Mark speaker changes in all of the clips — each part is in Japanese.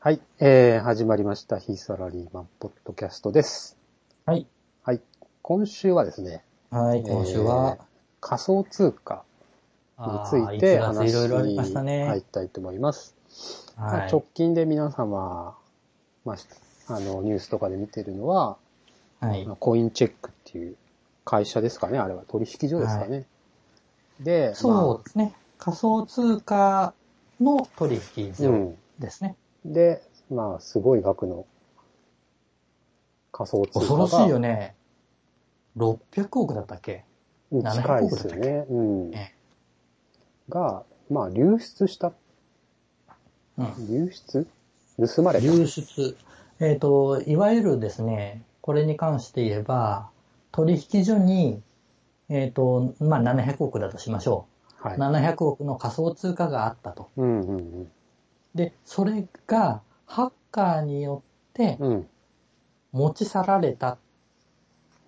Speaker 1: はい、えー、始まりました。非サラリーマンポッドキャストです。
Speaker 2: はい。
Speaker 1: はい、今週はですね、
Speaker 2: はい、今週は
Speaker 1: えー、仮想通貨
Speaker 2: あ
Speaker 1: に
Speaker 2: ー
Speaker 1: ついて
Speaker 2: 1月
Speaker 1: 話
Speaker 2: いろいろあり
Speaker 1: に
Speaker 2: ましたね。
Speaker 1: 入ったいと思います。まあ
Speaker 2: はい。
Speaker 1: 直近で皆様、まあ、あの、ニュースとかで見てるのは、
Speaker 2: はい
Speaker 1: まあ。コインチェックっていう会社ですかね、あれは取引所ですかね。で、
Speaker 2: そうですね。仮想通貨の取引
Speaker 1: まあ、う
Speaker 2: 所
Speaker 1: ん。
Speaker 2: ですね。
Speaker 1: で、まあ、すごい額の仮想通貨が
Speaker 2: 恐ろしいよね。600億だったっけ
Speaker 1: うん
Speaker 2: 700
Speaker 1: 近いですよね。うん。
Speaker 2: え
Speaker 1: が、まあ、流出した。
Speaker 2: うん。
Speaker 1: 流出盗まれた。
Speaker 2: 流出。えっ、と、いわゆるですね、これに関して言えば、取引所に、えっ、と、まあ、700億だとしましょ
Speaker 1: は
Speaker 2: う。
Speaker 1: い。
Speaker 2: 700億の仮想通貨があったと。
Speaker 1: うんうん
Speaker 2: で、それが、ハッカーによって
Speaker 1: うん。うん。
Speaker 2: 持ち去られた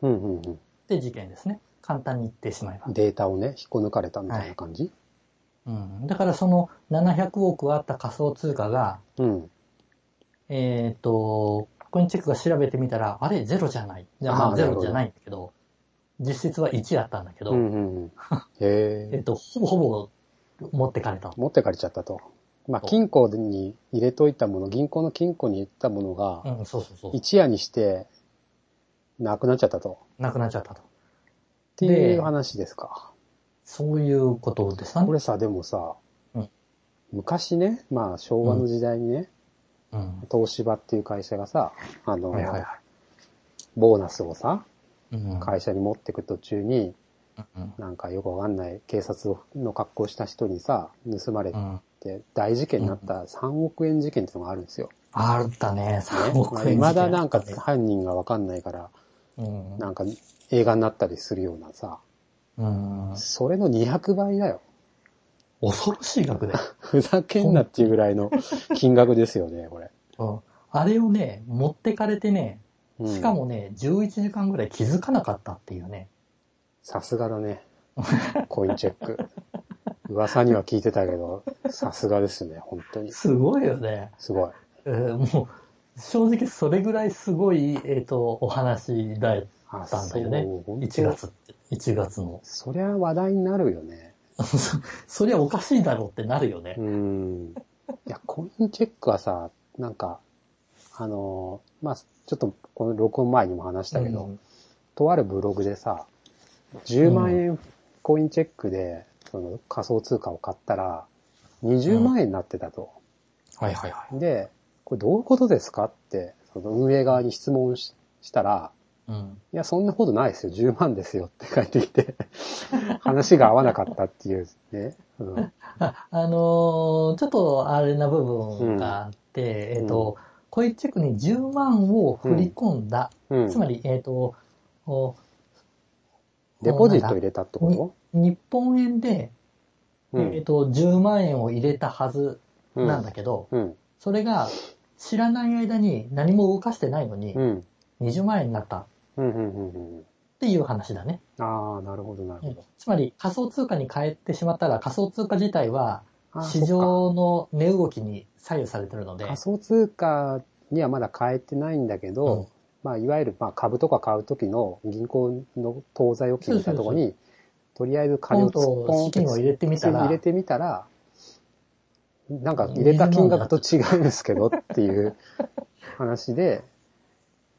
Speaker 1: うんうん
Speaker 2: って事件ですね。簡単に言ってしまえ
Speaker 1: うん。
Speaker 2: ば。
Speaker 1: データをね、引っこ抜かれたみたいな感じ、
Speaker 2: うん、だからその700億あった仮想通貨が、
Speaker 1: うん。
Speaker 2: えっ、と、コインチェックが調べてみたら、あれ、ゼロじゃない。いやま
Speaker 1: あー
Speaker 2: あ、ゼ
Speaker 1: なるほ
Speaker 2: ロ
Speaker 1: ど
Speaker 2: じゃないんだけど、実質は1だったんだけど、
Speaker 1: うん うんうん。へ
Speaker 2: えっ、
Speaker 1: え。
Speaker 2: と、ほぼほぼ持ってかれた。
Speaker 1: 持ってかれちゃったと。まあ、金庫に入れといたもの、銀行の金庫に入れたもの
Speaker 2: う
Speaker 1: が、
Speaker 2: ん、そうそうそう。
Speaker 1: 一夜にして、なくなっちゃったと。
Speaker 2: なくなっちゃったと。
Speaker 1: っていう話ですか。
Speaker 2: そういうことです
Speaker 1: こ
Speaker 2: ね。
Speaker 1: れさ、でもさ、
Speaker 2: うん
Speaker 1: 昔ね、まあ、昭和の時代にね、
Speaker 2: うん。
Speaker 1: 東芝っていう会社がさ、あの、
Speaker 2: はいはいはい
Speaker 1: ボーナスをさ、
Speaker 2: うん。
Speaker 1: 会社に持ってく途中に、
Speaker 2: うん
Speaker 1: なんかよくわかんない警察の格好した人にさ、盗まれ
Speaker 2: うん。
Speaker 1: て大事件になった3億円事件っていうのがあるんですよ。
Speaker 2: あったね、3億円事件。
Speaker 1: まだなんか犯人がわかんないから、
Speaker 2: うん。
Speaker 1: なんか映画になったりするようなさ、
Speaker 2: うん。
Speaker 1: それの200倍だよ。
Speaker 2: 恐ろしい額だよ。
Speaker 1: ふざけんなっていうぐらいの金額ですよね、これ。
Speaker 2: うんあれをね、持ってかれてね、
Speaker 1: うん
Speaker 2: しかもね、11時間ぐらい気づかなかったっていうね。
Speaker 1: さすがだ ね。コインチェック。噂には聞いてたけど、さすがですね、本当に。
Speaker 2: すごいよね。
Speaker 1: すごい。
Speaker 2: えーもう、正直それぐらいすごい、えっ、と、お話だよ。
Speaker 1: あ
Speaker 2: たんだよね
Speaker 1: そう本当
Speaker 2: 1月って。1月の。
Speaker 1: そりゃ話題になるよね。
Speaker 2: そそりゃおかしいだろうってなるよね
Speaker 1: う。ん。いや、コインチェックはさ、なんか、あのーまあ、ちょっとこの録音前にも話したけど、
Speaker 2: うん
Speaker 1: とあるブログでさ、10万円コインチェックで、その仮想通貨を買ったら、20万円になってたと。
Speaker 2: はいはいはい。
Speaker 1: で、これどういうことですかって、その運営側に質問ししたら、
Speaker 2: うん。
Speaker 1: いや、そんなことないですよ。10万ですよって返ってき て、話が合わなかったっていうね。うん
Speaker 2: あ、あのーちょっとあれな部分があって、えっ、と、コインチェックに10万を振り込んだ。
Speaker 1: うん。
Speaker 2: つまり、えっ、と、お
Speaker 1: デポジット入れたってこ
Speaker 2: 日本円で、
Speaker 1: と
Speaker 2: えっと、10万円を入れたはず
Speaker 1: うん。
Speaker 2: なんだけど、
Speaker 1: うん。
Speaker 2: それが知らない間に何も動かしてないのに
Speaker 1: う、ん。
Speaker 2: 20万円になったっ
Speaker 1: うん。うん。うん。うん
Speaker 2: ていう話だね。
Speaker 1: ああ、なるほど、なる
Speaker 2: う
Speaker 1: ほ
Speaker 2: ん
Speaker 1: ど。
Speaker 2: つまり、仮想通貨に変えてしまったら、仮想通貨自体は
Speaker 1: あー
Speaker 2: 市
Speaker 1: そっ
Speaker 2: 場の値動きに左右されてるの
Speaker 1: か
Speaker 2: で
Speaker 1: 仮、想通貨にはまだ変えてないんだけど、
Speaker 2: うん
Speaker 1: まあ、いわゆる、まあ、株とか買うときの銀行の当座預金みたいなところに、とりあえず
Speaker 2: ポ
Speaker 1: 金を突
Speaker 2: ン
Speaker 1: っ
Speaker 2: と
Speaker 1: 込ん
Speaker 2: 資金を入れてみたら
Speaker 1: 入、れてみたら、なんか入れた金額と違うんですけどっていう話で、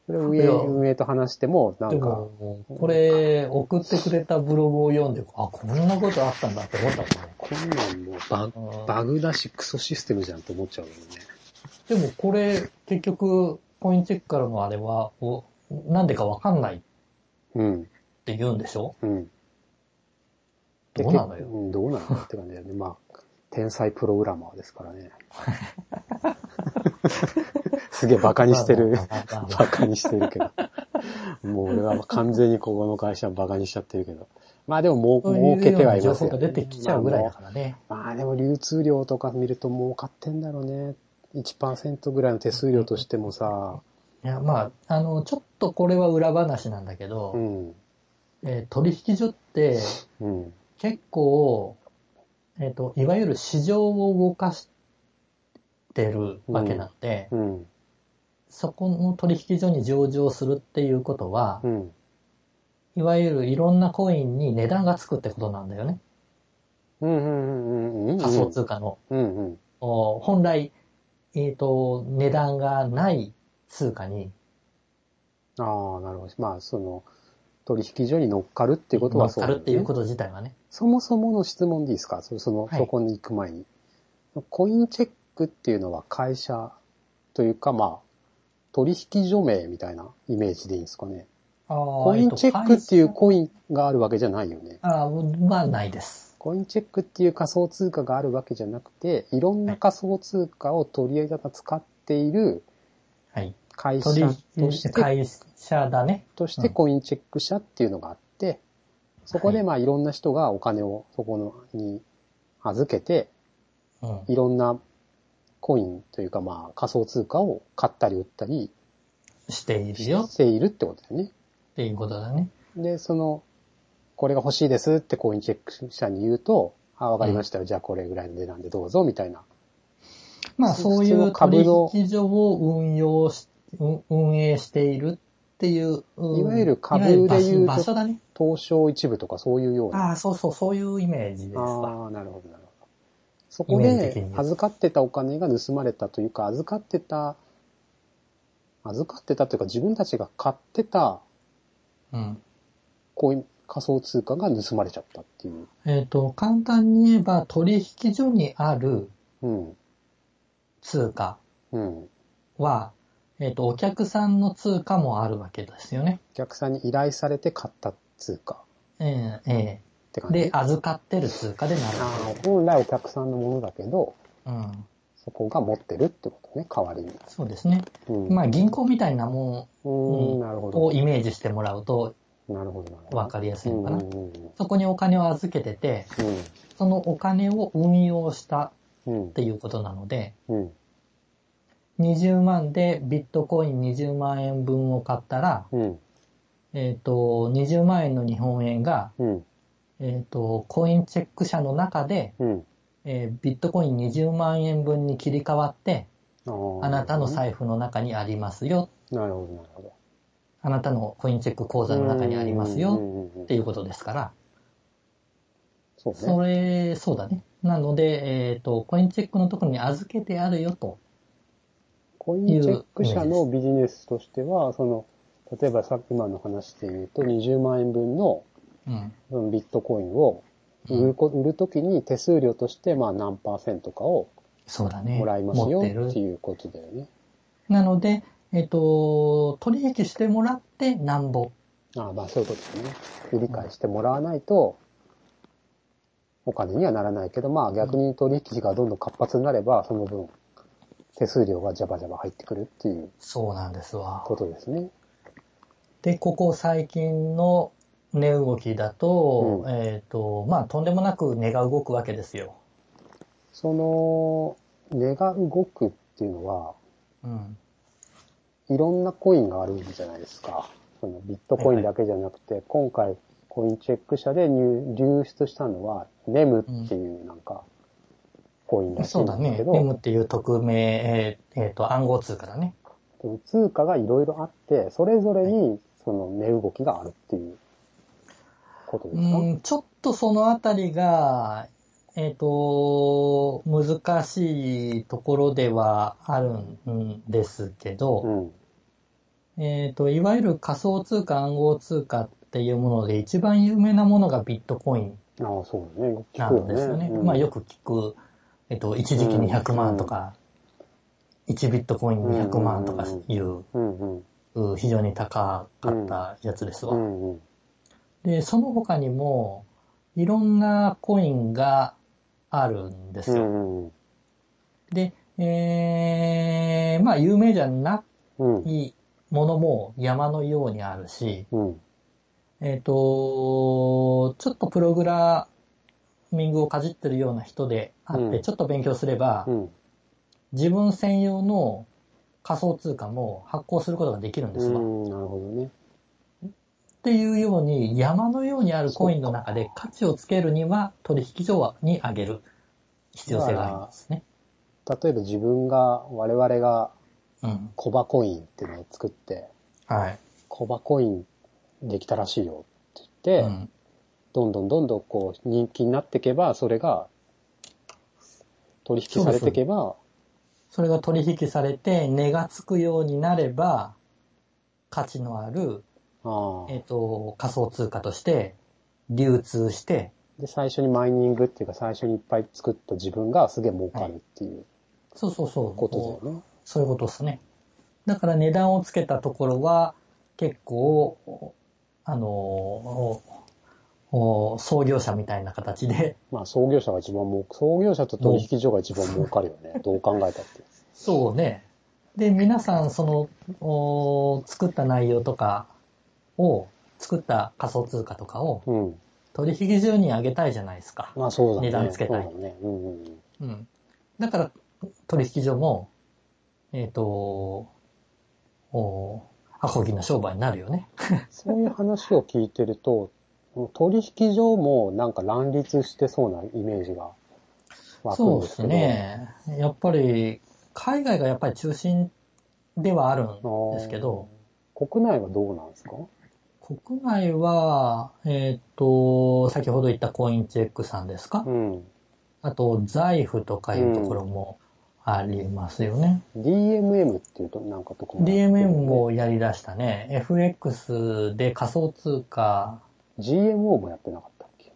Speaker 1: それを運営
Speaker 2: いや
Speaker 1: 運営と話しても、な
Speaker 2: で
Speaker 1: んか、
Speaker 2: も、これ、送ってくれたブログを読んで、あ、こんなことあったんだって思ったもんね
Speaker 1: こんなんもうバ
Speaker 2: うん。
Speaker 1: バグだしクソシステムじゃんと思っちゃうよね。
Speaker 2: でもこれ、結局、コインチェックからのあれは、おなんでかわかんないっ
Speaker 1: うん、
Speaker 2: て言うんでしょ
Speaker 1: うん。
Speaker 2: どうなのよ
Speaker 1: うんどうなのって感じだよね。まあ、天才プログラマーです からね。すげえバカにしてる
Speaker 2: ま。あまあまあまあ
Speaker 1: バカにしてるけど。もう俺は完全にここの会社バカにしちゃってるけど。まあでももう
Speaker 2: そう
Speaker 1: 儲
Speaker 2: いう
Speaker 1: けて
Speaker 2: よう
Speaker 1: は
Speaker 2: ない情
Speaker 1: ます
Speaker 2: 報
Speaker 1: よ。
Speaker 2: が出てきちゃうぐらいだからね。
Speaker 1: まあまあでも流通量とか見ると儲かってんだろうね。1%ぐらいの手数料としてもさ、
Speaker 2: いや、まあ、あの、ちょっとこれは裏話なんだけど、
Speaker 1: うん、
Speaker 2: えー取引所って
Speaker 1: うん、
Speaker 2: 結構、えっ、と、いわゆる市場を動かし、ってるわけなので、
Speaker 1: うん。
Speaker 2: そこの取引所に上場するっていうことは、
Speaker 1: うん。
Speaker 2: いわゆるいろんなコインに値段がつくってことなんだよね。
Speaker 1: うんうんうんうん。
Speaker 2: 仮想通貨の。
Speaker 1: うんうん。
Speaker 2: お本来、えっ、と、値段がない通貨に
Speaker 1: ああ、なるほど。まあ、その、取引所に乗っかるっていうこと
Speaker 2: 乗
Speaker 1: は
Speaker 2: っ
Speaker 1: そう
Speaker 2: か
Speaker 1: だよ
Speaker 2: る
Speaker 1: ね
Speaker 2: っていうこと自体はね。
Speaker 1: そもそもの質問でいいですかそその、
Speaker 2: はい
Speaker 1: そこに行く前に。コインチェックっていうのは会社というか、まあ、取引所名みたいなイメージでいいんですかね。コ
Speaker 2: コ
Speaker 1: インチェックっていうコインがあるわけじゃないよね。
Speaker 2: ああ、はないです。
Speaker 1: コインチェックっていう仮想通貨があるわけじゃなくて、いろんな仮想通貨を取り上げ使っている
Speaker 2: はい。
Speaker 1: 会社
Speaker 2: 取
Speaker 1: として
Speaker 2: 引、会社だね。
Speaker 1: としてコインチェック社っていうのがあって、そこでまあいろんな人がお金をそこのに預けて、
Speaker 2: うん。
Speaker 1: いろんなコインというかまあ仮想通貨を買ったり売ったり
Speaker 2: しているよっ
Speaker 1: しているってことだよね。
Speaker 2: ていうことだね。
Speaker 1: で、その、これが欲しいですってコインチェック社に言うと、あ、わかりましたよ。じゃあこれぐらいの値段でどうぞ、みたいな。
Speaker 2: まあそういう
Speaker 1: 普通の
Speaker 2: 取
Speaker 1: 株の
Speaker 2: 引所を運用し、運運営しているっていう。うん
Speaker 1: いわゆる株
Speaker 2: いわゆる場所
Speaker 1: でいうと
Speaker 2: 場所だね。
Speaker 1: 東証一部とかそういうような。
Speaker 2: ああ、そうそう、そういうイメージです
Speaker 1: あ
Speaker 2: わ。
Speaker 1: あー、なるほど、なるほど。そこ
Speaker 2: イメージ的
Speaker 1: で
Speaker 2: に、
Speaker 1: 預かってたお金が盗まれたというか、預かってた、預かってたというか、自分たちが買ってた、
Speaker 2: うん。
Speaker 1: こういう仮想通貨が盗まれちゃったっていう。
Speaker 2: えっ、と、簡単に言えば取引所にある
Speaker 1: うん。
Speaker 2: 通貨
Speaker 1: うん。お
Speaker 2: は、えっ、と、お客さんの通貨もあるわけですよね。
Speaker 1: 客さんに依頼されて買った通貨
Speaker 2: えええ
Speaker 1: って
Speaker 2: え
Speaker 1: 感じ。
Speaker 2: で、預かってる通貨でなるわ
Speaker 1: あー本来お客さんのものだけど、
Speaker 2: け。うん。
Speaker 1: そこが持ってるってことね、代わりに。
Speaker 2: そうですね。
Speaker 1: うん。
Speaker 2: まあ、銀行みたいなも
Speaker 1: うー
Speaker 2: うん
Speaker 1: ん、なるほ
Speaker 2: の
Speaker 1: ど。
Speaker 2: をイメージしてもらうと
Speaker 1: なるほど、なるほど。
Speaker 2: わかりやすいのか
Speaker 1: う
Speaker 2: な。
Speaker 1: んうんうん
Speaker 2: そこにお金を預けてて、そのお金を運用した
Speaker 1: うん。
Speaker 2: っていうことなので、
Speaker 1: うん。うん。
Speaker 2: 20万でビットコイン20万円分を買ったら、
Speaker 1: うん。
Speaker 2: えっ、と、20万円の日本円が、
Speaker 1: うん。
Speaker 2: えっ、と、コインチェック社の中で、
Speaker 1: うん。
Speaker 2: えービットコイン20万円分に切り替わって、
Speaker 1: あー
Speaker 2: あなたの財布の中にありますよ。
Speaker 1: なるほど、なるほど。
Speaker 2: あなたのコインチェック口座の中にありますよ。
Speaker 1: っ
Speaker 2: っていうことですから、
Speaker 1: そう
Speaker 2: そ
Speaker 1: ね。
Speaker 2: れ、そうだね。なので、えっ、と、コインチェックのところに預けてあるよと。
Speaker 1: コインチェック社のビジネスとしては、その、例えばさっき今の話で言うと、20万円分の
Speaker 2: うん。
Speaker 1: そのビットコインを売るこ売るときに手数料として、まあ何パーセントかを
Speaker 2: そうだね。
Speaker 1: もらいますよ
Speaker 2: 持
Speaker 1: っ
Speaker 2: っててる。
Speaker 1: いうことだよね。
Speaker 2: なので、えっ、と、取引してもらってなんぼ。
Speaker 1: ああ、まあそういうことですね。売り買いしてもらわないと、お金にはならないけど、まあ逆に取引がどんどん活発になれば、その分、手数料がジャバジャバ入ってくるっていう
Speaker 2: そうなんですわ。
Speaker 1: ことですね。
Speaker 2: で、ここ最近の値動きだと、
Speaker 1: うん
Speaker 2: えっ、と、まあ、とんでもなく値が動くわけですよ。
Speaker 1: その、値が動くっていうのは、
Speaker 2: うん。
Speaker 1: いろんなコインがあるじゃないですか。そのビットコインだけじゃなくて、今回コインチェック社で入流出したのは、ネムっていうなんか、コインらしい
Speaker 2: そ
Speaker 1: ん
Speaker 2: う
Speaker 1: で
Speaker 2: だ
Speaker 1: すけ
Speaker 2: ね。
Speaker 1: ど、
Speaker 2: M っていう匿名、えっ、えーと、暗号通貨だね。
Speaker 1: 通貨がいろいろあって、それぞれにその値動きがあるっていうことですか、
Speaker 2: うん、ちょっとそのあたりが、えっ、と、難しいところではあるんですけど、
Speaker 1: うん、
Speaker 2: えっ、と、いわゆる仮想通貨、暗号通貨っていうもので一番有名なものがビットコイン
Speaker 1: ああ、そうだね。よく聞
Speaker 2: な
Speaker 1: くよ
Speaker 2: ん
Speaker 1: ね。
Speaker 2: ですよね。
Speaker 1: うん
Speaker 2: まあよく聞く、えっ、と、一時期
Speaker 1: うん
Speaker 2: 200万とか、1ビットコイン200万とかいう、
Speaker 1: うんうん。
Speaker 2: う非常に高かったやつです
Speaker 1: う
Speaker 2: わ。
Speaker 1: んうん。
Speaker 2: で、その他にも、いろんなコインがあるんで
Speaker 1: う
Speaker 2: すよ。
Speaker 1: んうん。
Speaker 2: で、えー、まあ有名じゃな
Speaker 1: うん。
Speaker 2: いものも山のようにあるし、
Speaker 1: うん。
Speaker 2: えっ、と、ちょっとプログラミングをかじってるような人であって、
Speaker 1: うん
Speaker 2: ちょっと勉強すれば、
Speaker 1: うん。
Speaker 2: 自分専用の仮想通貨も発行することができるんですわ。っ
Speaker 1: うん、なるほどね。
Speaker 2: ていうように、山のようにあるコインの中で価値をつけるには、取引所に上げる必要性がありますね。
Speaker 1: 例えば自分が、我々が
Speaker 2: うん。
Speaker 1: コバコインっていうのを作って、
Speaker 2: はい。
Speaker 1: コバコインできたらしいよって
Speaker 2: う
Speaker 1: 言って、
Speaker 2: ん。
Speaker 1: どんどんどんどんこう人気になっていけば、それが取引されていけば、
Speaker 2: それが取引されて、値がつくようになれば、価値のある、
Speaker 1: あ
Speaker 2: えっ、と、仮想通貨として、流通して、
Speaker 1: あで、最初にマイニングっていうか最初にいっぱい作った自分がすげえ儲かるっていう
Speaker 2: そうそうそう。
Speaker 1: ことだよね。
Speaker 2: そういうことですね。だから値段をつけたところは、結構、あの、おお創業者みたいな形で、
Speaker 1: まあ創業者が一番儲創業者と取引所が一番儲かるよね。どう考えたって。
Speaker 2: そうね。で、皆さん、その、お作った内容とかを、作った仮想通貨とかを
Speaker 1: うん。
Speaker 2: 取引所にあげたいじゃないですか。
Speaker 1: まあそうだね。
Speaker 2: 値段つけたい
Speaker 1: そうだね。うんうんうん。
Speaker 2: うん。だから、取引所も、えっ、と、おアコギの商売になるよね。
Speaker 1: そういう話を聞いてると、取引所もなんか乱立してそうなイメージが湧く
Speaker 2: そ
Speaker 1: んで
Speaker 2: うで
Speaker 1: け
Speaker 2: すす
Speaker 1: ど。
Speaker 2: ね。やっぱり、海外がやっぱり中心ではあるん
Speaker 1: あー
Speaker 2: ですけど、。
Speaker 1: 国内はどうなんですか
Speaker 2: 国内は、えっ、と、先ほど言ったコインチェックさんですか、
Speaker 1: うん。
Speaker 2: あと、財布とかいうところもありますよね。
Speaker 1: DMM っていうとなんかとこ
Speaker 2: DMM もやり出したね。FX で仮想通貨、
Speaker 1: GMO もやってなかったっけ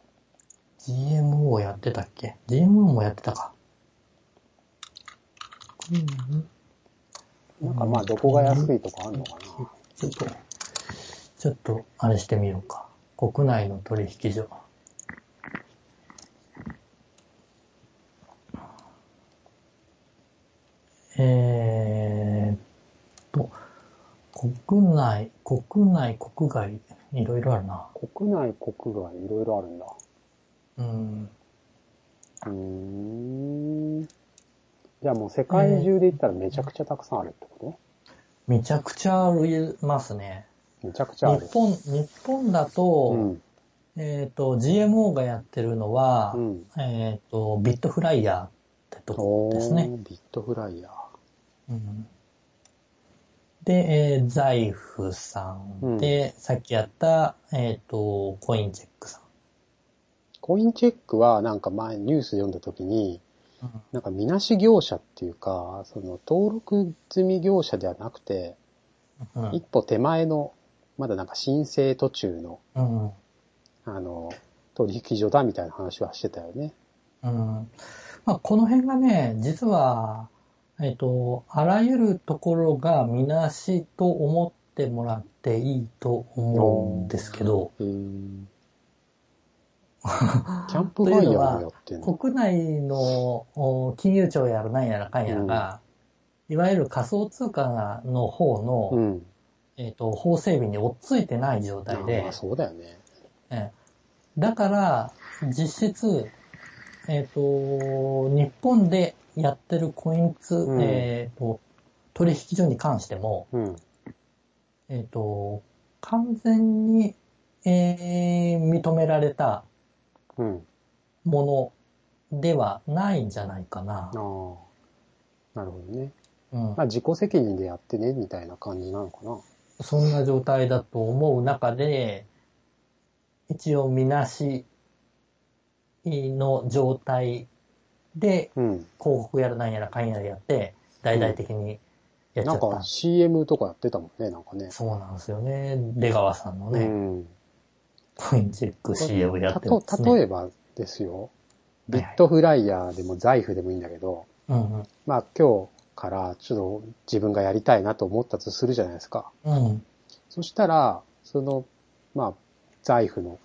Speaker 2: GMO やってたっけ ?GMO もやってたか。うん
Speaker 1: なんかまあどこが安いとかあるのかな。
Speaker 2: ちょっと、ちょっと、あれしてみようか。国内の取引所。えーっと、国内、国内、国外、いろいろあるな。
Speaker 1: 国内、国外、いろいろあるんだ。
Speaker 2: うん。
Speaker 1: うーん。じゃあもう世界中で言ったらめちゃくちゃたくさんあるってこ
Speaker 2: めちゃくちゃありますね。
Speaker 1: とめちゃくち
Speaker 2: 日
Speaker 1: ゃある。
Speaker 2: 本、日本だと、
Speaker 1: うん。
Speaker 2: えーっと、GMO がやってるのは、
Speaker 1: うん。
Speaker 2: えーっと、ビットフライヤーってとこ
Speaker 1: お
Speaker 2: ですね。
Speaker 1: ービットフライヤー。
Speaker 2: うんで、えー財布さ
Speaker 1: うん
Speaker 2: んで、さっきやった、えっ、と、コインチェックさん。
Speaker 1: コインチェックはなんか前ニュース読んだ時に、なんかみなし業者っていうか、その登録済み業者ではなくて、
Speaker 2: うん
Speaker 1: 一歩手前の、まだなんか申請途中の、
Speaker 2: うん
Speaker 1: あの、取引所だみたいな話はしてたよね。
Speaker 2: うんまあ、この辺がね、実は、えっ、と、あらゆるところがみなしと思ってもらっていいと思うんですけど、
Speaker 1: うーん。 キャンプファイヤーもやってんの
Speaker 2: 国内のお金融庁やらなんやらかんやらが、いわゆる仮想通貨の方の、
Speaker 1: うん。
Speaker 2: えっ、と、法整備に追っついてない状態で
Speaker 1: まあ、そうだよね。
Speaker 2: ええだから、実質、えっ、と、日本でやってるコインツ、
Speaker 1: うん
Speaker 2: えっ、と、取引所に関しても、
Speaker 1: うん。
Speaker 2: えっ、と、完全に、えー認められた
Speaker 1: うん。
Speaker 2: ものではないんじゃないか
Speaker 1: あ
Speaker 2: な
Speaker 1: あ。。なるほどね。
Speaker 2: うん
Speaker 1: まあ、自己責任でやってね、みたいな感じなのかな。
Speaker 2: そんな状態だと思う中で、一応みなしの状態で
Speaker 1: うん。
Speaker 2: 広告やらなんやらかんやらやって、大々的にやっちゃ
Speaker 1: な
Speaker 2: っ
Speaker 1: ん
Speaker 2: た。
Speaker 1: か CM とかやってたもんね、なんかね。
Speaker 2: そうなんですよね。出川さんの
Speaker 1: う
Speaker 2: ね、
Speaker 1: ん。
Speaker 2: コインチェック CM や
Speaker 1: た
Speaker 2: ってるん
Speaker 1: と
Speaker 2: です、、ね。
Speaker 1: 例
Speaker 2: え
Speaker 1: えばですよ。
Speaker 2: は
Speaker 1: ビ
Speaker 2: いはい
Speaker 1: ットフライヤーでも財布でもいいんだけど、
Speaker 2: うん
Speaker 1: まあ今日からちょっと自分がやりたいなと思ったとするじゃないですか。
Speaker 2: うん。うん。
Speaker 1: そしたら、その、まあ、財布の、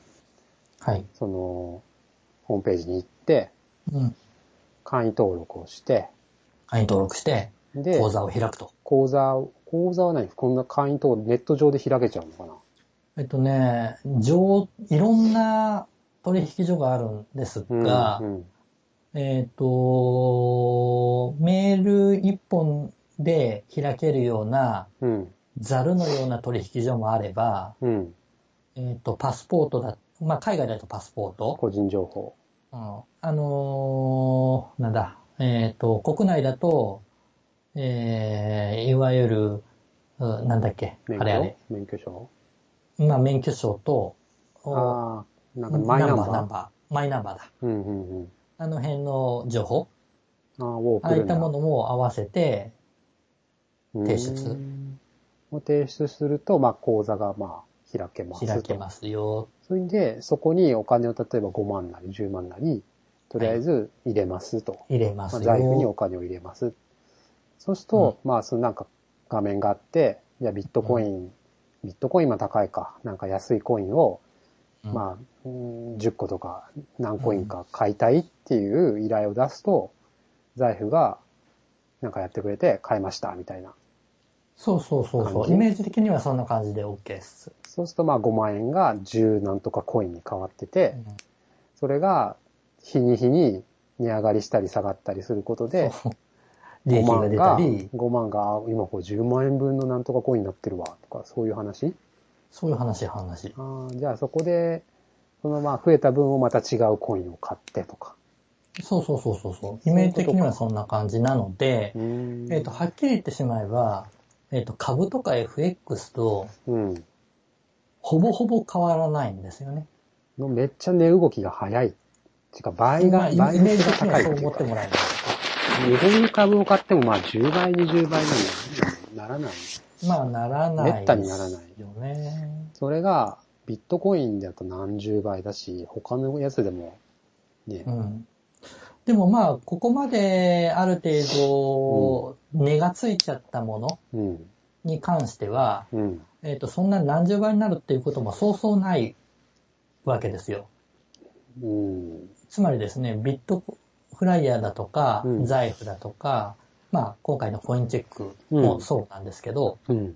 Speaker 2: はい。
Speaker 1: その、ホームページに行って、
Speaker 2: うん。
Speaker 1: 会員登録をして、
Speaker 2: 会員登録して、
Speaker 1: で、
Speaker 2: 口座を開くと。
Speaker 1: 口座を、口座は何こんな会員登録、ネット上で開けちゃうのかな
Speaker 2: えっとね、上、いろんな取引所があるんですが、
Speaker 1: うんうん
Speaker 2: えっ、と、メール一本で開けるような、
Speaker 1: うん。
Speaker 2: ザルのような取引所もあれば、
Speaker 1: うん。
Speaker 2: えっ、と、パスポートだ、まあ、海外だとパスポート、
Speaker 1: 個人情報。
Speaker 2: うんあのーなんだ、ええっ、と、国内だと、えー、いわゆる、うなんだっけ、
Speaker 1: 免
Speaker 2: あれあれ
Speaker 1: 許、免許証
Speaker 2: まあ、免許証と、お
Speaker 1: ああ、なんかマイナンバー。
Speaker 2: ナンバー、マイナンバーだ。
Speaker 1: うんうんうん。
Speaker 2: あの辺の情報、
Speaker 1: ああ、を送
Speaker 2: ああい
Speaker 1: る
Speaker 2: っ
Speaker 1: んだ
Speaker 2: たものも合わせて、提出
Speaker 1: うんを提出すると、まあ、口座が、まあ、開けますと。
Speaker 2: 開けますよ。
Speaker 1: それで、そこにお金を例えば5万なり10万なり、とりあえず入れますと。
Speaker 2: 入れま
Speaker 1: まあ、
Speaker 2: す
Speaker 1: 財布にお
Speaker 2: よ。
Speaker 1: 金を入れます。そうすると、まあ、そのなんか画面があって、いや、ビットコイン、ビットコインは高いか、なんか安いコインを、
Speaker 2: うん
Speaker 1: まあ、うん10個とか何コインか買いたいっていう依頼を出すと、財布がなんかやってくれて買いましたみたいな。
Speaker 2: そうそうそうそ
Speaker 1: 感
Speaker 2: う。
Speaker 1: じ
Speaker 2: イメージ的にはそんな感じで OK です。
Speaker 1: そうするとまあ5万円が10なんとかコインに変わってて、それが日に日に値上がりしたり下がったりすることで、
Speaker 2: そう利
Speaker 1: 5
Speaker 2: 益が
Speaker 1: 万
Speaker 2: 出た
Speaker 1: が、
Speaker 2: り、
Speaker 1: 5万が、あ今こう10万円分のなんとかコインになってるわ、とか、そういう話
Speaker 2: そういう話、話。
Speaker 1: あーじゃあそこで、そのまあ増えた分をまた違うコインを買ってとか。
Speaker 2: そうそうそうそうそう。イメージ的にはそんな感じなので、えっ、と、はっきり言ってしまえば、えっ、と、株とか FX と
Speaker 1: うん。
Speaker 2: ほぼほぼ変わらないんですよね。
Speaker 1: のめっちゃ値動きが早い。ていうか倍
Speaker 2: まあ
Speaker 1: が、
Speaker 2: イイメ
Speaker 1: 倍
Speaker 2: ー
Speaker 1: 率
Speaker 2: ジ
Speaker 1: が
Speaker 2: 的に
Speaker 1: 高
Speaker 2: は
Speaker 1: って
Speaker 2: いそう
Speaker 1: い
Speaker 2: 思
Speaker 1: う
Speaker 2: って
Speaker 1: か。
Speaker 2: もらえま
Speaker 1: 日本株を買ってもまあ10倍、20倍にはならない。
Speaker 2: す。まあ、ならない、
Speaker 1: めったにならない
Speaker 2: よね。
Speaker 1: それが、ビットコインだと何十倍だし、他のやつでも、ね
Speaker 2: う、ん。でもまあ、ここまである程度、値がついちゃったもの
Speaker 1: うん、
Speaker 2: に関しては、
Speaker 1: うん。
Speaker 2: えっ、と、そんな何十倍になるっていうこともそうそうないわけですよ。
Speaker 1: うん。
Speaker 2: つまりですね、ビットフライヤーだとか、
Speaker 1: うん
Speaker 2: 財布だとか、まあ、今回のコインチェックもそうなんですけど、
Speaker 1: うん。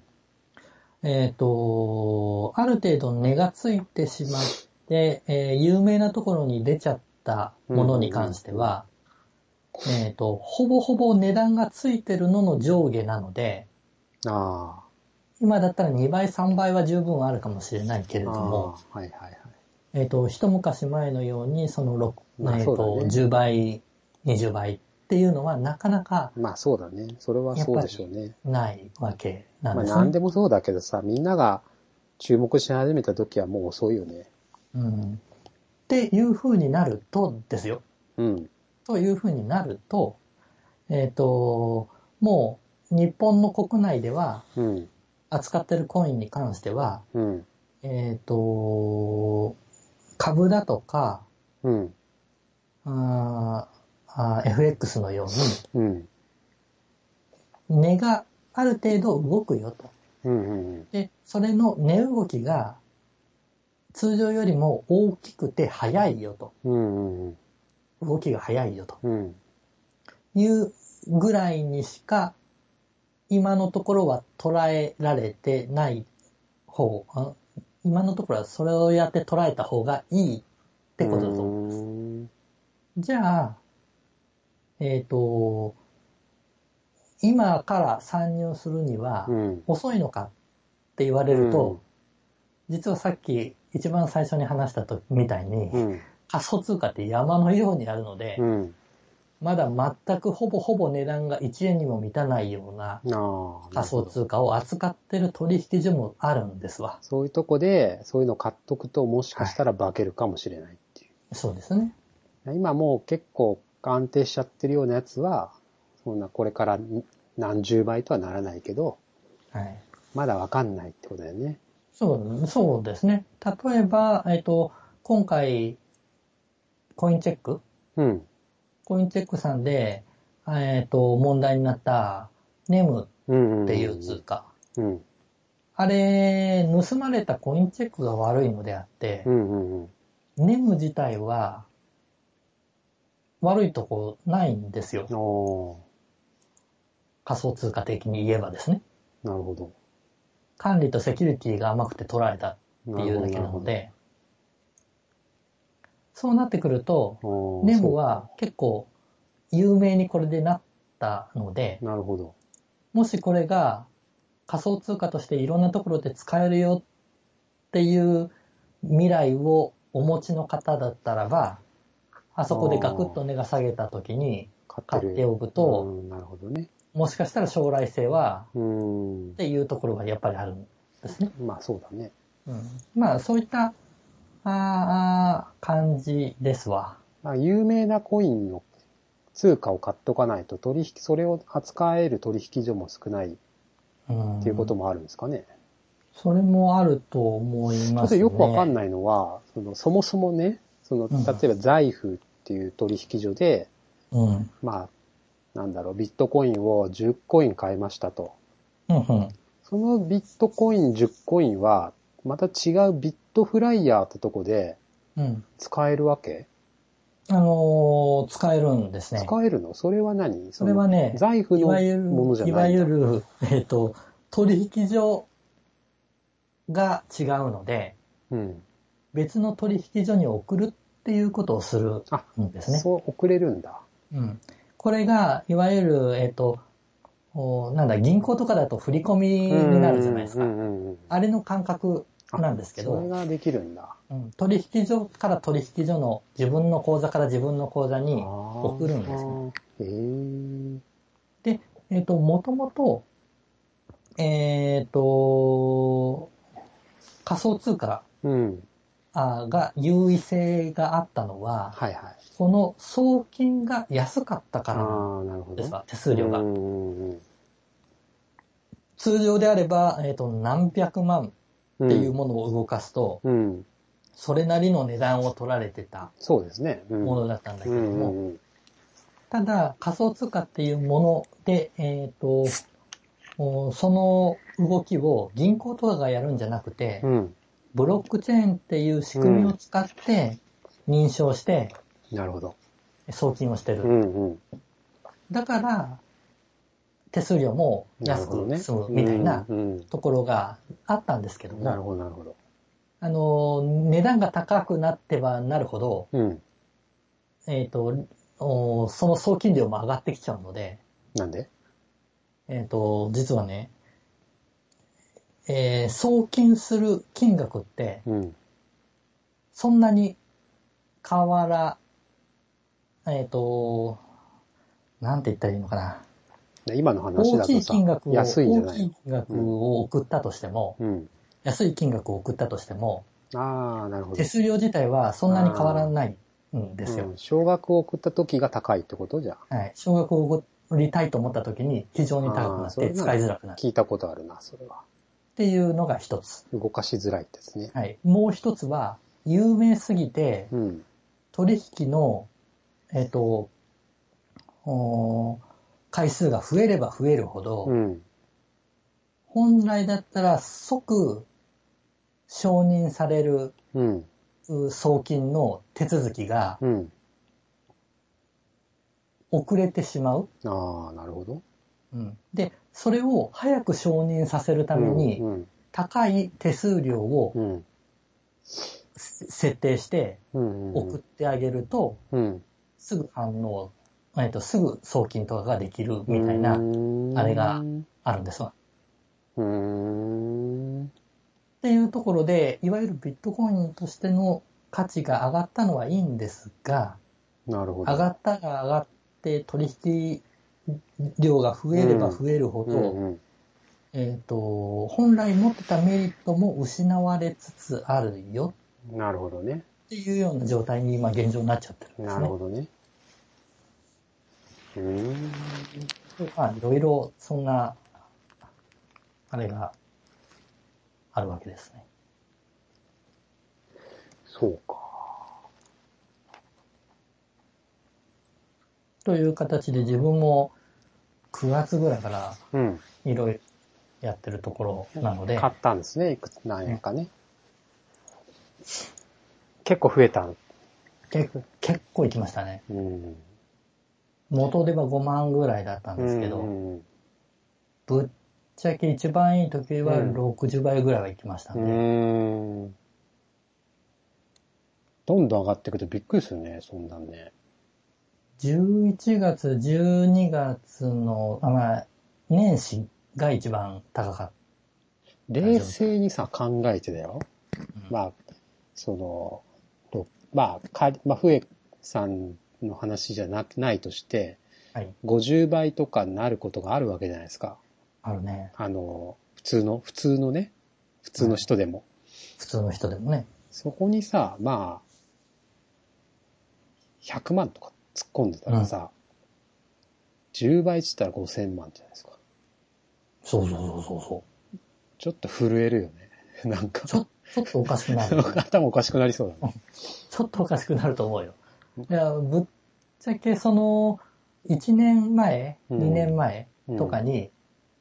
Speaker 2: えっ、と、ある程度値がついてしまって、えー有名なところに出ちゃったものに関しては、えっ、と、ほぼほぼ値段がついてるのの上下なので、
Speaker 1: あ
Speaker 2: 今だったら2倍、3倍は十分あるかもしれないけれ
Speaker 1: あ。
Speaker 2: ど
Speaker 1: あ
Speaker 2: も、
Speaker 1: あはいはいはい。
Speaker 2: えっ、と、一昔前のように、その
Speaker 1: まあ
Speaker 2: 6、えっ、
Speaker 1: そうだ
Speaker 2: と、
Speaker 1: ね
Speaker 2: 10倍、20倍っていうのはなかなか
Speaker 1: まあそうだね。それはそうでしょうね。
Speaker 2: ないわけな
Speaker 1: まあ
Speaker 2: んです
Speaker 1: 何
Speaker 2: ね。
Speaker 1: でもそうだけどさ、みんなが注目し始めた時はもう遅いよね。
Speaker 2: うん、っていう風になるとですよ。
Speaker 1: うん。
Speaker 2: という風になると、えっ、と、もう日本の国内では
Speaker 1: うん。
Speaker 2: 扱ってるコインに関しては、
Speaker 1: うん。
Speaker 2: えっ、と、株だとか、
Speaker 1: うん。
Speaker 2: あーあー FX のよう
Speaker 1: うん。
Speaker 2: に値がある程度動くよと。
Speaker 1: うん。うん。
Speaker 2: で、それの値動きが通常よりも大きくて早いよと。
Speaker 1: うん。うん。
Speaker 2: 動きが早いよと
Speaker 1: うん。
Speaker 2: いうぐらいにしか今のところは捉えられてない方、あ今のところはそれをやって捉えた方がいいってことだと思う。
Speaker 1: うん。
Speaker 2: じゃあ、えっ、と、今から参入するには
Speaker 1: うん。
Speaker 2: 遅いのかって言われると、実はさっき一番最初に話した時みたいに、
Speaker 1: うん。
Speaker 2: 仮想通貨って山のようにあるので、
Speaker 1: うん。
Speaker 2: まだ全くほぼほぼ値段が1円にも満たないような
Speaker 1: ああ。
Speaker 2: 仮想通貨を扱ってる取引所もあるんですわ。
Speaker 1: そういうとこで、そういうの買っとくともしかしたら化けるかもしれないっていう。
Speaker 2: そうですね。
Speaker 1: 今もう結構安定しちゃってるようなやつは、そんなこれから何十倍とはならないけど、
Speaker 2: はい。
Speaker 1: まだわかんないってことだよね。
Speaker 2: そう、そうですね。例えば、えっ、と、今回、コインチェック
Speaker 1: うん。
Speaker 2: コインチェックさんで、えっ、と、問題になった、ネム
Speaker 1: うん。
Speaker 2: っていう通貨。
Speaker 1: うん。
Speaker 2: あれ、盗まれたコインチェックが悪いのであって
Speaker 1: う、んうんうん。
Speaker 2: ネム自体は、悪いとこないんですよ。
Speaker 1: お
Speaker 2: 仮想通貨的に言えばですね。
Speaker 1: ーなるほど。
Speaker 2: 管理とセキュリティが甘くて取られたっていうだけなので、そうなってくると、
Speaker 1: なるほど。
Speaker 2: ネムは結構有名にこれでなったので
Speaker 1: あー、、なるほど。
Speaker 2: もしこれが仮想通貨としていろんなところで使えるよっていう未来をお持ちの方だったらば、あそこでガクッと値が下げた時に、
Speaker 1: 買買ってる
Speaker 2: 買っておくと
Speaker 1: うんなるほどね。
Speaker 2: もしかしたら将来性は、
Speaker 1: うん
Speaker 2: っ。ていうところがやっぱりあるんですね。
Speaker 1: まあそうだね。
Speaker 2: うん、まあ、そういった、あーあー、感じですわ。
Speaker 1: まあ、有名なコインの通貨を買っとかないと取引、それを扱える取引所も少ない
Speaker 2: うん、
Speaker 1: っていうこともあるんですかね。
Speaker 2: それもあると思い
Speaker 1: ちょ
Speaker 2: ま
Speaker 1: っ
Speaker 2: す
Speaker 1: と
Speaker 2: ね。
Speaker 1: よくわかん
Speaker 2: な
Speaker 1: な
Speaker 2: い。
Speaker 1: いのは、そのそもそもね、その
Speaker 2: うん
Speaker 1: 例えば財布っていう取引所で、
Speaker 2: うん。うん
Speaker 1: まあ、なんだろう、ビットコインを10コイン買いましたと。
Speaker 2: うん。
Speaker 1: そのビットコイン10コインは、また違うビットフライヤーってとこで
Speaker 2: うん。
Speaker 1: 使えるわけ
Speaker 2: あのー使えるんですね。
Speaker 1: 使えるのそれは何
Speaker 2: それはね
Speaker 1: その財布
Speaker 2: い
Speaker 1: の
Speaker 2: わゆ
Speaker 1: ものじゃ
Speaker 2: る、い
Speaker 1: な
Speaker 2: わ
Speaker 1: いんだ
Speaker 2: ゆる、えっ、と、取引所が違うので、
Speaker 1: うん。
Speaker 2: 別の取引所に送るっていうことをする
Speaker 1: あ、
Speaker 2: んですね。
Speaker 1: そう、送れるんだ。
Speaker 2: うん。これが、いわゆる、えっ、と、おなんだ、銀行とかだと振り込みになるじゃないですか。
Speaker 1: うんうんうんうん
Speaker 2: あれの感覚なんですけ
Speaker 1: それ
Speaker 2: ど、
Speaker 1: ができるんだ。
Speaker 2: うん、取引所から取引所の自分の口座から自分の口座に、送
Speaker 1: 送
Speaker 2: るんですね
Speaker 1: へえ。
Speaker 2: で、えっ、と、もともと、えっ、と、仮想通貨
Speaker 1: うん。
Speaker 2: あが優位性があったのは、
Speaker 1: はいはい。
Speaker 2: この送金が安かったか
Speaker 1: あ
Speaker 2: らなん
Speaker 1: あ、なるほど。
Speaker 2: ですわ、手数料が
Speaker 1: う。んうんうん
Speaker 2: 通常であれば、えっ、と、何百万
Speaker 1: うん
Speaker 2: っていうものを動かすと、
Speaker 1: うん。
Speaker 2: それなりの値段を取られてた
Speaker 1: そうですね。うん
Speaker 2: ものだったんだけ
Speaker 1: う
Speaker 2: れど
Speaker 1: ん
Speaker 2: も、
Speaker 1: うんうん。
Speaker 2: ただ仮想通貨っていうもので、えっ、と、おその動きを銀行とかがやるんじゃなくて、
Speaker 1: うん。
Speaker 2: ブロックチェーンっていう仕組みを使って認証して
Speaker 1: なるほど。
Speaker 2: 送金をして
Speaker 1: う
Speaker 2: る。
Speaker 1: んうん。
Speaker 2: だから、手数料も
Speaker 1: なる
Speaker 2: 安
Speaker 1: ほどね。
Speaker 2: く済むみたいな
Speaker 1: うんうん
Speaker 2: ところがあったんですけども、
Speaker 1: なるほど、なるほど。
Speaker 2: あの、値段が高くなってはなるほど、
Speaker 1: うん。
Speaker 2: えっ、と、おその送金料も上がってきちゃうので、
Speaker 1: なんで
Speaker 2: えっ、と、実はね、えー送金する金額って、
Speaker 1: うん。
Speaker 2: そんなに変わら、えっ、と、なんて言ったらいいのかな。
Speaker 1: で今の話
Speaker 2: 大
Speaker 1: だ
Speaker 2: き
Speaker 1: と
Speaker 2: い
Speaker 1: さ
Speaker 2: 金額を、、
Speaker 1: 安いんじゃ
Speaker 2: 大
Speaker 1: な
Speaker 2: き
Speaker 1: い
Speaker 2: い金額を送ったとしても、
Speaker 1: のうん。
Speaker 2: 安い金額を送ったとしても、
Speaker 1: ああ、なるほど。
Speaker 2: 手数料自体はそんなに変わらないんです
Speaker 1: う
Speaker 2: よ
Speaker 1: ん。少額を送った時が高いってことじゃ
Speaker 2: はい。少額を送りたいと思った時に非常に高くなっ
Speaker 1: あーそれ
Speaker 2: て
Speaker 1: なら
Speaker 2: 使いづらくなる
Speaker 1: 聞いたことあるな、それは。
Speaker 2: っていうのが一つ。
Speaker 1: 動かしづらいですね。
Speaker 2: はい。もう一つは、有名すぎて、
Speaker 1: うん。
Speaker 2: 取引の、えっ、と、おー回数が増えれば増えるほど、
Speaker 1: うん。
Speaker 2: 本来だったら即承認される
Speaker 1: うん。
Speaker 2: う送金の手続きが
Speaker 1: うん。
Speaker 2: 遅れてしまう。
Speaker 1: ああ、なるほど。
Speaker 2: うんで、それを早く承認させるために、
Speaker 1: うん。
Speaker 2: 高い手数料を
Speaker 1: うん。
Speaker 2: 設定して
Speaker 1: うん。
Speaker 2: 送ってあげると、
Speaker 1: うん。
Speaker 2: すぐ反応、えっと、すぐ送金とかができるみたいな、あれが
Speaker 1: うん。
Speaker 2: あるんですわ。
Speaker 1: うん。
Speaker 2: っていうところで、いわゆるビットコインとしての価値が上がったのはいいんですが、
Speaker 1: なるほど。
Speaker 2: 上がったら上がって取引量が増えれば増えるほど、
Speaker 1: うんうん
Speaker 2: えっ、と、本来持ってたメリットも失われつつあるよ
Speaker 1: なるほどね。
Speaker 2: っていうような状態に今現状になっちゃってるんです
Speaker 1: な
Speaker 2: ね。
Speaker 1: るほどね。うーん。
Speaker 2: まあ、いろいろそんな、あれがあるわけですね。
Speaker 1: そうか。
Speaker 2: という形で自分も9月ぐらいから
Speaker 1: うん。
Speaker 2: いろいろやってるところなので、
Speaker 1: 買ったんですね。いくつ、何円かね。結構増えたん。
Speaker 2: 結構結構行きましたね。
Speaker 1: うん。
Speaker 2: 元では5万ぐらいだったんですけど、
Speaker 1: うんうん
Speaker 2: ぶっちゃけ一番いい時は
Speaker 1: うん
Speaker 2: 60倍ぐらいは行きました
Speaker 1: う
Speaker 2: ね。で
Speaker 1: ーん。どんどん上がってくるとびっくりするね、そんなんね。
Speaker 2: 11月、12月の、あまあ、年始が一番高かっ
Speaker 1: 冷静にさ、考えてだよ。
Speaker 2: た。
Speaker 1: まあ、その、ろまあ、かまあ、ふえさんの話じゃなく、ないとして、
Speaker 2: はい。
Speaker 1: 50倍とかになることがあるわけじゃないですか。
Speaker 2: あるね。
Speaker 1: あの、普通の、普通のね、普通の人でも。
Speaker 2: 普通の人でもね。
Speaker 1: そこにさ、まあ、100万とか突っ込んでたらさ、10倍って言ったら5000万じゃないですか。
Speaker 2: そうそうそうそうそ
Speaker 1: ちょっと震えるよね。 なんか
Speaker 2: う。ち、ょ、ちょっとおかしく なる。
Speaker 1: 頭おかしくなりそうだね。
Speaker 2: ちょっとおかしくなると思うよ。いや、ぶっちゃけその、1年前、
Speaker 1: うん
Speaker 2: 2年前とかに、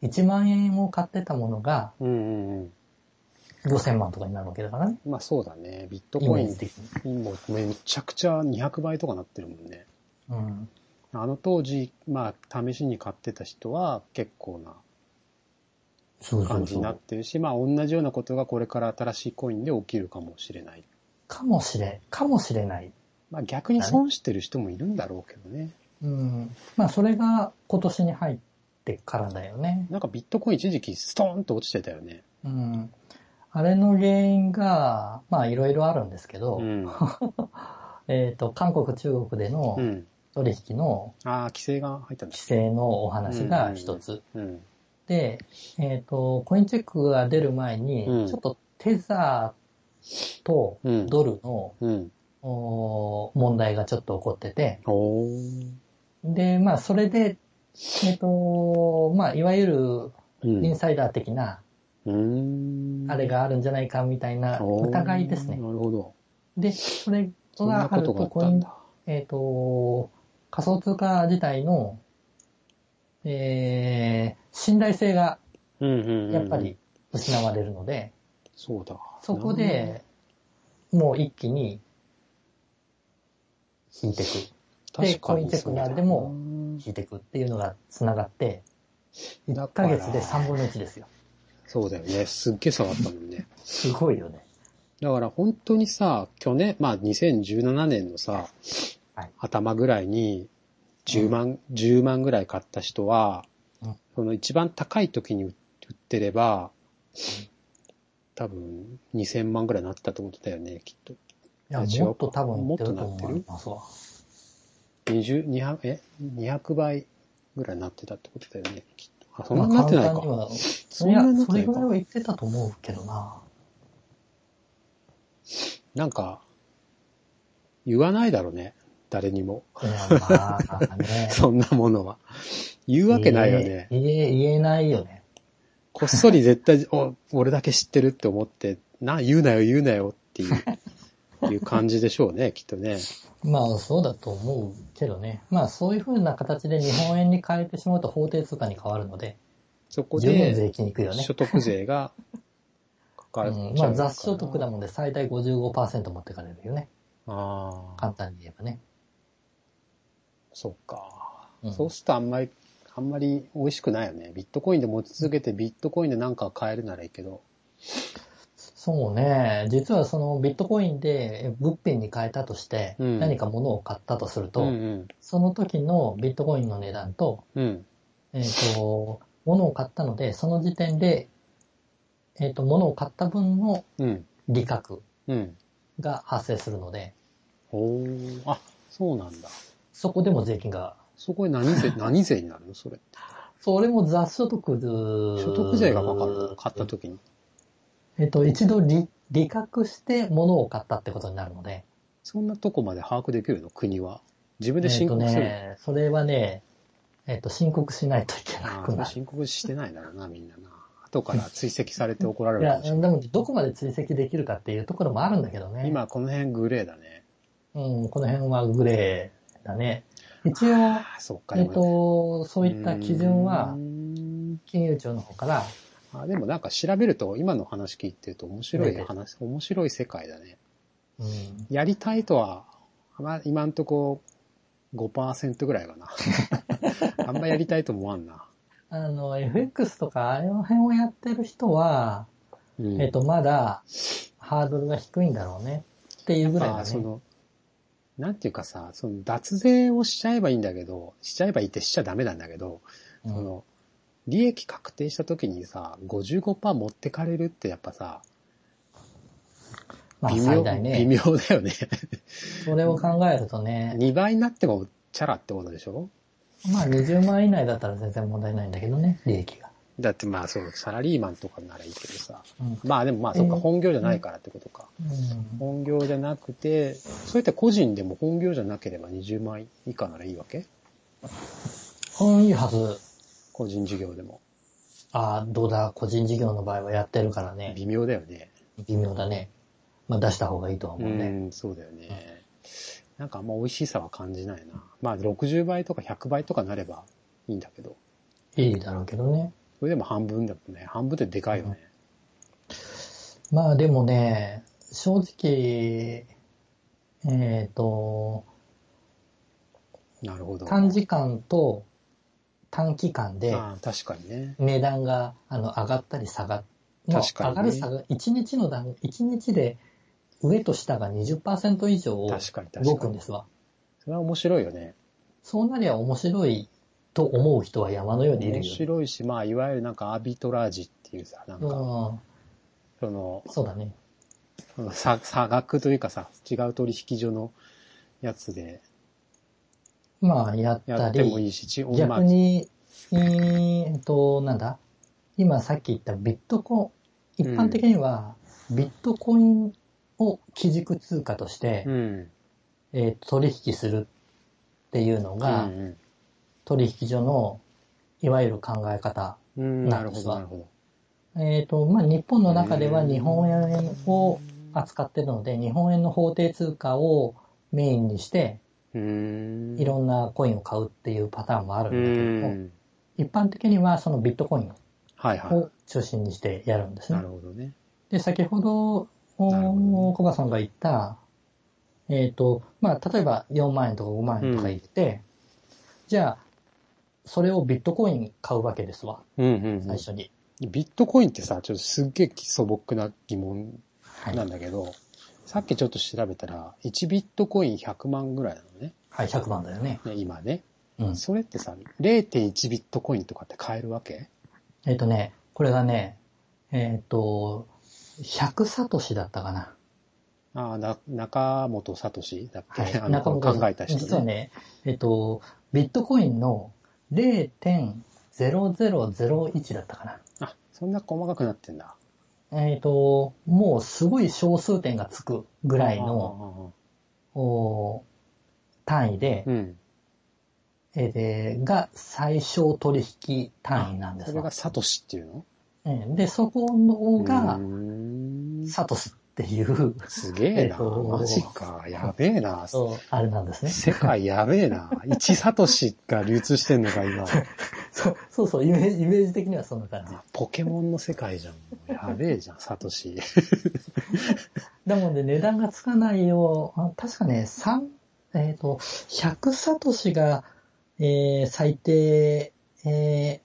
Speaker 2: 1万円を買ってたものが
Speaker 1: うんうんうん。
Speaker 2: 5000万とかになるわけだからね。
Speaker 1: まあそうだね。ビット
Speaker 2: イ
Speaker 1: コ
Speaker 2: メ
Speaker 1: イ
Speaker 2: ージ
Speaker 1: ン、
Speaker 2: 的に。
Speaker 1: もうめちゃくちゃ200倍とかなってるもんね。
Speaker 2: うん。
Speaker 1: あの当時、まあ試しに買ってた人は結構な
Speaker 2: そうそ
Speaker 1: 感
Speaker 2: う
Speaker 1: じに
Speaker 2: そ
Speaker 1: なっ
Speaker 2: う。
Speaker 1: てるし、まあ同じようなことがこれから新しいコインで起きるかもしれない。
Speaker 2: かもしれん。かもしれない。
Speaker 1: まあ逆に損してる人もいるんだろうけどね。
Speaker 2: うん。まあ、それが今年に入ってからだよね。
Speaker 1: なんかビットコイン一時期ストーンと落ちてたよね。
Speaker 2: うん。あれの原因が、まあ、いろいろあるんですけど、
Speaker 1: うん。
Speaker 2: えっ、と、韓国、中国での
Speaker 1: うん。
Speaker 2: 取引の
Speaker 1: ああ、規制が入ったんだ
Speaker 2: 規。制のお話が一つ。
Speaker 1: うん。
Speaker 2: で、えっ、と、コインチェックが出る前に、
Speaker 1: うん
Speaker 2: ちょっとテザーと
Speaker 1: うん。
Speaker 2: ドルの、
Speaker 1: うん。
Speaker 2: おー問題がちょっと起こってて、
Speaker 1: おー。
Speaker 2: で、まあ、それで、えっ、と、まあ、いわゆる
Speaker 1: う
Speaker 2: イン
Speaker 1: ん
Speaker 2: サイダー的な、
Speaker 1: うーん。
Speaker 2: あれがあるんじゃないかみたいな
Speaker 1: おー
Speaker 2: 疑いですね。
Speaker 1: なるほど。
Speaker 2: で、それ
Speaker 1: そんな
Speaker 2: があ
Speaker 1: こ
Speaker 2: る
Speaker 1: とがあ
Speaker 2: と、
Speaker 1: っ
Speaker 2: コ
Speaker 1: た
Speaker 2: イ
Speaker 1: ん
Speaker 2: ン
Speaker 1: だ。
Speaker 2: えっ、と、仮想通貨自体の、えー、信頼性が
Speaker 1: うんうんうん。
Speaker 2: やっぱり。失われるので、
Speaker 1: そうだ。
Speaker 2: そこで、もう一気に引いてく、
Speaker 1: なん、
Speaker 2: でコインチェックにあれでも
Speaker 1: うん
Speaker 2: 引いてくっていうのが繋がって、
Speaker 1: だ
Speaker 2: 1
Speaker 1: か
Speaker 2: ヶ
Speaker 1: ら
Speaker 2: 月で3分の1ですよ。
Speaker 1: そうだよね。すっげえ下がったもんね。
Speaker 2: すごいよね。
Speaker 1: だから本当にさ、去年、まあ2017年のさ、
Speaker 2: はい
Speaker 1: 頭ぐらいに10万、10万ぐらい買った人は、
Speaker 2: うん
Speaker 1: その一番高い時に売ってれば、多分2000万ぐらいになってたってことだよね、きっと。
Speaker 2: いや、
Speaker 1: 違う
Speaker 2: もっと多分いってると
Speaker 1: もっとなって
Speaker 2: 思
Speaker 1: る
Speaker 2: いますわ。
Speaker 1: 20、200、え ?200 倍ぐらいになってたってことだよね、きっと。あ、そん
Speaker 2: ま
Speaker 1: なにな
Speaker 2: あ
Speaker 1: ってない
Speaker 2: 簡単に
Speaker 1: か。
Speaker 2: は
Speaker 1: そんなに
Speaker 2: い
Speaker 1: な
Speaker 2: や、
Speaker 1: って
Speaker 2: そ
Speaker 1: な
Speaker 2: れ
Speaker 1: い
Speaker 2: ぐらい
Speaker 1: か
Speaker 2: は。言ってたと思うけ どな。
Speaker 1: なんか、言わないだろうね、誰にも。
Speaker 2: いや、まあ、 ね。
Speaker 1: そんなものは。言うわけないよね。
Speaker 2: 言え、言え言えないよね。
Speaker 1: こっそり絶対、お、俺だけ知ってるって思って、な、言うなよ言うなよって いう、いう感じでしょうね、きっとね。
Speaker 2: まあ、そうだと思うけどね。まあ、そういう風な形で日本円に変えてしまうと法定通貨に変わるので、
Speaker 1: そこ
Speaker 2: 十分
Speaker 1: で、
Speaker 2: 税金いくよね。
Speaker 1: 所得税がかか
Speaker 2: う
Speaker 1: る。
Speaker 2: ん、まあ、雑所得だもんで最大55%持ってかれるよね。
Speaker 1: ああ、
Speaker 2: 簡単に言えばね。
Speaker 1: そっか。
Speaker 2: うん
Speaker 1: そうするとあんまり、あんまり美味しくないよね。ビットコインで持ち続けてビットコインでなんか買えるならいいけど。
Speaker 2: そうね。実はそのビットコインで物品に変えたとして、
Speaker 1: うん
Speaker 2: 何か物を買ったとすると、
Speaker 1: うん
Speaker 2: その時のビットコインの値段と、
Speaker 1: うん。うん。
Speaker 2: えっ、と、物を買ったので、その時点で、えっ、と、物を買った分の
Speaker 1: うん。
Speaker 2: 利確
Speaker 1: うん。
Speaker 2: が発生するので、
Speaker 1: おーあ、そうなんだ。
Speaker 2: そこでも税金が、
Speaker 1: そこで何 税、何税になるのそれ。
Speaker 2: それも雑所得、
Speaker 1: 所
Speaker 2: 所
Speaker 1: 得税がかかるの買った時に。
Speaker 2: えっと、一度利、利確して物を買ったってことになるので、
Speaker 1: そんなとこまで把握できるの国は。自分
Speaker 2: え
Speaker 1: で
Speaker 2: っ
Speaker 1: 申
Speaker 2: と
Speaker 1: 告するの、
Speaker 2: ね、それはね、えっと、申告しないといけな
Speaker 1: あ
Speaker 2: く
Speaker 1: あ
Speaker 2: なる。
Speaker 1: 申告してないだろうな、みんなな。後から追跡されて怒られ
Speaker 2: い
Speaker 1: るか
Speaker 2: や、
Speaker 1: もし
Speaker 2: で
Speaker 1: れない。
Speaker 2: も、どこまで追跡できるかっていうところもあるんだけどね。
Speaker 1: 今この辺グレーだね。
Speaker 2: うん、この辺はグレーだね。一応、
Speaker 1: ああ、そっか、
Speaker 2: えっ、と、そういった基準は
Speaker 1: うー、ん
Speaker 2: 金融庁の方から、
Speaker 1: あでもなんか調べると、今の話聞いてると面白い
Speaker 2: 出てる
Speaker 1: 話、面白い世界だね。
Speaker 2: うん、
Speaker 1: やりたいとは、まあ、今んとこ5%ぐらい かな。あんまやりたいと思わんな。
Speaker 2: あの、FX とか、あの辺をやってる人は、
Speaker 1: うん
Speaker 2: えっ、と、まだ、ハードルが低いんだろうね。っていうぐらい
Speaker 1: あ
Speaker 2: だ
Speaker 1: あそ
Speaker 2: ね。
Speaker 1: の、なんていうかさ、その脱税をしちゃえばいいんだけど、しちゃえばいいってしちゃダメなんだけど、
Speaker 2: うん
Speaker 1: その、利益確定した時にさ、55%持ってかれるってやっぱさ、
Speaker 2: まあ、
Speaker 1: 微
Speaker 2: 最
Speaker 1: 妙、
Speaker 2: 大
Speaker 1: 微
Speaker 2: ね。
Speaker 1: 妙だ よね。
Speaker 2: それを考えるとね、
Speaker 1: 2倍になってもチャラってことでしょ
Speaker 2: まあ20万以内だったら全然問題ないんだけどね、利益が。
Speaker 1: だってまあそう、サラリーマンとかならいいけどさ。
Speaker 2: うん。
Speaker 1: まあでもまあそっか、
Speaker 2: えー
Speaker 1: 本業じゃないからってことか。
Speaker 2: うん
Speaker 1: 本業じゃなくて、そういった個人でも本業じゃなければ20万以下ならいいわけ
Speaker 2: うん、いいはず。
Speaker 1: 個人事業でも。
Speaker 2: ああ、どうだ、個人事業の場合はやってるからね、
Speaker 1: 微妙だよね。
Speaker 2: 微妙だね。まあ出した方がいいとは思うね。
Speaker 1: ん、そうだよね。なんかあんま美味しさは感じないな。まあ60倍とか100倍とかなればいいんだけど。
Speaker 2: いいだろうけどね。
Speaker 1: それでも半分だもんね。半分ってでかいよね。
Speaker 2: まあでもね、正直、えっ、と、
Speaker 1: なるほど。
Speaker 2: 短時間と短期間で
Speaker 1: ああ、確かにね。
Speaker 2: 値段があの上がったり下がっもう
Speaker 1: 確かにね
Speaker 2: 上がる下がる、1日の段、一日で上と下が20%以上
Speaker 1: 確かに確かに。
Speaker 2: 動くんですわ。
Speaker 1: それは面白いよね。
Speaker 2: そうなりゃ面白いと思う人は山のようにいるよ
Speaker 1: 面
Speaker 2: ね。
Speaker 1: 白いし、まあ、いわゆるなんかアービトラージっていうさ、なん
Speaker 2: う
Speaker 1: か、
Speaker 2: ん、
Speaker 1: その、
Speaker 2: そうだね。
Speaker 1: その差差額というかさ、違う取引所のやつで
Speaker 2: まあ、やった
Speaker 1: やっても
Speaker 2: り、
Speaker 1: いいし、ちまあ
Speaker 2: 逆に、うーんと、なんだ今さっき言ったビットコイン、一般的には、ビットコインを基軸通貨として、
Speaker 1: うん。
Speaker 2: えー取引するっていうのが、
Speaker 1: うん
Speaker 2: 取引所のいわゆる考え方。
Speaker 1: うんうん、な
Speaker 2: な
Speaker 1: る
Speaker 2: ん
Speaker 1: ほ
Speaker 2: です
Speaker 1: ど、
Speaker 2: わ
Speaker 1: なるほど。
Speaker 2: えっ、と、まあ、日本の中では
Speaker 1: うん
Speaker 2: 日本円を扱ってるので、日本円の法定通貨をメインにして、
Speaker 1: うーん。
Speaker 2: いろんなコインを買うっていうパターンもある
Speaker 1: うん
Speaker 2: だけども、
Speaker 1: ん。
Speaker 2: 一般的にはそのビットコイン
Speaker 1: はいは
Speaker 2: を中心にしてやるんです
Speaker 1: い。
Speaker 2: ね
Speaker 1: な。るほどね。
Speaker 2: で、先ほど、
Speaker 1: なるほど
Speaker 2: おコバさんが言った、えっ、と、まあ、例えば4万円とか5万円とか言って、じゃあ、それをビットコイン買うわけですわ、
Speaker 1: うんうん、
Speaker 2: 最初に。
Speaker 1: うん。ビットコインってさ、ちょっとすっげえ素朴な疑問
Speaker 2: はい。
Speaker 1: なんだけど、さっきちょっと調べたら、1ビットコイン100万ぐらいなのね。
Speaker 2: はい、100万だよね。
Speaker 1: ね今ね。
Speaker 2: うん。
Speaker 1: それってさ、0.1ビットコインとかって買えるわけ
Speaker 2: えっ、とね、これがね、えっ、と、100サトシだったかな。
Speaker 1: ああ、な、中本聡だっけ、
Speaker 2: はい
Speaker 1: あの、
Speaker 2: 本さん
Speaker 1: 考えた人、ね。
Speaker 2: 実はね、えっ、と、ビットコインの0.0001だったかな。
Speaker 1: あ、そんな細かくなってんだ。
Speaker 2: えっ、と、もうすごい小数点がつくぐらいの、
Speaker 1: の。
Speaker 2: おー単位で
Speaker 1: う、ん。
Speaker 2: えーでが最小取引単位なんで
Speaker 1: そ
Speaker 2: す
Speaker 1: れが
Speaker 2: わ。
Speaker 1: サトシっていうの
Speaker 2: えーで、そこのが
Speaker 1: う、ーん
Speaker 2: サトスっていう、
Speaker 1: すげえ
Speaker 2: えっ
Speaker 1: な。
Speaker 2: と
Speaker 1: マジか。やべえな。
Speaker 2: そうあれなんですね。
Speaker 1: 世界やべえな。一サトシが流通してんのか、今。
Speaker 2: そうそうそうイメージ、イメージ的にはそんな感じ。
Speaker 1: あポケモンの世界じゃん。やべえじゃん、サトシ。
Speaker 2: だもんで値段がつかないよう、あ確かね、三えっ、と、100サトシが、えー最低、えー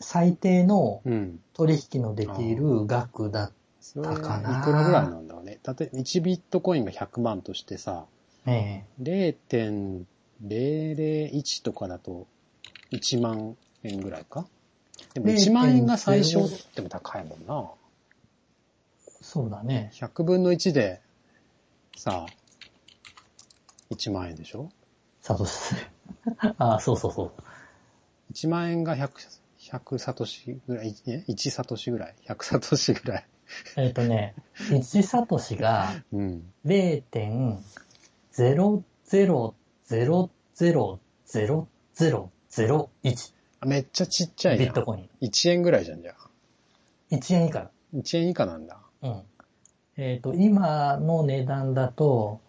Speaker 2: 最低の
Speaker 1: うん。
Speaker 2: 取引のできる額だ。
Speaker 1: それい
Speaker 2: だ
Speaker 1: く
Speaker 2: からな
Speaker 1: ぐらいなんだろうね。例えば1ビットコインが100万としてさ、
Speaker 2: え
Speaker 1: 0.001とかだと1万円ぐらいかでも
Speaker 2: 0.0
Speaker 1: 1万円が最小っても高いもんな。
Speaker 2: ーそうだね。
Speaker 1: 100分の1でさ、1万円でしょ
Speaker 2: サトシ。 あそうそうそう。
Speaker 1: ?1 万円が100、100サトシぐらい、え ?1 サトシぐらい ?100 サトシぐらい。
Speaker 2: えっ、とね、1サトシが
Speaker 1: うん。
Speaker 2: 0.0000001
Speaker 1: あめっちゃちっちゃい
Speaker 2: ビ
Speaker 1: じゃ
Speaker 2: ット
Speaker 1: ん。
Speaker 2: コイン。
Speaker 1: 1円ぐらいじゃんじゃ
Speaker 2: 1円以下。
Speaker 1: ん。1円以下なんだ。
Speaker 2: うん。えっ、と、今の値段だと、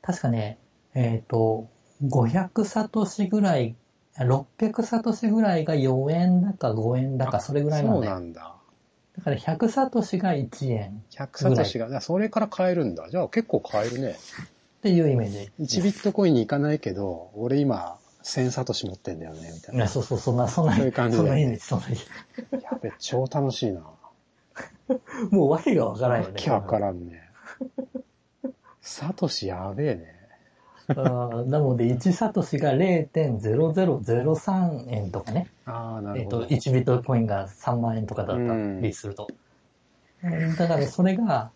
Speaker 2: 確かね、えっ、と、500サトシぐらい、600サトシぐらいが4円だか5円だか、それぐらいなん
Speaker 1: そう
Speaker 2: だよ。
Speaker 1: なんだ。
Speaker 2: だから100サトシが1円
Speaker 1: 100サトシが、だからそれから買えるんだ。じゃあ結構買えるね。
Speaker 2: っていうイメージ。
Speaker 1: 1ビットコインに行かないけど、俺今、1000サトシ持ってんだよね、みたい
Speaker 2: いや
Speaker 1: な。
Speaker 2: そうそう、そんな、そんな、
Speaker 1: そういう感じだ
Speaker 2: そん
Speaker 1: よ
Speaker 2: な
Speaker 1: ね
Speaker 2: イメージ、そんなイメージ
Speaker 1: やべ、超楽しい な。
Speaker 2: もう訳がわからんよね。
Speaker 1: わけわからんね。サトシやべえね。
Speaker 2: うんなので、1サトシが0.0003円とかね。
Speaker 1: ああ、な
Speaker 2: え
Speaker 1: る
Speaker 2: っ
Speaker 1: ほ
Speaker 2: と、
Speaker 1: ど。
Speaker 2: 1ビットコインが3万円とかだったりすると。うんだからそれが、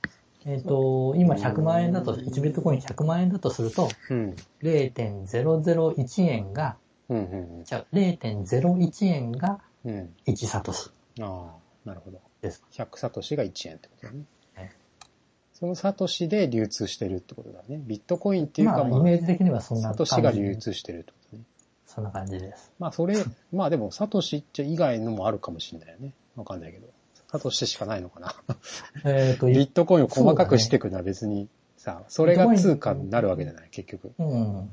Speaker 2: えっ、と、今100万円だと、1ビットコイン100万円だとすると、
Speaker 1: うん。
Speaker 2: 0.001円が
Speaker 1: うんうん
Speaker 2: じゃあ0.01円が
Speaker 1: うん。うん。
Speaker 2: 1サトシ
Speaker 1: ああ、なるほど。
Speaker 2: です。
Speaker 1: 100サトシが1円ってことだね
Speaker 2: はい。
Speaker 1: そのサトシで流通してるってことだね。ビットコインっていう
Speaker 2: ま
Speaker 1: か、
Speaker 2: あ、
Speaker 1: ま
Speaker 2: イ
Speaker 1: あ、
Speaker 2: メージ的にはそんな
Speaker 1: サ
Speaker 2: 感
Speaker 1: ト
Speaker 2: じ。
Speaker 1: シが流通してるってことね。
Speaker 2: そんな感じです。
Speaker 1: まあそれ、まあでも、サトシっちゃ以外のもあるかもしれないよね。わかんないけど。サトシしかないのかな。
Speaker 2: えっ、と、
Speaker 1: ビッ
Speaker 2: い
Speaker 1: トコインを細かくしていくのは別にさ、それが通貨になるわけじゃない、結局。
Speaker 2: うん。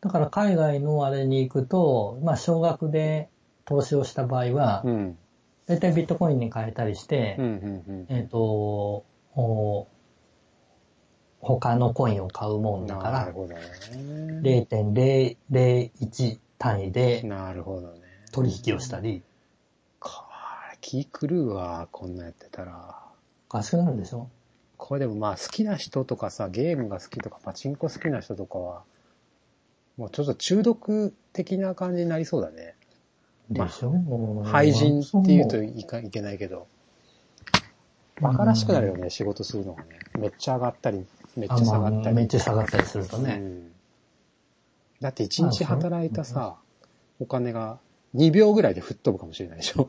Speaker 2: だから海外のあれに行くと、まあ、少額で投資をした場合は
Speaker 1: う、ん。
Speaker 2: だいたいビットコインに変えたりして、
Speaker 1: うん、うん、
Speaker 2: えっ、と、お他のコインを買うも
Speaker 1: うんん。
Speaker 2: だか
Speaker 1: なる
Speaker 2: ら、
Speaker 1: ほどね。
Speaker 2: 0.001単位で
Speaker 1: なるほどね。
Speaker 2: 取引をしたり、
Speaker 1: これ、気狂うわ、こんなんやってたら。
Speaker 2: おかしくなるでしょ
Speaker 1: これでもまあ好きな人とかさ、ゲームが好きとかパチンコ好きな人とかは、もうちょっと中毒的な感じになりそうだね。
Speaker 2: でしょ、もう
Speaker 1: 廃人っていうといかいけないけど、馬鹿らしくなるよ
Speaker 2: ね。
Speaker 1: ね、仕事するのがね。めっちゃ上がったり、めっち
Speaker 2: あ
Speaker 1: ゃ下
Speaker 2: まあ
Speaker 1: がったり。
Speaker 2: めっちゃ下がったりすると
Speaker 1: う
Speaker 2: ね。
Speaker 1: んだって一日働いた
Speaker 2: ま
Speaker 1: さ、お金が2秒ぐらいで吹っ飛ぶかもしれないで しょ。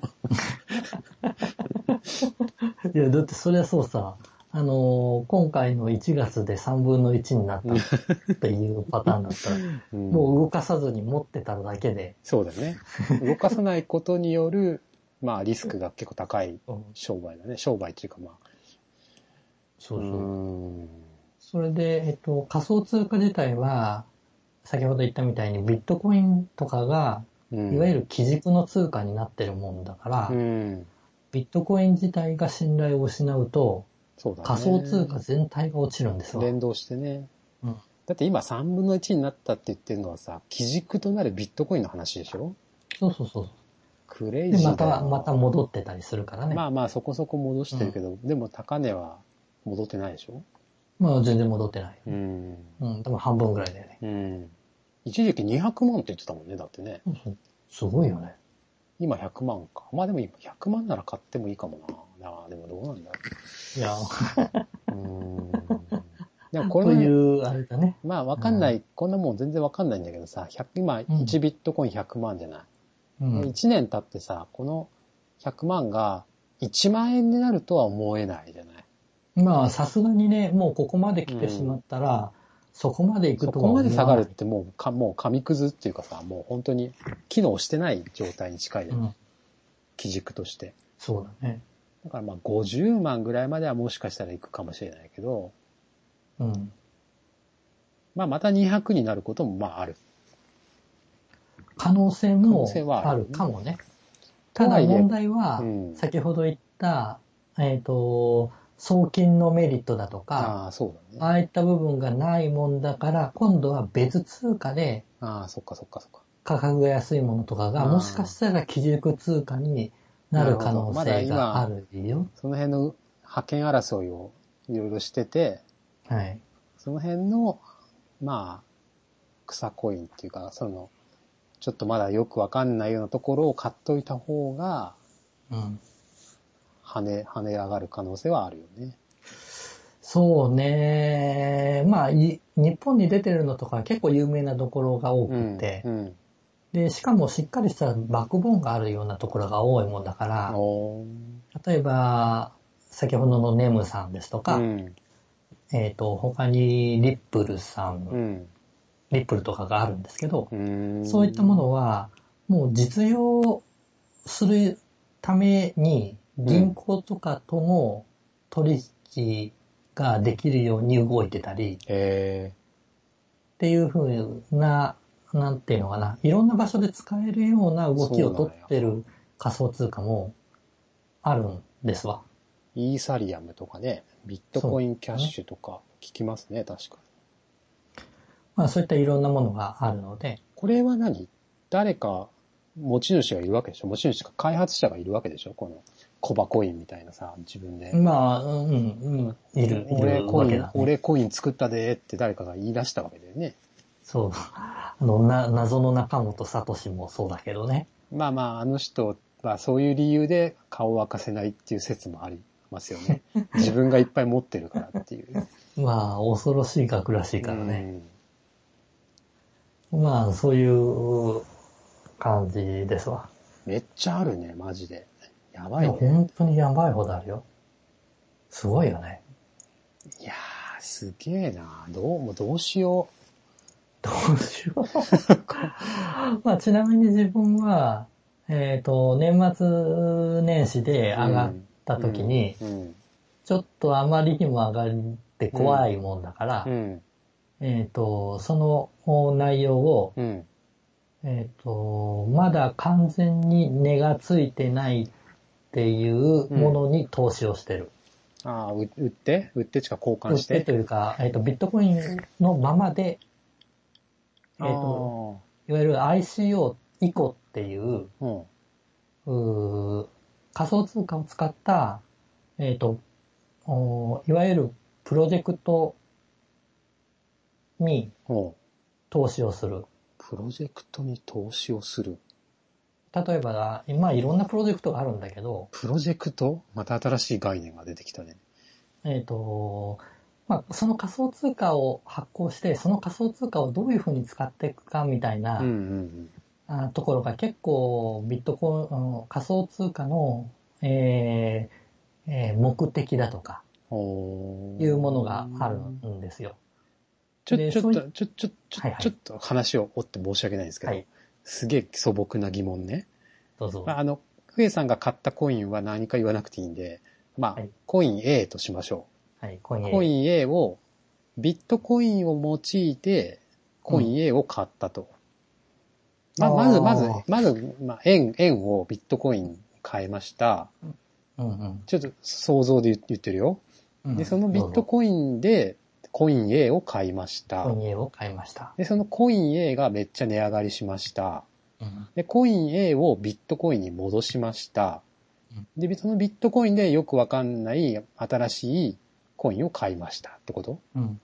Speaker 2: いや、だってそりゃそうさ、あのー今回の1月で3分の1になったっていうパターンだったら、
Speaker 1: うん
Speaker 2: もう動かさずに持ってただけで、
Speaker 1: そうだね。動かさないことによる、まあリスクが結構高い商売だね。商売っていうかまあ、
Speaker 2: そうそう。
Speaker 1: うん
Speaker 2: それで、えっと、仮想通貨自体は、先ほど言ったみたいにビットコインとかが、いわゆる基軸の通貨になってるもんだから、
Speaker 1: うん、
Speaker 2: ビットコイン自体が信頼を失うと、
Speaker 1: そうだね。
Speaker 2: 仮想通貨全体が落ちるんですよ。
Speaker 1: 連動してね。
Speaker 2: うん
Speaker 1: だって今3分の1になったって言ってるのはさ、基軸となるビットコインの話でしょ
Speaker 2: そうそうそう。
Speaker 1: クレイジ
Speaker 2: で、
Speaker 1: ーだ
Speaker 2: ま
Speaker 1: よ
Speaker 2: た、また戻ってたりするからね。
Speaker 1: まあまあそこそこ戻してるけど、でも高値は戻ってないでしょ
Speaker 2: まあ、全然戻ってない。
Speaker 1: うん。
Speaker 2: うん、多分半分ぐらいだよね。
Speaker 1: うん。一時期200万って言ってたもんね、だってね。
Speaker 2: すごいよね。
Speaker 1: 今100万か。まあでも今100万なら買ってもいいかもな。なあ、でもどうなんだろ
Speaker 2: いや、
Speaker 1: う。うん。でもことれの
Speaker 2: いう、あれだね。
Speaker 1: まあわかんない、こんなもん全然わかんないんだけどさ、100今1ビットコイン100万じゃない。
Speaker 2: うん。
Speaker 1: 1年経ってさ、この100万が1万円になるとは思えないじゃない。
Speaker 2: まあ、さすがにね、もうここまで来てしまったら、そこまで行
Speaker 1: そ
Speaker 2: くと
Speaker 1: こ
Speaker 2: は思
Speaker 1: ま
Speaker 2: わな
Speaker 1: で
Speaker 2: い
Speaker 1: 下がるっ。てもうか、もう紙くずっていうかさ、もう本当に機能してない状態に近いじゃ。
Speaker 2: うんん。
Speaker 1: 基軸として。
Speaker 2: そうだね。
Speaker 1: だからまあ50万ぐらいまではもしかしたらいくかもしれないけど、
Speaker 2: うん。
Speaker 1: まあまた200になることもまあある。
Speaker 2: 可能
Speaker 1: 可
Speaker 2: 性
Speaker 1: 能
Speaker 2: も
Speaker 1: 性はあ
Speaker 2: あ
Speaker 1: る
Speaker 2: るかもね。
Speaker 1: と
Speaker 2: た
Speaker 1: は
Speaker 2: だ
Speaker 1: いえ
Speaker 2: 問題は、
Speaker 1: うん
Speaker 2: 先ほど言った、えっ、と、送金のメリットだとか、
Speaker 1: ああ、そうだね。
Speaker 2: ああいった部分がないもんだから、今度は別通貨で
Speaker 1: ああ、そっかそっかそっか。
Speaker 2: 価格が安いものとか
Speaker 1: あ
Speaker 2: が、
Speaker 1: ー
Speaker 2: もしかしたら基軸通貨になる可能性があるよ。
Speaker 1: その辺の派遣争いをいろいろしてて、
Speaker 2: はい。
Speaker 1: その辺の、まあ、草コインっていうか、その、ちょっとまだよくわかんないようなところを買っといた方が、
Speaker 2: うん。
Speaker 1: 跳ね、跳ね上がる可能性はあるよね。
Speaker 2: そうね。まあ、い日本に出てるのとか結構有名なところが多くて、
Speaker 1: うん。
Speaker 2: で、しかもしっかりしたバックボーンがあるようなところが多いもんだか
Speaker 1: うん、
Speaker 2: ら、
Speaker 1: お
Speaker 2: 例えば、先ほどのネムさんですとか、
Speaker 1: ーうん。
Speaker 2: えっ、と、他にリップルさん、
Speaker 1: うん
Speaker 2: リップルとかがあるんですけど、
Speaker 1: うん。
Speaker 2: そういったものは、もう実用するために、銀行とかとの取引ができるように動いてたり、っ
Speaker 1: え
Speaker 2: ていうふうな、なんていうのかな、いろんな場所で使えるような動きを
Speaker 1: そう
Speaker 2: 取
Speaker 1: なんや
Speaker 2: ってる仮想通貨もあるんですわ。
Speaker 1: ー、イーサリアムとかね、ビットコインキャッシュとか聞きますね、確かに。
Speaker 2: まあそういったいろんなものがあるので、
Speaker 1: これは何誰か持ち主がいるわけでしょ持ち主か開発者がいるわけでしょこのコバコインみたいなさ、自分で。
Speaker 2: まあ、うん、うん、いる、い
Speaker 1: 俺
Speaker 2: る
Speaker 1: コ
Speaker 2: わ
Speaker 1: イ
Speaker 2: け
Speaker 1: ン
Speaker 2: だ、、ね。
Speaker 1: 俺コイン作ったでーって誰かが言い出したわけだよね。
Speaker 2: そう。 あの、な、謎の中本聡もそうだけどね。
Speaker 1: まあまあ、あの人はそういう理由で顔を明かせないっていう説もありますよ ね。自分がいっぱい持ってるからっていう。
Speaker 2: まあ、恐ろしい額らしいからね。
Speaker 1: うん
Speaker 2: まあ、そういう感じですわ。
Speaker 1: めっちゃあるね、マジで。やば
Speaker 2: い
Speaker 1: い
Speaker 2: や
Speaker 1: ね。
Speaker 2: 本当にやばいほどあるよ。すごいよね。
Speaker 1: いやー、すげえな。どうも、どうしよ
Speaker 2: どうしよう。 まあ、ちなみに自分は、えっ、と、年末年始で上がった時に、
Speaker 1: う。うん。
Speaker 2: ちょっとあまりにも上がって怖いもんだから
Speaker 1: う、ん。
Speaker 2: えっ、と、そのお内容を、
Speaker 1: うん。
Speaker 2: えっ、と、まだ完全に根がついてないっていうものに投資をしてる。
Speaker 1: ああ、う売って売ってちか交換
Speaker 2: 投資
Speaker 1: し
Speaker 2: して
Speaker 1: て。
Speaker 2: というか、えっ、と、ビットコインのままで、えっ、と、いわゆる ICO 以降っていう、
Speaker 1: あー、
Speaker 2: うー仮想通貨を使った、えっ、と、おーいわゆるプロジェクトに
Speaker 1: うん。うん。
Speaker 2: 投資をする。
Speaker 1: プロジェクトに投資をする。
Speaker 2: 例えば、まあいろんなプロジェクトがあるんだけど、
Speaker 1: プロジェクトまた新しい概念が出てきたね。
Speaker 2: えっ、と、まあその仮想通貨を発行して、その仮想通貨をどういうふうに使っていくかみたいな、
Speaker 1: うんうん
Speaker 2: あところが結構ビットコインあの、仮想通貨の、えーえー目的だとか
Speaker 1: うん。おー
Speaker 2: いうものがあるんですよ。
Speaker 1: ちょ、
Speaker 2: で
Speaker 1: ちょ
Speaker 2: そ
Speaker 1: っ
Speaker 2: う
Speaker 1: と
Speaker 2: い、
Speaker 1: ちょ、ちょ、ちょ
Speaker 2: はいはい
Speaker 1: ちょっと話を追って申し訳ないんですけど、
Speaker 2: はい
Speaker 1: すげえ素朴な疑問ね。
Speaker 2: どうぞ
Speaker 1: ま。あ、あの、クエさんが買ったコインは何か言わなくていいんで、まあ、
Speaker 2: はい
Speaker 1: コイン A としましょ
Speaker 2: はい、コイ
Speaker 1: う。
Speaker 2: ン
Speaker 1: コイン A を、ビットコインを用いて、コイン A を買ったと。まあ、まず、
Speaker 2: あー
Speaker 1: まず、まず、まあ、円、円をビットコインに変えました。
Speaker 2: うんうん
Speaker 1: ちょっと想像で言言ってるよ。
Speaker 2: うん。
Speaker 1: で、そのビットコインで、コイン A を買いました。
Speaker 2: どうぞコイン A を買いました。
Speaker 1: で、そのコイン A がめっちゃ値上がりしました。
Speaker 2: うん
Speaker 1: で、コイン A をビットコインに戻しました
Speaker 2: うん。
Speaker 1: で、そのビットコインでよくわかんない新しいコインを買いましたってこと
Speaker 2: うん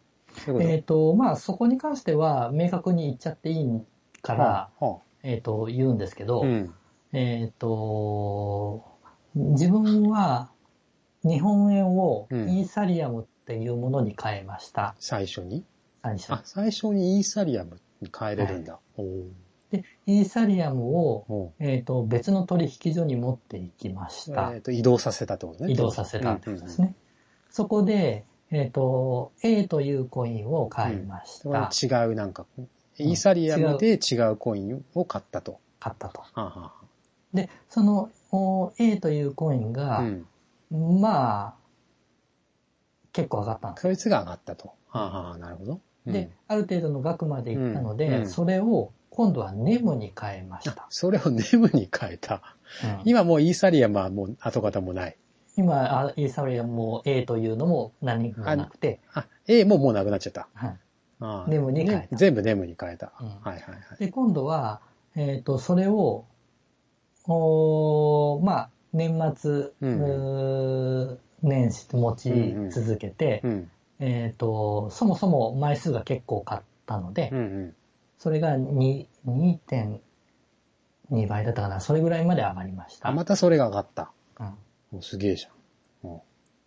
Speaker 1: そういう
Speaker 2: え
Speaker 1: こ
Speaker 2: っ、と、まあそこに関しては明確に言っちゃっていいか
Speaker 1: と
Speaker 2: ら、
Speaker 1: は
Speaker 2: えっ、と、言うんですけ
Speaker 1: あ
Speaker 2: ど、
Speaker 1: うん。
Speaker 2: えっ、と、自分は日本円をイ
Speaker 1: うん
Speaker 2: ーサリアムっていうものに変えました。
Speaker 1: 最初に
Speaker 2: 最初
Speaker 1: あ、最初にイーサリアムに変えれるんだ。おー
Speaker 2: で、イーサリアムを、
Speaker 1: おー
Speaker 2: えっ、と、別の取引所に持っていきま
Speaker 1: え
Speaker 2: した
Speaker 1: ー。と、移動させたってことね。
Speaker 2: 移動させたってことですね。そこで、えっ、と、A というコインを買いまし
Speaker 1: うんうんうん
Speaker 2: た。
Speaker 1: そこに違うなんか、イーサリアムで違うコインを買ったと。
Speaker 2: 買ったと。
Speaker 1: はあは
Speaker 2: で、そのお A というコイン
Speaker 1: あ
Speaker 2: が
Speaker 1: う、ん。
Speaker 2: まあ、結構上がったんです。
Speaker 1: そいつが上がったと。はあはあ、なるほど。うん
Speaker 2: で、ある程度の額までいったので、
Speaker 1: うんうん
Speaker 2: それを今度はネムに変えまし
Speaker 1: あ
Speaker 2: た。
Speaker 1: それをネムに変えた。
Speaker 2: うん
Speaker 1: 今もうイーサリアムはもう跡形もない。
Speaker 2: 今、あイーサリアムも A というのも何もなくて、
Speaker 1: あ、A ももうなくなっちゃった。
Speaker 2: はい
Speaker 1: ああ
Speaker 2: ネムに変えた
Speaker 1: ね全部ネムに変えた。
Speaker 2: うん
Speaker 1: はいはいはい。
Speaker 2: で、今度は、えっ、と、それを、おーまあ、年末、
Speaker 1: うん
Speaker 2: うー年始持ち続けて、
Speaker 1: うん。
Speaker 2: えっ、と、そもそも枚数が結構買ったので、
Speaker 1: うんうん。
Speaker 2: それがに2.2倍だったかな、それぐらいまで上がりました。
Speaker 1: あ、またそれが上がった。
Speaker 2: うん
Speaker 1: もうすげえじゃん。うん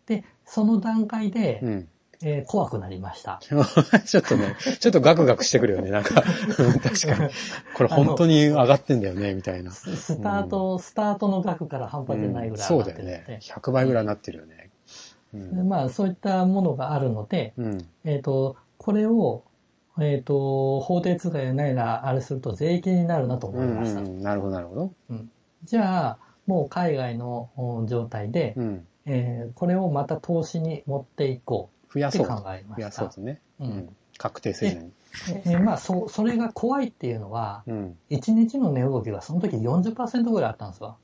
Speaker 2: で、その段階で、
Speaker 1: うん。
Speaker 2: えー怖くなりました。
Speaker 1: ちょっとね、ちょっとガクガクしてくるよね、なん か。うん確かに。これ本当に上がってんだよね、みたいな。
Speaker 2: ススタート、スタートの額から半端じゃないぐらい
Speaker 1: うん
Speaker 2: 上
Speaker 1: そう
Speaker 2: が
Speaker 1: だ
Speaker 2: って
Speaker 1: よ
Speaker 2: るので、
Speaker 1: ね。100倍ぐらいになってるよね。う
Speaker 2: で
Speaker 1: ん。
Speaker 2: まあ、そういったものがあるので、
Speaker 1: うん。
Speaker 2: えっ、と、これを、えっ、と、法定通貨やないな、あれすると税金になるなと
Speaker 1: う
Speaker 2: 思い
Speaker 1: ん
Speaker 2: ま
Speaker 1: う
Speaker 2: した。
Speaker 1: ん。なるほど、なるほど。
Speaker 2: うんじゃあ、もう海外のお状態で、
Speaker 1: うん。
Speaker 2: えーこれをまた投資に持っていこ
Speaker 1: 増
Speaker 2: う
Speaker 1: や
Speaker 2: って
Speaker 1: そう
Speaker 2: 考
Speaker 1: と。
Speaker 2: えま
Speaker 1: 増や
Speaker 2: し
Speaker 1: そう
Speaker 2: た
Speaker 1: と。ね。
Speaker 2: う
Speaker 1: うんん。確定せずに。
Speaker 2: えーまあ、そ、それが怖いっていうのは、
Speaker 1: うん。
Speaker 2: 1日の値動きがその時40%ぐらいあったんですわ。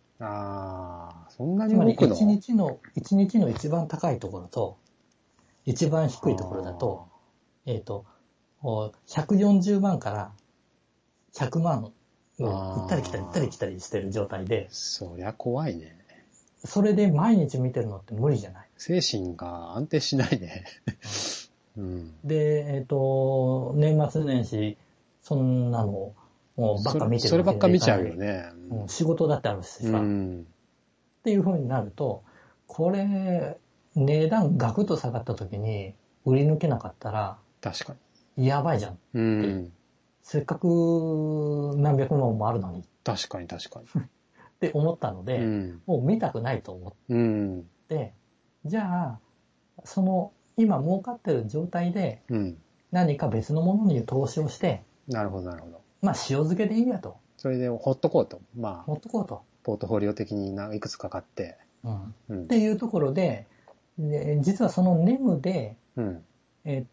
Speaker 1: あー、そんなに
Speaker 2: つまり
Speaker 1: 動くの
Speaker 2: 1日の、一日の一番高いところと、一番低いところだと、えっ、と、お140万から100万を
Speaker 1: あー
Speaker 2: 行ったり来たり行ったり来たりしてる状態で、
Speaker 1: そりゃ怖いね。
Speaker 2: それで毎日見てるのって無理じゃない。
Speaker 1: 精神が安定しないね。うん。
Speaker 2: で、えっ、と、年末年始、そんなのをもうばっか見てる
Speaker 1: それそればっか見ちゃうよ
Speaker 2: ね。
Speaker 1: ね。
Speaker 2: うん仕事だってあるしさ、
Speaker 1: う
Speaker 2: っ
Speaker 1: ん。
Speaker 2: ていう風になると、これ、値段ガクッと下がった時に売り抜けなかったら、
Speaker 1: 確か
Speaker 2: やばいじゃんっ
Speaker 1: に。うん。
Speaker 2: せっかく何百万もあるのにっ
Speaker 1: 確かに確か
Speaker 2: て思ったので、
Speaker 1: に。うん。
Speaker 2: もう見たくないと思っ
Speaker 1: うん。
Speaker 2: て、じゃあ、その今儲かってる状態で
Speaker 1: うん。
Speaker 2: 何か別のものに投資をして、
Speaker 1: なるほど、なるほど。
Speaker 2: まあ塩漬けでいいやと、
Speaker 1: それで、ほっとこうと。まあ、
Speaker 2: 持っとこうと。
Speaker 1: ポートフォリオ的にないくつか買って。
Speaker 2: うん、
Speaker 1: う
Speaker 2: っ
Speaker 1: ん
Speaker 2: て。いうところで、で実はそのネムで、
Speaker 1: うん。
Speaker 2: えー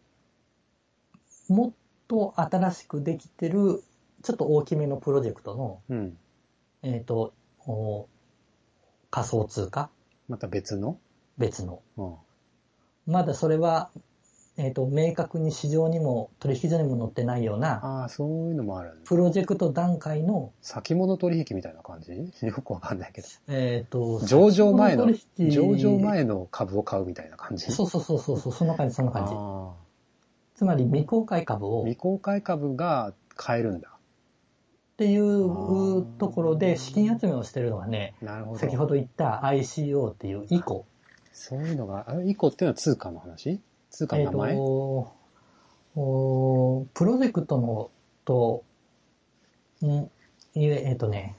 Speaker 2: もっと新しくできてる、ちょっと大きめのプロジェクトの、
Speaker 1: うん。
Speaker 2: えっ、と、お仮想通貨
Speaker 1: また別の
Speaker 2: 別の。
Speaker 1: うん。
Speaker 2: まだそれは、えっ、と、明確に市場にも取引所にも載ってないような、
Speaker 1: ああ、そういうのもあるんだ。
Speaker 2: プロジェクト段階の、
Speaker 1: 先物取引みたいな感じ よくわかんないけど。
Speaker 2: えっ、と、
Speaker 1: 上場前の、
Speaker 2: 先物取
Speaker 1: 上
Speaker 2: 引
Speaker 1: 場前の株を買うみたいな感じ
Speaker 2: そうそうそうそうそう、そんな感じ、そんな感じ。
Speaker 1: あ
Speaker 2: つまり未公開株
Speaker 1: ー
Speaker 2: をっ
Speaker 1: 未公開株が買えるんだ。
Speaker 2: ていう
Speaker 1: ー
Speaker 2: ところで資金集めをしてるのがね、
Speaker 1: なるほど。
Speaker 2: 先ほど言った ICO っていう以降。
Speaker 1: そういうのが、あれ、イコっていうのは通貨の話通貨
Speaker 2: え
Speaker 1: の
Speaker 2: っ、
Speaker 1: 名前、
Speaker 2: とおープロジェクトのと、んいええっ、とね、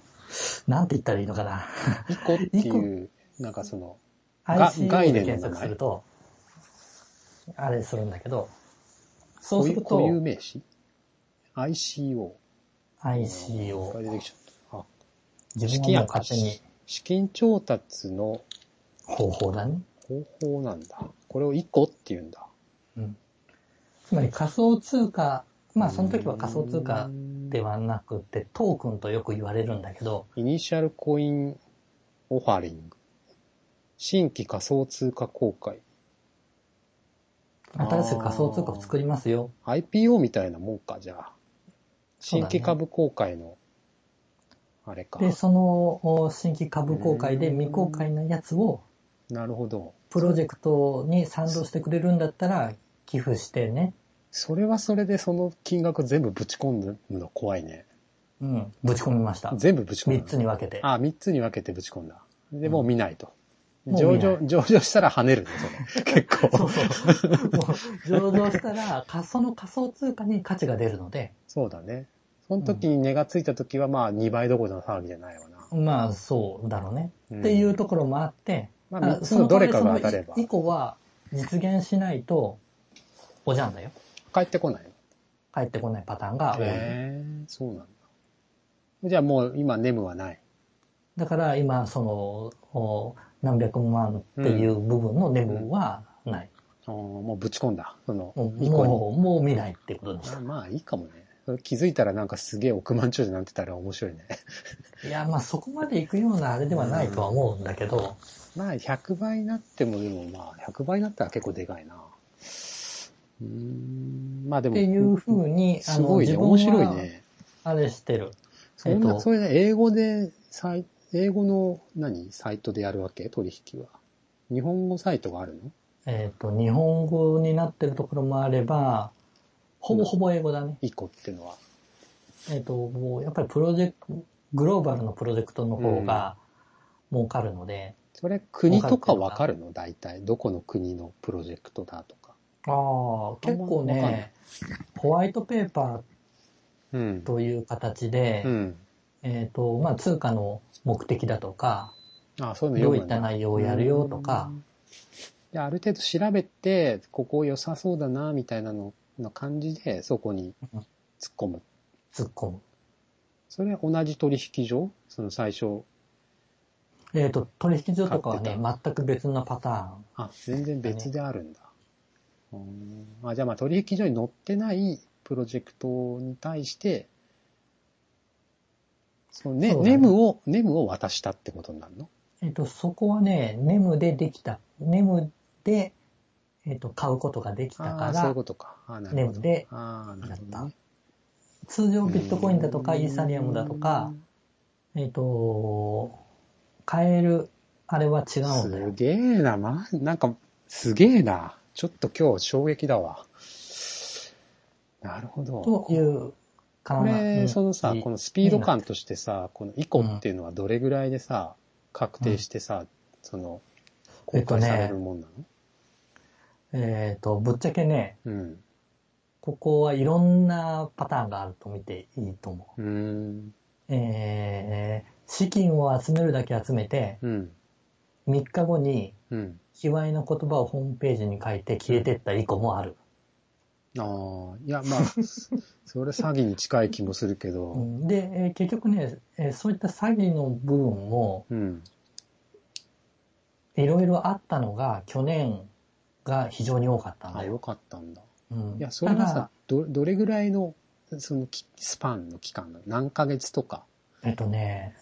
Speaker 2: なんて言ったらいいのかな。
Speaker 1: イコっていう、なんかその、 が
Speaker 2: ICO で検索すると、あれするんだけど、そうする
Speaker 1: 固有固有
Speaker 2: と
Speaker 1: 名詞 ?ICO。いっぱ
Speaker 2: ICO。
Speaker 1: い出てきちゃった。あ、
Speaker 2: 自分はもう勝手に
Speaker 1: 資金調達の
Speaker 2: 方法だね。
Speaker 1: 方法なんだ。これをイコって言うんだ。
Speaker 2: うんつまり仮想通貨、まあその時は仮想通貨で
Speaker 1: は。
Speaker 2: はなくてトークンとよく言われるんだけど、
Speaker 1: イニシャルコインオファリング。新規仮想通貨公開。
Speaker 2: 新しく仮想通貨を作りますよ。
Speaker 1: IPO みたいなもんか、じゃあ。
Speaker 2: そ
Speaker 1: 新
Speaker 2: うだね
Speaker 1: 規株公開の、あれか。
Speaker 2: で、そのお新規株公開で未公開なやつを
Speaker 1: なるほど。
Speaker 2: プロジェクトに賛同してくれるんだったら寄付してね。
Speaker 1: それはそれでその金額全部ぶち込むの怖いね。
Speaker 2: うん。ぶち込みました。
Speaker 1: 全部ぶち込む。
Speaker 2: 3つに分けて。
Speaker 1: あ、三つに分けてぶち込んだ。で、
Speaker 2: うん
Speaker 1: もう見ないと。
Speaker 2: もう
Speaker 1: 上
Speaker 2: 見ない
Speaker 1: 場、上場したら跳ねるね、そ れ。結
Speaker 2: そ
Speaker 1: 構。
Speaker 2: うそう。 もう上場したら、かその仮想通貨に価値が出るので、
Speaker 1: そうだね。その時に値がついた時は、まあ、2倍どころの騒ぎじゃないわな。
Speaker 2: まあそうだろうね。
Speaker 1: うん
Speaker 2: っていうところもあって、
Speaker 1: まあ、3つのどれかが当たれば
Speaker 2: 2、個は実現しないと、おじゃんだよ。
Speaker 1: 返ってこないの。
Speaker 2: 返ってこないパターンが多い。
Speaker 1: へえ、そうなんだ。じゃあもう今、ネムはない。
Speaker 2: だから今、その、お何百万っていう部分の値分はない。
Speaker 1: あーもうぶち込んだ。その、
Speaker 2: もう、
Speaker 1: 一個に。
Speaker 2: もう、もう見ないってことにし
Speaker 1: まあまあ、いいかもね。それ気づいたらなんかすげえ億万長者になってたら面白いね。
Speaker 2: た。いや、まあそこまで行くようなあれではないとは思うんだけど、
Speaker 1: まあ、100倍になっても、でもまあ、100倍になったら結構でかいな。うーん、まあで
Speaker 2: っ
Speaker 1: も、
Speaker 2: ていうふうに、
Speaker 1: すごいね、面白いね。
Speaker 2: あれしてる。
Speaker 1: そんな、
Speaker 2: えっと
Speaker 1: それで英語で、サイ英語の何サイトでやるわけ取引は。日本語サイトがあるの
Speaker 2: えっ、と、日本語になってるところもあれば、ほぼほぼ英語だね。
Speaker 1: イコっていうのは。
Speaker 2: えっ、と、もうやっぱりプロジェクト、グローバルのプロジェクトの方が儲かるので、
Speaker 1: それ国とかわかるの大体。どこの国のプロジェクトだとか。
Speaker 2: ああ、
Speaker 1: あ
Speaker 2: 結構
Speaker 1: んまわかんない
Speaker 2: ね、ホワイトペーパ
Speaker 1: うん
Speaker 2: ー。という形で、
Speaker 1: うん。
Speaker 2: えっ、と、まあ、通貨の目的だとか、
Speaker 1: あそういうの
Speaker 2: ど
Speaker 1: 読
Speaker 2: う
Speaker 1: む
Speaker 2: いった内容をやるよとか
Speaker 1: う、ん。である程度調べて、ここ良さそうだな、みたいなのの感じで、そこに
Speaker 2: うん
Speaker 1: 突っ込む。
Speaker 2: 突っ込む。
Speaker 1: それ同じ取引所その最初。
Speaker 2: えっ、と、取引所とかは
Speaker 1: 買っ
Speaker 2: ね
Speaker 1: て、
Speaker 2: 全く別のパターン。
Speaker 1: あ、全然別であるんだ。うーんあじゃあまあ取引所に載ってないプロジェクトに対して、そのね、
Speaker 2: そうだね
Speaker 1: ネムを、ネムを渡したってことになるの
Speaker 2: えっ、と、そこはね、ネムでできた。ネムで、えっ、と、買うことができた
Speaker 1: あ
Speaker 2: か
Speaker 1: あー、そうい
Speaker 2: ら
Speaker 1: う、ことか。あーなるほ
Speaker 2: ネ
Speaker 1: ど。
Speaker 2: ムで
Speaker 1: ああ、なるほど、
Speaker 2: やっ
Speaker 1: ね。
Speaker 2: 通常ビットコインだとか、イーサリアムだとか、えっ、と、買える、あれは違
Speaker 1: う
Speaker 2: うん
Speaker 1: ん、す
Speaker 2: だよ。
Speaker 1: げえな、ま、なんか、すげえな。ちょっと今日衝撃だわ。なるほど。
Speaker 2: という
Speaker 1: こ
Speaker 2: 考
Speaker 1: れ、
Speaker 2: え。
Speaker 1: そのさ、こ
Speaker 2: の、
Speaker 1: のスピード感としてさ、このイコっていうのはどれぐらいでさ、確定してさ、その、公
Speaker 2: えっと
Speaker 1: 開
Speaker 2: ね
Speaker 1: されるもんなの、
Speaker 2: えっ、と、ぶっちゃけね、
Speaker 1: うん。
Speaker 2: ここはいろんなパターンがあると見ていいと思
Speaker 1: うーん。
Speaker 2: う。えー、資金を集めるだけ集めて、
Speaker 1: うん。
Speaker 2: 3日後に
Speaker 1: うん。
Speaker 2: 卑猥の言葉をホームページに書いて消えてった以降もある。
Speaker 1: ああ、いや、まあ、それ詐欺に近い気もするけ
Speaker 2: う
Speaker 1: ど、
Speaker 2: んで、えー結局ね、えーそういった詐欺の部分も
Speaker 1: うん。
Speaker 2: いろいろあったのが去年が非常に多かったん
Speaker 1: あ、
Speaker 2: だよ。
Speaker 1: よかったんだ。
Speaker 2: うん
Speaker 1: いや、それは
Speaker 2: ただ
Speaker 1: さ、ど、どれぐらいの、そのき、スパンの期間なの何ヶ月とか、
Speaker 2: えっとね、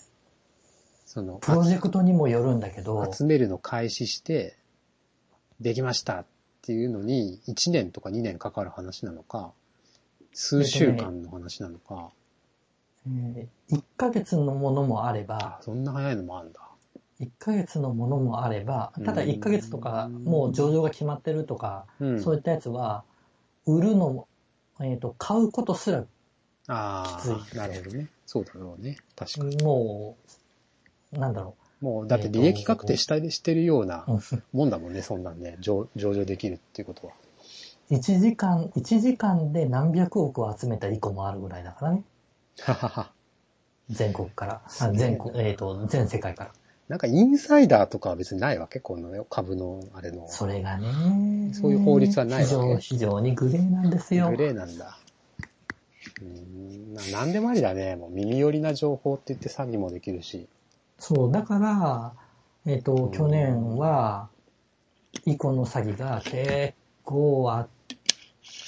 Speaker 1: その、
Speaker 2: プロジェクトにもよるんだけど、
Speaker 1: 集めるの開始して、できましたっていうのに、1年とか2年かかる話なのか、数週間の話なのか、
Speaker 2: えー1ヶ月のものもあれば
Speaker 1: あ、そんな早いのもあるんだ。
Speaker 2: 1ヶ月のものもあれば、ただ
Speaker 1: うん
Speaker 2: 1ヶ月とかもう上場が決まってるとか、
Speaker 1: うん。
Speaker 2: そういったやつは、売るのも、えっ、と、買うことすら
Speaker 1: あ
Speaker 2: きつ
Speaker 1: あ、
Speaker 2: い
Speaker 1: なるほどね。そうだろうね。確かに。
Speaker 2: もう、なんだろ
Speaker 1: もう、だって利益確定したりしてるような
Speaker 2: う。
Speaker 1: もんだもんね、そんなんね。上上場できるっていうことは。
Speaker 2: 1時間、1時間で何百億を集めた1個もあるぐらいだからね。
Speaker 1: ははは。
Speaker 2: 全国から。
Speaker 1: す
Speaker 2: あ
Speaker 1: げえ
Speaker 2: 全国、えっ、と、全世界から。
Speaker 1: なんかインサイダーとかは別にないわけこの株の、あれの。
Speaker 2: それがね。
Speaker 1: そういう法律はないわけ
Speaker 2: 非常、非常にグレーなんですよ
Speaker 1: グ。レーなんだ。うーんななんでもありだね。もう耳寄りな情報って言って詐欺もできるし。
Speaker 2: そう、だから、えっ、
Speaker 1: う
Speaker 2: と
Speaker 1: ん、
Speaker 2: 去年は、イコの詐欺が結構あっ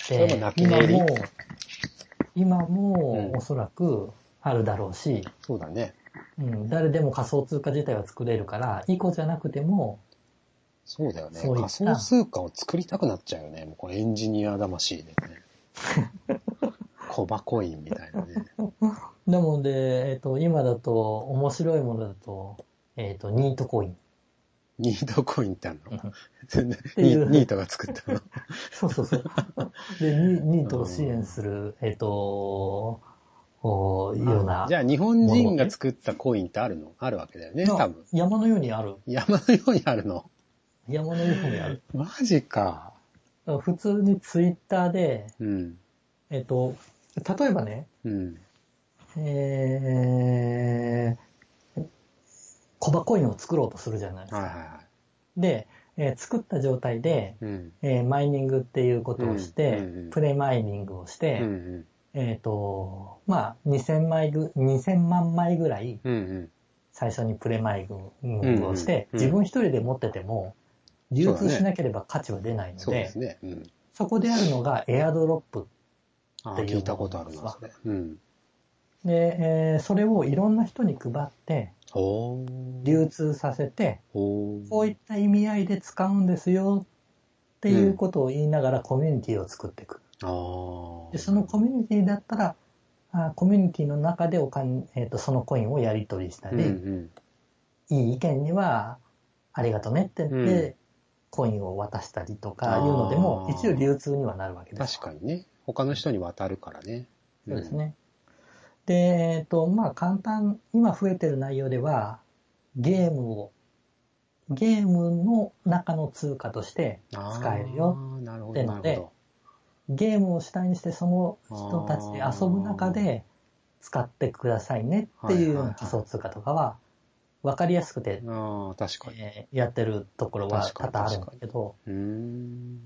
Speaker 1: れも
Speaker 2: て
Speaker 1: 泣、き寝
Speaker 2: 今
Speaker 1: 入り
Speaker 2: も、今
Speaker 1: うん
Speaker 2: もおそらくあるだろうし、
Speaker 1: そうだね。
Speaker 2: うん、誰でも仮想通貨自体は作れるから、イコじゃなくても、
Speaker 1: そうだよね。
Speaker 2: そうい
Speaker 1: 仮
Speaker 2: った
Speaker 1: 想通貨を作りたくなっちゃうよね。もうこれエンジニア魂でね。 コバコインみたいなね。
Speaker 2: なので、えっ、と、今だと面白いものだと、えっ、と、ニートコイン。
Speaker 1: ニートコインってあるの
Speaker 2: うん
Speaker 1: そんな
Speaker 2: て
Speaker 1: ニ
Speaker 2: い
Speaker 1: ー
Speaker 2: う
Speaker 1: ニートが作ったの。
Speaker 2: そうそ うそう。で、ニニートを支援する、えっ、と、おいうような
Speaker 1: じ。ゃあ日本人が作ったコインってあるのあるわけだよね、多分。
Speaker 2: 山のようにある。
Speaker 1: 山のようにあるの。
Speaker 2: 山のようにある。
Speaker 1: マジか。
Speaker 2: だから普通にツイッターで、
Speaker 1: うん。
Speaker 2: えっ、と、例えばね、
Speaker 1: うん。
Speaker 2: えーコバコインを作ろうとするじゃないです
Speaker 1: はい
Speaker 2: か。
Speaker 1: はいは
Speaker 2: で、えー作った状態で、
Speaker 1: い。うん。
Speaker 2: えーマイニングっていうことをして、
Speaker 1: うんうんうん
Speaker 2: プレマイニングをし
Speaker 1: う
Speaker 2: て、
Speaker 1: んうん。
Speaker 2: えっ、と、まあ、2000枚ぐ、2000万枚ぐらい
Speaker 1: うんうん。
Speaker 2: 最初にプレマイニングをして、
Speaker 1: うんうんうん
Speaker 2: 自分一人で持ってても、流通しなければ価値は出ないので、
Speaker 1: そうですね。うん。
Speaker 2: そこであるのがエアドロップ。
Speaker 1: あ
Speaker 2: っていう
Speaker 1: 聞いたことあるな、それ。うん。
Speaker 2: で、えーそれをいろんな人に配って、
Speaker 1: ほ
Speaker 2: 流通させて、
Speaker 1: ほ
Speaker 2: こういった意味合いで使うんですよっていうことを言いながらコミュニティを作っていく。
Speaker 1: ああ。
Speaker 2: でそのコミュニティだったら、あコミュニティの中でお金、えーと、そのコインをやり取りしたり、
Speaker 1: うん
Speaker 2: いい意見には、ありがとねって言って、
Speaker 1: うん
Speaker 2: コインを渡したりとかいうので
Speaker 1: あ
Speaker 2: も
Speaker 1: ー、
Speaker 2: 一応流通にはなるわけ
Speaker 1: うん。
Speaker 2: です。
Speaker 1: 確かにね。他の人に渡るからね。
Speaker 2: そうですね。で、えっ、と、まあ簡単、今増えてる内容では、ゲームを、ゲームの中の通貨として、
Speaker 1: うん。あー
Speaker 2: 使えるよ。
Speaker 1: なるほど、なる
Speaker 2: って
Speaker 1: ほ
Speaker 2: ゲームを主体にしてその人たちで遊ぶ中で使ってくださいねっていうような仮想通貨とかは、わかりやすくて、
Speaker 1: ど。ああ、確かに。
Speaker 2: えーやってるところは多々あるんだ
Speaker 1: 確
Speaker 2: けど、
Speaker 1: うーん。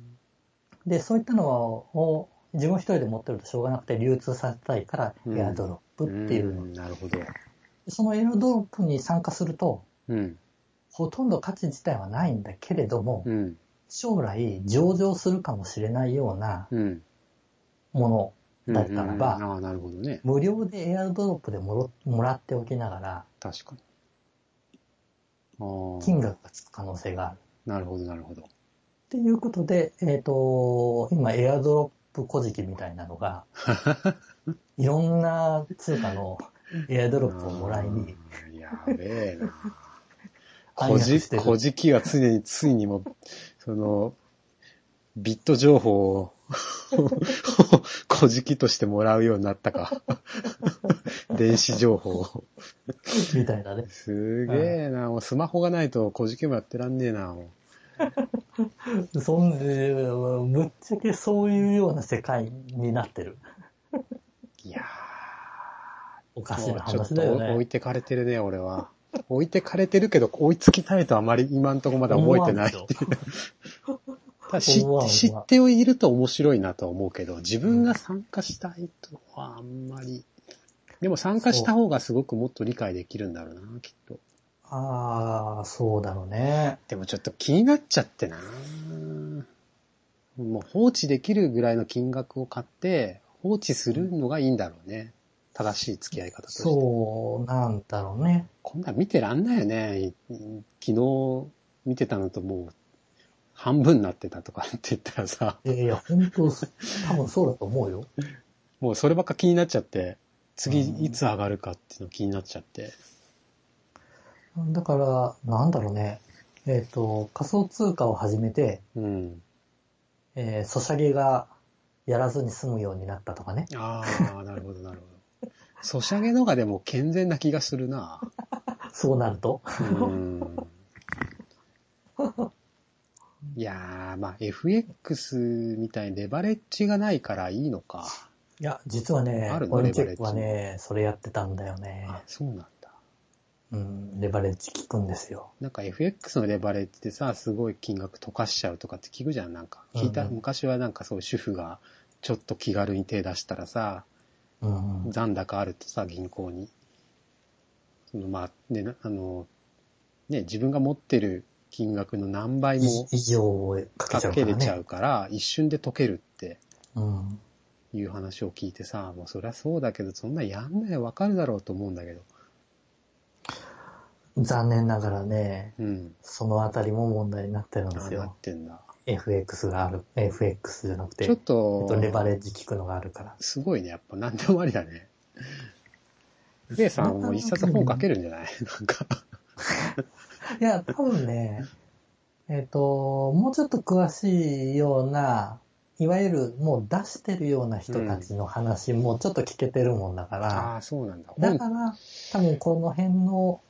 Speaker 2: で、そういったのを自分一人で持ってるとしょうがなくて流通させたいから、
Speaker 1: うん
Speaker 2: エアドロップっていうの。
Speaker 1: んなるほど。
Speaker 2: そのエアドロップに参加すると、
Speaker 1: うん。
Speaker 2: ほとんど価値自体はないんだけれども、
Speaker 1: うん。
Speaker 2: 将来上場するかもしれないような
Speaker 1: うん。
Speaker 2: もの、
Speaker 1: うん
Speaker 2: だったらば
Speaker 1: うんああ、なるほどね。
Speaker 2: 無料でエアドロップでもろもらっておきながら、
Speaker 1: 確かに。ああ。
Speaker 2: 金額がつく可能性がある。
Speaker 1: なるほど、なるほど。
Speaker 2: っていうことで、えっ、と、今エアドロップ小じきみたいなの が、いろんな通貨のエアドロップをもらいに、
Speaker 1: あー。やべえな。
Speaker 2: 暗
Speaker 1: こ
Speaker 2: 躍
Speaker 1: じ、
Speaker 2: してる
Speaker 1: こじきは常に、ついにもう、その、ビット情報を、 こじきとしてもらうようになった か。電子情報を。
Speaker 2: みたいなね。
Speaker 1: すげえな、もうスマホがないとこじきもやってらんねえな、もう。
Speaker 2: そん、えーぶっちゃけそういうような世界になってる。
Speaker 1: いや
Speaker 2: おか
Speaker 1: ー、
Speaker 2: し
Speaker 1: も
Speaker 2: な
Speaker 1: うちょっ
Speaker 2: 話
Speaker 1: と
Speaker 2: だよ
Speaker 1: 置い
Speaker 2: ね。
Speaker 1: てかれてるね、俺は。置いてかれてるけど、追いつきたいとあまり今んとこまだ覚えてない。ただ知っ
Speaker 2: 思わん
Speaker 1: て知っていると面白いなとは思うけど、自分が参加したいとはあんまり。でも参加した方がすごくもっと理解できるんだろうな、きっと。
Speaker 2: ああ、そうだろうね。
Speaker 1: でもちょっと気になっちゃってな。もう放置できるぐらいの金額を買って、放置するのがいいんだろうね。正しい付き合い方として。
Speaker 2: そうなんだろうね。
Speaker 1: こんなん見てらんないよね。い昨日見てたのともう半分になってたとかって言ったらさ、
Speaker 2: いやいや、本当多分そうだと思うよ。
Speaker 1: もうそればっか気になっちゃって、次
Speaker 2: うん
Speaker 1: いつ上がるかっていうの気になっちゃって。
Speaker 2: だから、なんだろうね。えっ、と、仮想通貨を始めて、
Speaker 1: うん。
Speaker 2: えー、ソシャゲがやらずに済むようになったとかね。
Speaker 1: あ あ、なるほど、なるほど。ソシャゲの方がでも健全な気がするな。
Speaker 2: そうなると。
Speaker 1: うん。いやー、まあ FX みたいにレバレッジがないからいいのか。
Speaker 2: いや、実はね
Speaker 1: ある、の
Speaker 2: コインチェックはね、それやってたんだよね。
Speaker 1: あ、そうなんだ。
Speaker 2: うん、レバレッジ効くんですよ。
Speaker 1: なんか FX のレバレッジでさ、すごい金額溶かしちゃうとかって聞くじゃん、なんか。聞いた、
Speaker 2: うんうん
Speaker 1: 昔はなんかそういう主婦がちょっと気軽に手出したらさ、
Speaker 2: うん、うん。
Speaker 1: 残高あるとさ、銀行に。そのまあ、ね、なあの、ね、自分が持ってる金額の何倍も
Speaker 2: 以上をかけ
Speaker 1: か
Speaker 2: ちゃうか
Speaker 1: けれ
Speaker 2: ら
Speaker 1: ちゃ
Speaker 2: ね。
Speaker 1: うから、一瞬で溶けるって
Speaker 2: うん。
Speaker 1: いう話を聞いてさ、もうそりゃそうだけど、そんなやんないわかるだろうと思うんだけど。
Speaker 2: 残念ながらね、
Speaker 1: うん。
Speaker 2: そのあたりも問題になってるんで
Speaker 1: ああ、
Speaker 2: す
Speaker 1: な
Speaker 2: よ
Speaker 1: っ。てんだ。
Speaker 2: FX がある。FX じゃなくて、
Speaker 1: ちょっ
Speaker 2: えっ
Speaker 1: と、
Speaker 2: と、レバレッジ効くのがあるから。
Speaker 1: すごいね、やっぱ何でもありだ ね。レイさんもう一冊本書けるんじゃ ないなんか。
Speaker 2: いや、多分ね、えっ、と、もうちょっと詳しいような、いわゆるもう出してるような人たちの話もちょっと聞けてるもんだから、
Speaker 1: ああ、そうなんだ。
Speaker 2: だか
Speaker 1: 本、
Speaker 2: ら、多分この辺の、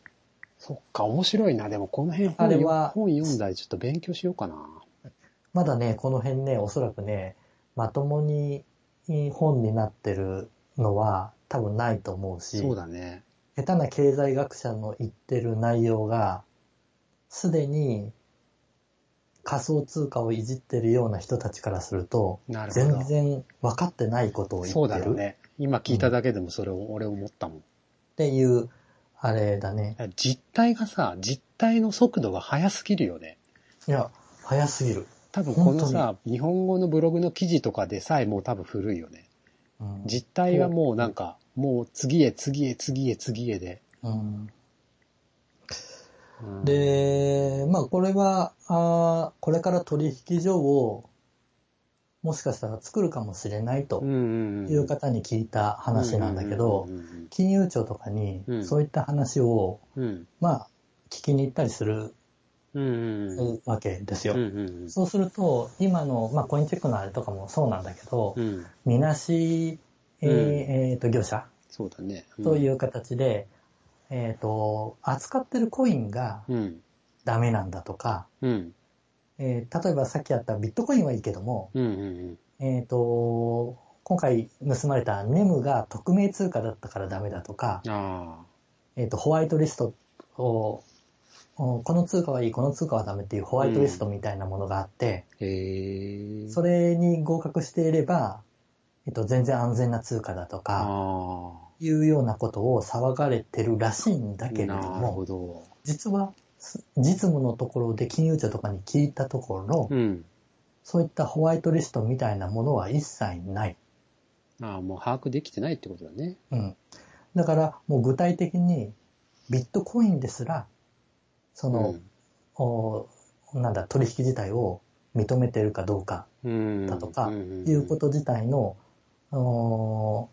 Speaker 1: そっか、面白いな。でもこの辺
Speaker 2: あ
Speaker 1: 本
Speaker 2: れ
Speaker 1: よ
Speaker 2: は
Speaker 1: 本読んだりちょっと勉強しようかな。
Speaker 2: まだね、この辺ね、おそらくね、まともに本になってるのは多分ないと思うし、
Speaker 1: そうだね。
Speaker 2: 下手な経済学者の言ってる内容が、すでに仮想通貨をいじってるような人たちからすると、
Speaker 1: なるほど
Speaker 2: 全。然分かってないことを言
Speaker 1: そう
Speaker 2: っ
Speaker 1: だ
Speaker 2: て
Speaker 1: ろう
Speaker 2: る
Speaker 1: ね。今聞いただけでもそれを、俺思ったもん。
Speaker 2: っていう、あれだね。
Speaker 1: 実態がさ、実態の速度が速すぎるよね。
Speaker 2: いや、早すぎる。
Speaker 1: 多分この
Speaker 2: 本
Speaker 1: さ、日本語のブログの記事とかでさえもう多分古いよね。
Speaker 2: うん
Speaker 1: 実態はもうなんか、もう次へ次へ次へ次へで。
Speaker 2: うん
Speaker 1: うん、
Speaker 2: で、まあこれは、あーこれから取引所を、もしかしたら作るかもしれないとい
Speaker 1: いう
Speaker 2: 方に聞いた話なんだけど、金融庁とかに
Speaker 1: うん
Speaker 2: そういった話を、
Speaker 1: うん
Speaker 2: まあ、聞きに行ったりする
Speaker 1: うんうんうん
Speaker 2: わけです
Speaker 1: うん
Speaker 2: よ。
Speaker 1: うん
Speaker 2: そうすると、今の、まあ、コインチェックのあれとかもそうなんだけど
Speaker 1: う、ん
Speaker 2: みなし、えー
Speaker 1: うん
Speaker 2: えーと、業者
Speaker 1: そうだね。。
Speaker 2: というう形で、えっ、と、扱ってるコインが
Speaker 1: うん。
Speaker 2: ダメなんだとか、
Speaker 1: うん。
Speaker 2: えー例えばさっきやったビットコインはいいけども、
Speaker 1: うんうん
Speaker 2: えっ、と、今回盗まれたネムが匿名通貨だったからダメだとか
Speaker 1: う、ん。あ
Speaker 2: えっ、と、ホワイトリストを、おこの通貨はいい、この通貨はダメっていうホワイトリストみたいなものがあって、
Speaker 1: あ。へえ。
Speaker 2: それに合格していれば、えっ、と、全然安全な通貨だと
Speaker 1: あ
Speaker 2: か、
Speaker 1: あ。
Speaker 2: いうようなことを騒がれてるらしいんだけれど
Speaker 1: なる
Speaker 2: も
Speaker 1: ほ、ど。
Speaker 2: 実は、す実務のところで金融庁とかに聞いたところ、
Speaker 1: うん。
Speaker 2: そういったホワイトリストみたいなものは一切ない。
Speaker 1: ああ、もう把握できてないってことだね。
Speaker 2: うん。だから、もう具体的に、ビットコインですら、その、おなんだ、取引自体を認めてるかどうか、
Speaker 1: うん。
Speaker 2: だとか
Speaker 1: い
Speaker 2: いうこと自体の、お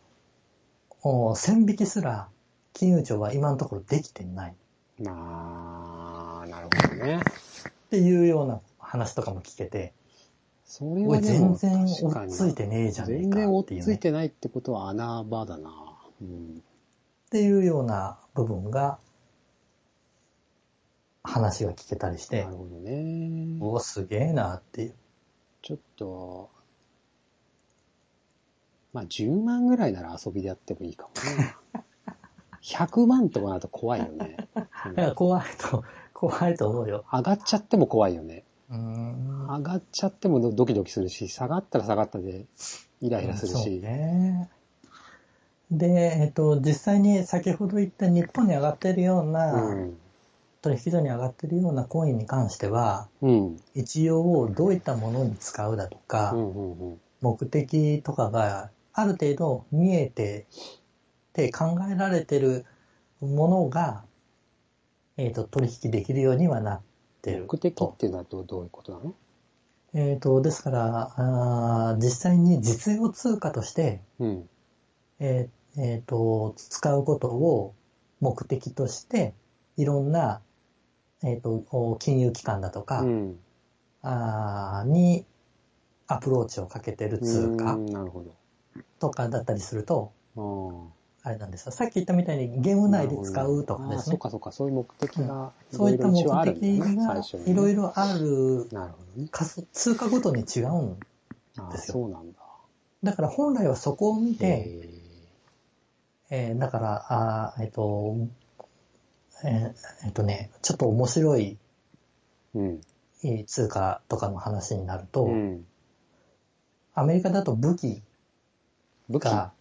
Speaker 2: お線引きすら、金融庁は今のところできてない。
Speaker 1: と。まあ、なるほどね。
Speaker 2: っていうような話とかも聞けて、
Speaker 1: それ
Speaker 2: お
Speaker 1: はいで
Speaker 2: 全
Speaker 1: も
Speaker 2: 然
Speaker 1: 確
Speaker 2: 追
Speaker 1: か
Speaker 2: っ
Speaker 1: に
Speaker 2: ついてねえじゃねえ
Speaker 1: 全
Speaker 2: か
Speaker 1: 然追
Speaker 2: って
Speaker 1: っ
Speaker 2: いう
Speaker 1: つい
Speaker 2: ね。
Speaker 1: てないってことは穴場だな。うん。
Speaker 2: っていうような部分が、話が聞けたりして
Speaker 1: なる、ほどね。
Speaker 2: おお、すげえなっていう。
Speaker 1: ちょっと、まあ10万ぐらいなら遊びでやってもいいかも ね。100万とかだと怖いよね。
Speaker 2: だから怖いと、 怖いと思うよ。
Speaker 1: 上がっちゃっても怖いよね。
Speaker 2: うーん。
Speaker 1: 上がっちゃってもドドキドキするし、下がったら下がったでイライラする
Speaker 2: そう
Speaker 1: し。
Speaker 2: ね。で、えっと、実際に先ほど言った日本に上がってるよう
Speaker 1: う
Speaker 2: な、
Speaker 1: ん。
Speaker 2: 取引所に上がってるようなコインに関しては、
Speaker 1: うん。
Speaker 2: 一応どういったものに使うだとか、
Speaker 1: うんうんうん。
Speaker 2: 目的とかがある程度見えてって考えられてるものが、えっ、と、取引できるようにはなってると。
Speaker 1: 目的っていうのはどうどういうことなの
Speaker 2: えっ、と、ですからあー、実際に実用通貨として、
Speaker 1: うん。
Speaker 2: えーえーと、使うことを目的として、いろんな、えーと、お金融機関だとか、
Speaker 1: うん。
Speaker 2: あーにアプローチをかけてる通
Speaker 1: う
Speaker 2: 貨
Speaker 1: んなるほど。
Speaker 2: とかだったりすると、
Speaker 1: ああ。
Speaker 2: あれなんですよ。さっき言ったみたいにゲーム内で使うとかで
Speaker 1: ああ
Speaker 2: す
Speaker 1: そう
Speaker 2: ね。
Speaker 1: かそうか、そういう目的が、
Speaker 2: そういった目
Speaker 1: ろろ一応あるんだよ
Speaker 2: 的
Speaker 1: ね
Speaker 2: が
Speaker 1: 最初
Speaker 2: い
Speaker 1: に
Speaker 2: ろ
Speaker 1: ね
Speaker 2: いろある
Speaker 1: なるほどね。
Speaker 2: 仮想通貨ごとに違うん。
Speaker 1: ああ、
Speaker 2: ですよ
Speaker 1: そうなんだ。
Speaker 2: だから本来はそこを見て、
Speaker 1: へ
Speaker 2: えーだから、あーえっ、と、えーえっとね、ちょっと面白い
Speaker 1: えうん。
Speaker 2: えー通貨とかの話になると、
Speaker 1: うん。
Speaker 2: アメリカだと武器
Speaker 1: 部下。あ
Speaker 2: が、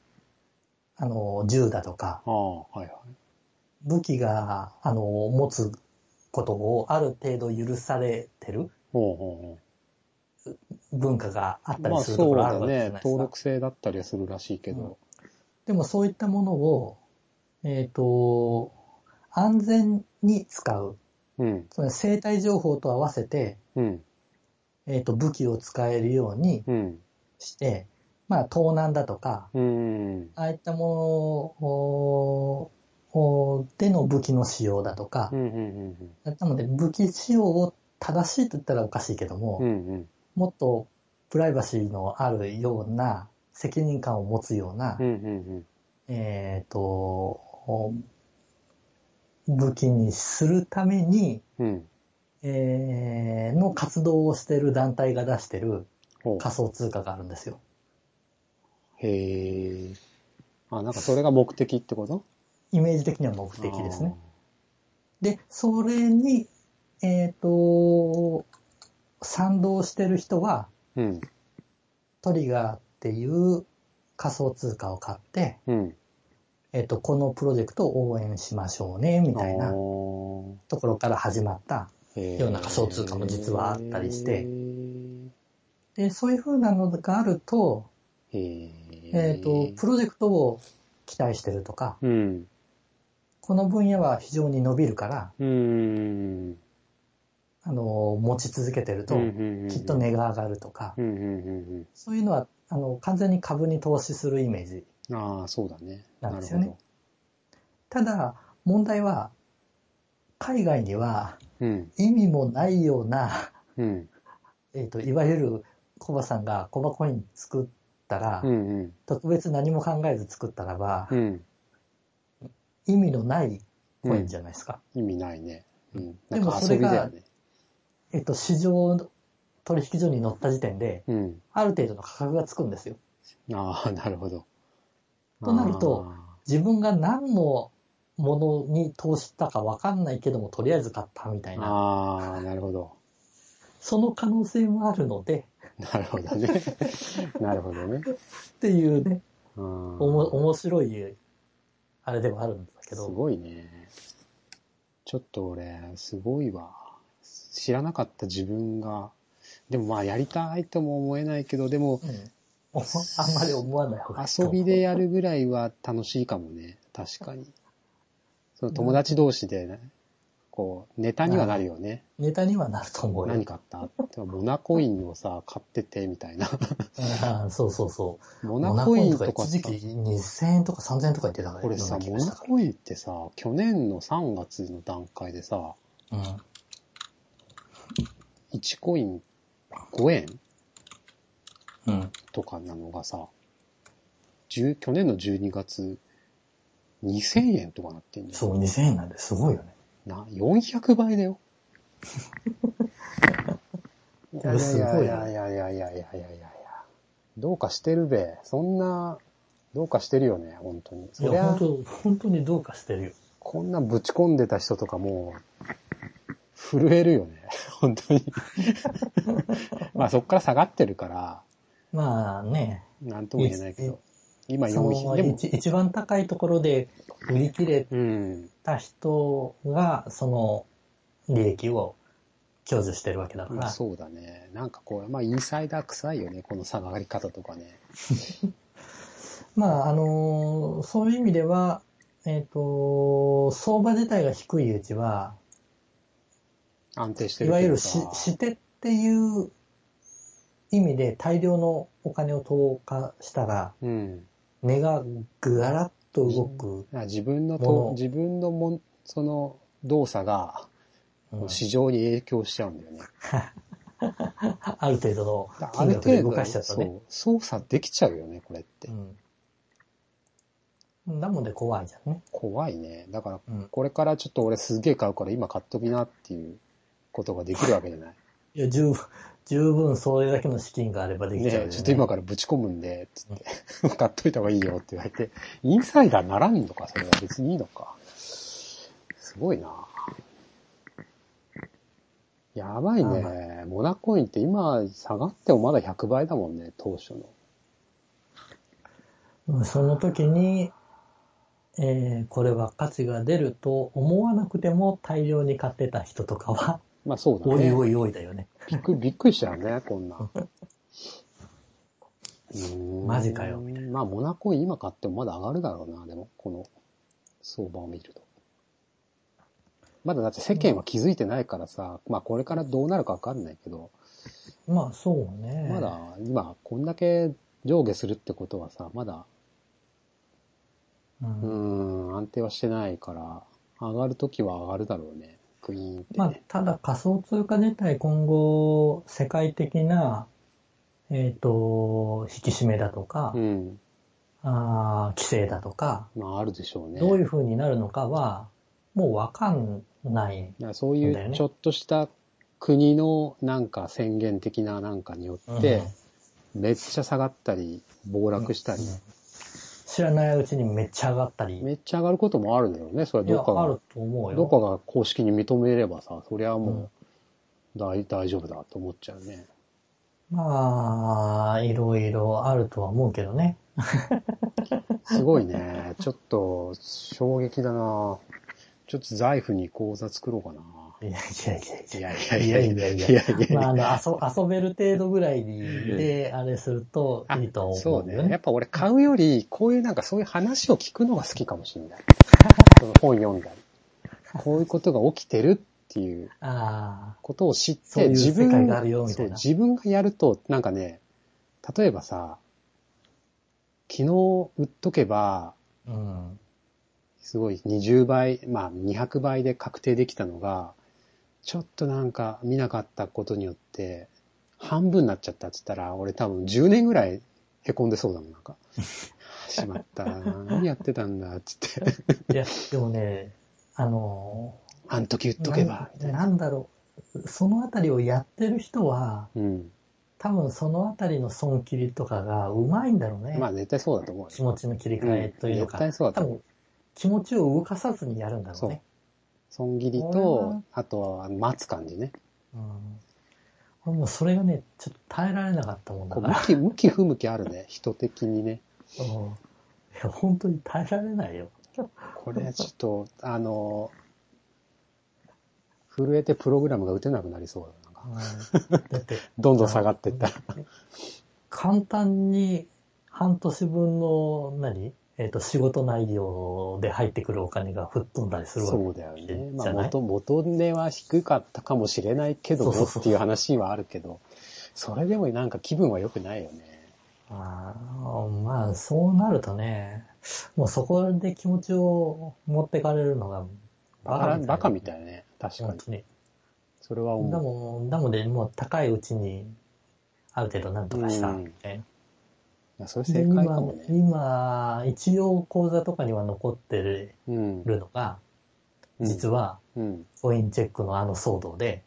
Speaker 2: あの、銃だとか、
Speaker 1: あ、はいはい。
Speaker 2: 武器が、あの、持つことをある程度許されてる
Speaker 1: ほうほ
Speaker 2: 文化があっ
Speaker 1: うほう。
Speaker 2: た
Speaker 1: ま
Speaker 2: り
Speaker 1: あ
Speaker 2: すると
Speaker 1: そ
Speaker 2: こ
Speaker 1: う
Speaker 2: ろある
Speaker 1: だ
Speaker 2: わけじゃ
Speaker 1: ね
Speaker 2: ない。です
Speaker 1: 登
Speaker 2: か。
Speaker 1: 録制だったりはするらしいけど。
Speaker 2: でもそういったものを、えっ、と、安全に使う。
Speaker 1: うん。
Speaker 2: つまり生体情報と合わせて、
Speaker 1: うん。
Speaker 2: えっ、と、武器を使えるように
Speaker 1: うん。
Speaker 2: して、まあ、盗難だとか、
Speaker 1: うん。
Speaker 2: ああいったものをおーでの武器の使用だとか
Speaker 1: うん。う、ん。
Speaker 2: なので武器使用を正しいと言ったらおかしいけども、
Speaker 1: うん。うん。
Speaker 2: もっとプライバシーのあるような責任感を持つような、
Speaker 1: うん。うん。
Speaker 2: えっ、と、お武器にするために、
Speaker 1: うん。
Speaker 2: えーの活動をしている団体が出してる
Speaker 1: ほう。
Speaker 2: 仮想通貨があるんですよ。
Speaker 1: へえ。あ、なんかそれが目的ってこと
Speaker 2: イメージ的には目的ですね。。で、それに、えっ、と、賛同してる人は、
Speaker 1: ああうん。
Speaker 2: トリガーっていう仮想通貨を買って、
Speaker 1: うん。
Speaker 2: えっ、と、このプロジェクトを応援しましょうね、みたいな
Speaker 1: よ
Speaker 2: ところから始まった。ような仮想通貨も実はあったりしてで、そういう風なのがあると、
Speaker 1: へ
Speaker 2: え
Speaker 1: え
Speaker 2: っ、と、プロジェクトを期待してるとか、
Speaker 1: うん。
Speaker 2: この分野は非常に伸びるから、
Speaker 1: うん。
Speaker 2: あの、持ち続けてると、きっと値が上がるとか、
Speaker 1: うんうんうん
Speaker 2: そういうのは、あの、完全に株に投資するイメージ
Speaker 1: うん。ああ、そうだね。
Speaker 2: な
Speaker 1: なんる
Speaker 2: です
Speaker 1: ほ
Speaker 2: よね
Speaker 1: ど。
Speaker 2: ただ、問題は、海外には
Speaker 1: うん。
Speaker 2: 意味もないような、
Speaker 1: うん。
Speaker 2: えっ、と、いわゆるコバさんがコバコイン作ったら、
Speaker 1: うんうん。
Speaker 2: 特別何も考えず作ったらば、
Speaker 1: うん。
Speaker 2: 意味のないコインじ
Speaker 1: ゃ
Speaker 2: ゃないですか。
Speaker 1: 意味ないね。うん。な
Speaker 2: で
Speaker 1: ん
Speaker 2: も
Speaker 1: か
Speaker 2: そ
Speaker 1: 遊
Speaker 2: れ
Speaker 1: び
Speaker 2: が
Speaker 1: だよね。
Speaker 2: えっ、と、市場取引所に乗った時点で、
Speaker 1: うん。
Speaker 2: ある程度の価格がつくんですよ。
Speaker 1: ああ、なるほど。
Speaker 2: となると
Speaker 1: あ
Speaker 2: 自分が何のものに投資したかわかんないけども、とりあえず買ったみたい
Speaker 1: ー
Speaker 2: な、
Speaker 1: あー、なるほど。
Speaker 2: その可能性もあるので、
Speaker 1: なるほどね。 なるほどね。
Speaker 2: っていうね、
Speaker 1: う
Speaker 2: おも、
Speaker 1: ん
Speaker 2: 面白い、あれではあるんだけど。
Speaker 1: すごいね。ちょっと俺、すごいわ。知らなかった自分が。でもまあやりたいとも思えないけど、でも
Speaker 2: うんおあんまり思わない方がいいと
Speaker 1: 遊
Speaker 2: 思う。
Speaker 1: びでやるぐらいは楽しいかもね。確かに。その友達同士で、ね、こう、ネタにはなるよね。
Speaker 2: ネタにはなると思うよ。
Speaker 1: 何買ったでもモナコインをさ、買っててみたいな。
Speaker 2: うんそうそうそう。
Speaker 1: モ
Speaker 2: モ
Speaker 1: ナ
Speaker 2: ナ
Speaker 1: コ
Speaker 2: コ
Speaker 1: イ
Speaker 2: イ
Speaker 1: ン
Speaker 2: ンとか
Speaker 1: とか
Speaker 2: 一
Speaker 1: さ
Speaker 2: 時、期2000円とか3000円とか言ってたから
Speaker 1: これさ、モナ
Speaker 2: コ
Speaker 1: コインってさ、去年の3月の段階でさ、
Speaker 2: イン。うん。
Speaker 1: 1コイン5円
Speaker 2: うん。
Speaker 1: とかなのがさ、10去年の12月、2000円とかなってんだよ。
Speaker 2: そう、2000円なんですごいよね。
Speaker 1: な、400倍だよ。い
Speaker 2: こ
Speaker 1: や
Speaker 2: れ
Speaker 1: い
Speaker 2: す
Speaker 1: や
Speaker 2: ご
Speaker 1: い
Speaker 2: い
Speaker 1: やいやいやいやいやいやいやいや。どうかしてるべ。そんな、どうかしてるよね、本当に。
Speaker 2: い
Speaker 1: そり
Speaker 2: や、
Speaker 1: ゃ、
Speaker 2: 本当本当にどうかしてるよ。
Speaker 1: こんなぶち込んでた人とかもう、震えるよね、 本当に。まあそっから下がってるから、
Speaker 2: まあね、
Speaker 1: なんとも言えないけ
Speaker 2: いい
Speaker 1: ど。今
Speaker 2: そ
Speaker 1: 4
Speaker 2: の
Speaker 1: 品。でも、
Speaker 2: 一一番高いところで売り切れ
Speaker 1: うん。
Speaker 2: た人が、その利益を享受してるわけだか
Speaker 1: まあ
Speaker 2: ら、
Speaker 1: そうだね。なんかこう、まあインサイダー臭いよね、この下がり方とかね。
Speaker 2: まあ、あのーそういう意味では、えっ、と、相場自体が低いうちは、
Speaker 1: 安定して
Speaker 2: い
Speaker 1: る
Speaker 2: わ
Speaker 1: と
Speaker 2: ゆ
Speaker 1: う
Speaker 2: る
Speaker 1: か
Speaker 2: し、してっていう意味で大量のお金を投下したら、
Speaker 1: うん。
Speaker 2: 値がぐわらっと動く、
Speaker 1: あ自分の
Speaker 2: もの
Speaker 1: と、自分のもん、その動作が、
Speaker 2: うん
Speaker 1: 市場に影響しちゃうんだよね。
Speaker 2: ある程度の
Speaker 1: だからあ
Speaker 2: 金
Speaker 1: る
Speaker 2: 額で
Speaker 1: 程
Speaker 2: 動
Speaker 1: 度、
Speaker 2: かしちゃったね。
Speaker 1: そう、操作できちゃうよね、これって。
Speaker 2: うん。なので怖いじゃんね。
Speaker 1: 怖いね。だから、
Speaker 2: うん。
Speaker 1: これからちょっと俺すげえ買うから今買っときなっていうことができるわけじゃない。
Speaker 2: いや、十分、十分それだけの資金があれば できちゃうよ、
Speaker 1: ね
Speaker 2: ね。
Speaker 1: ちょっと今からぶち込むんで、つって、買っといた方がいいよって言われて、インサイダーならんのか、それは別にいいのか。すごいなやばいね。モナコインって今下がってもまだ100倍だもんね、当初の。
Speaker 2: うんその時に、えーこれは価値が出ると思わなくても大量に買ってた人とかは、
Speaker 1: まあそうだ
Speaker 2: おい
Speaker 1: ね。
Speaker 2: おいおいだよね。
Speaker 1: びっくり、びっくりしちゃうね、こん なん。うーん
Speaker 2: マジかよみ
Speaker 1: まあ、モナコイン今買ってもまだ上がるだろうな、でも、この相場を見ると。まだだって世間は気づいてないからさ、まあこれからどうなるかわかんないけど、
Speaker 2: まあそうね。
Speaker 1: まだ今こんだけ上下するってことはさ、まだ、
Speaker 2: う
Speaker 1: うー
Speaker 2: ん。
Speaker 1: ん、安定はしてないから、上がるときは上がるだろうね、クイーンって、ね。
Speaker 2: まあ、ただ仮想通貨自体今後、世界的な、えっ、と、引き締めだとか、
Speaker 1: うん。
Speaker 2: あー規制だとか、
Speaker 1: まああるでしょうね。
Speaker 2: どういう風になるのかは、もうわかんない。
Speaker 1: だからそう
Speaker 2: そうだ
Speaker 1: い
Speaker 2: よ
Speaker 1: う
Speaker 2: ね
Speaker 1: ちょっとした国のなんか宣言的ななんかによって、めっちゃ下がったり、暴落したり
Speaker 2: う、ん知らないうちにめっちゃ上がったり。
Speaker 1: めっちゃ上がることもあるんだよね。それはい
Speaker 2: や、
Speaker 1: どっか
Speaker 2: あ
Speaker 1: が
Speaker 2: る、と思うよ。
Speaker 1: どっかが公式に認めればさ、そりゃもう大大丈夫だと思っちゃうね。
Speaker 2: まあ、いろいろあるとは思うけどね。
Speaker 1: すごい ね。ちょっと衝撃だなちょっと財布に口座作ろうかな。
Speaker 2: いやいやいやい
Speaker 1: い
Speaker 2: や。
Speaker 1: やいやいやいやいやいやい
Speaker 2: ま
Speaker 1: や。
Speaker 2: あ、あの、遊遊べる程度ぐらいで、あれするといいと思う。
Speaker 1: そうね。やっ。ぱ俺買うより、こういうなんかそういう話を聞くのが好きかもしれ ない。その本読んだり。こういうことが起きてるっていう
Speaker 2: あ
Speaker 1: ことを知っ
Speaker 2: そう
Speaker 1: て、
Speaker 2: いう
Speaker 1: 自分
Speaker 2: 世界があるよみた
Speaker 1: そう
Speaker 2: いな
Speaker 1: 自分がやると、なんかね、例えばさ、昨日売っとけば、
Speaker 2: あ、うん。
Speaker 1: すごい20倍、まあ200倍で確定できたのが、ちょっとなんか見なかったことによって、半分になっちゃったって言ったら、俺多分10年ぐらい凹んでそうだもん、なん か。しまったな。何やってたんだ、つって。
Speaker 2: いや、でもね、あの、
Speaker 1: あん時言っとけば、みたいな。
Speaker 2: なんだろう。そのあたりをやってる人は、
Speaker 1: うん。
Speaker 2: 多分そのあたりの損切りとかがうまいんだろうね。
Speaker 1: まあ絶対そうだと思うよ。
Speaker 2: 気持ちの切り替えというか、
Speaker 1: うん絶対そうだと
Speaker 2: 多
Speaker 1: 思う
Speaker 2: 分気持ちを動かさずにやるんだろうね。
Speaker 1: 損切り
Speaker 2: 俺
Speaker 1: と
Speaker 2: は、
Speaker 1: あとは待つ感じね。
Speaker 2: うん。俺もうそれがね、ちょっと耐えられなかったもんだ
Speaker 1: こう
Speaker 2: か
Speaker 1: 向
Speaker 2: ら。
Speaker 1: き、向き不向きあるね。人的にね。
Speaker 2: うんいや、本当に耐えられないよ。
Speaker 1: これちょっと、あの、震えてプログラムが打てなくなりそうだな。なんか
Speaker 2: うんだって、
Speaker 1: どんどん下がっていったら。
Speaker 2: 簡単に半年分の何、えっ、と、仕事内容で入ってくるお金が吹っ飛んだりするわけ
Speaker 1: そうだよね。ま
Speaker 2: じ
Speaker 1: あ
Speaker 2: ゃない
Speaker 1: 元、元値は低かったかもしれないけど
Speaker 2: そうそ
Speaker 1: も
Speaker 2: うそう
Speaker 1: っていう話はあるけど、それでもなんか気分は良くないよね。
Speaker 2: ああ、まあ、そうなるとね、もうそこで気持ちを持ってかれるのが
Speaker 1: バカ、バカみた
Speaker 2: い
Speaker 1: いね。確
Speaker 2: な。
Speaker 1: か
Speaker 2: 本
Speaker 1: に。
Speaker 2: 当に。
Speaker 1: それは
Speaker 2: だ
Speaker 1: 思う。
Speaker 2: もん、だもんで、もう高いうちに、ある程度なんとかした、
Speaker 1: うん
Speaker 2: みたい
Speaker 1: い
Speaker 2: な。
Speaker 1: やそれ
Speaker 2: で
Speaker 1: 正解かも
Speaker 2: 今、
Speaker 1: ね。
Speaker 2: 今、一応講座とかには残ってる
Speaker 1: うん。
Speaker 2: のが、
Speaker 1: うん
Speaker 2: 実は、
Speaker 1: うん。
Speaker 2: コインチェックのあの騒動で、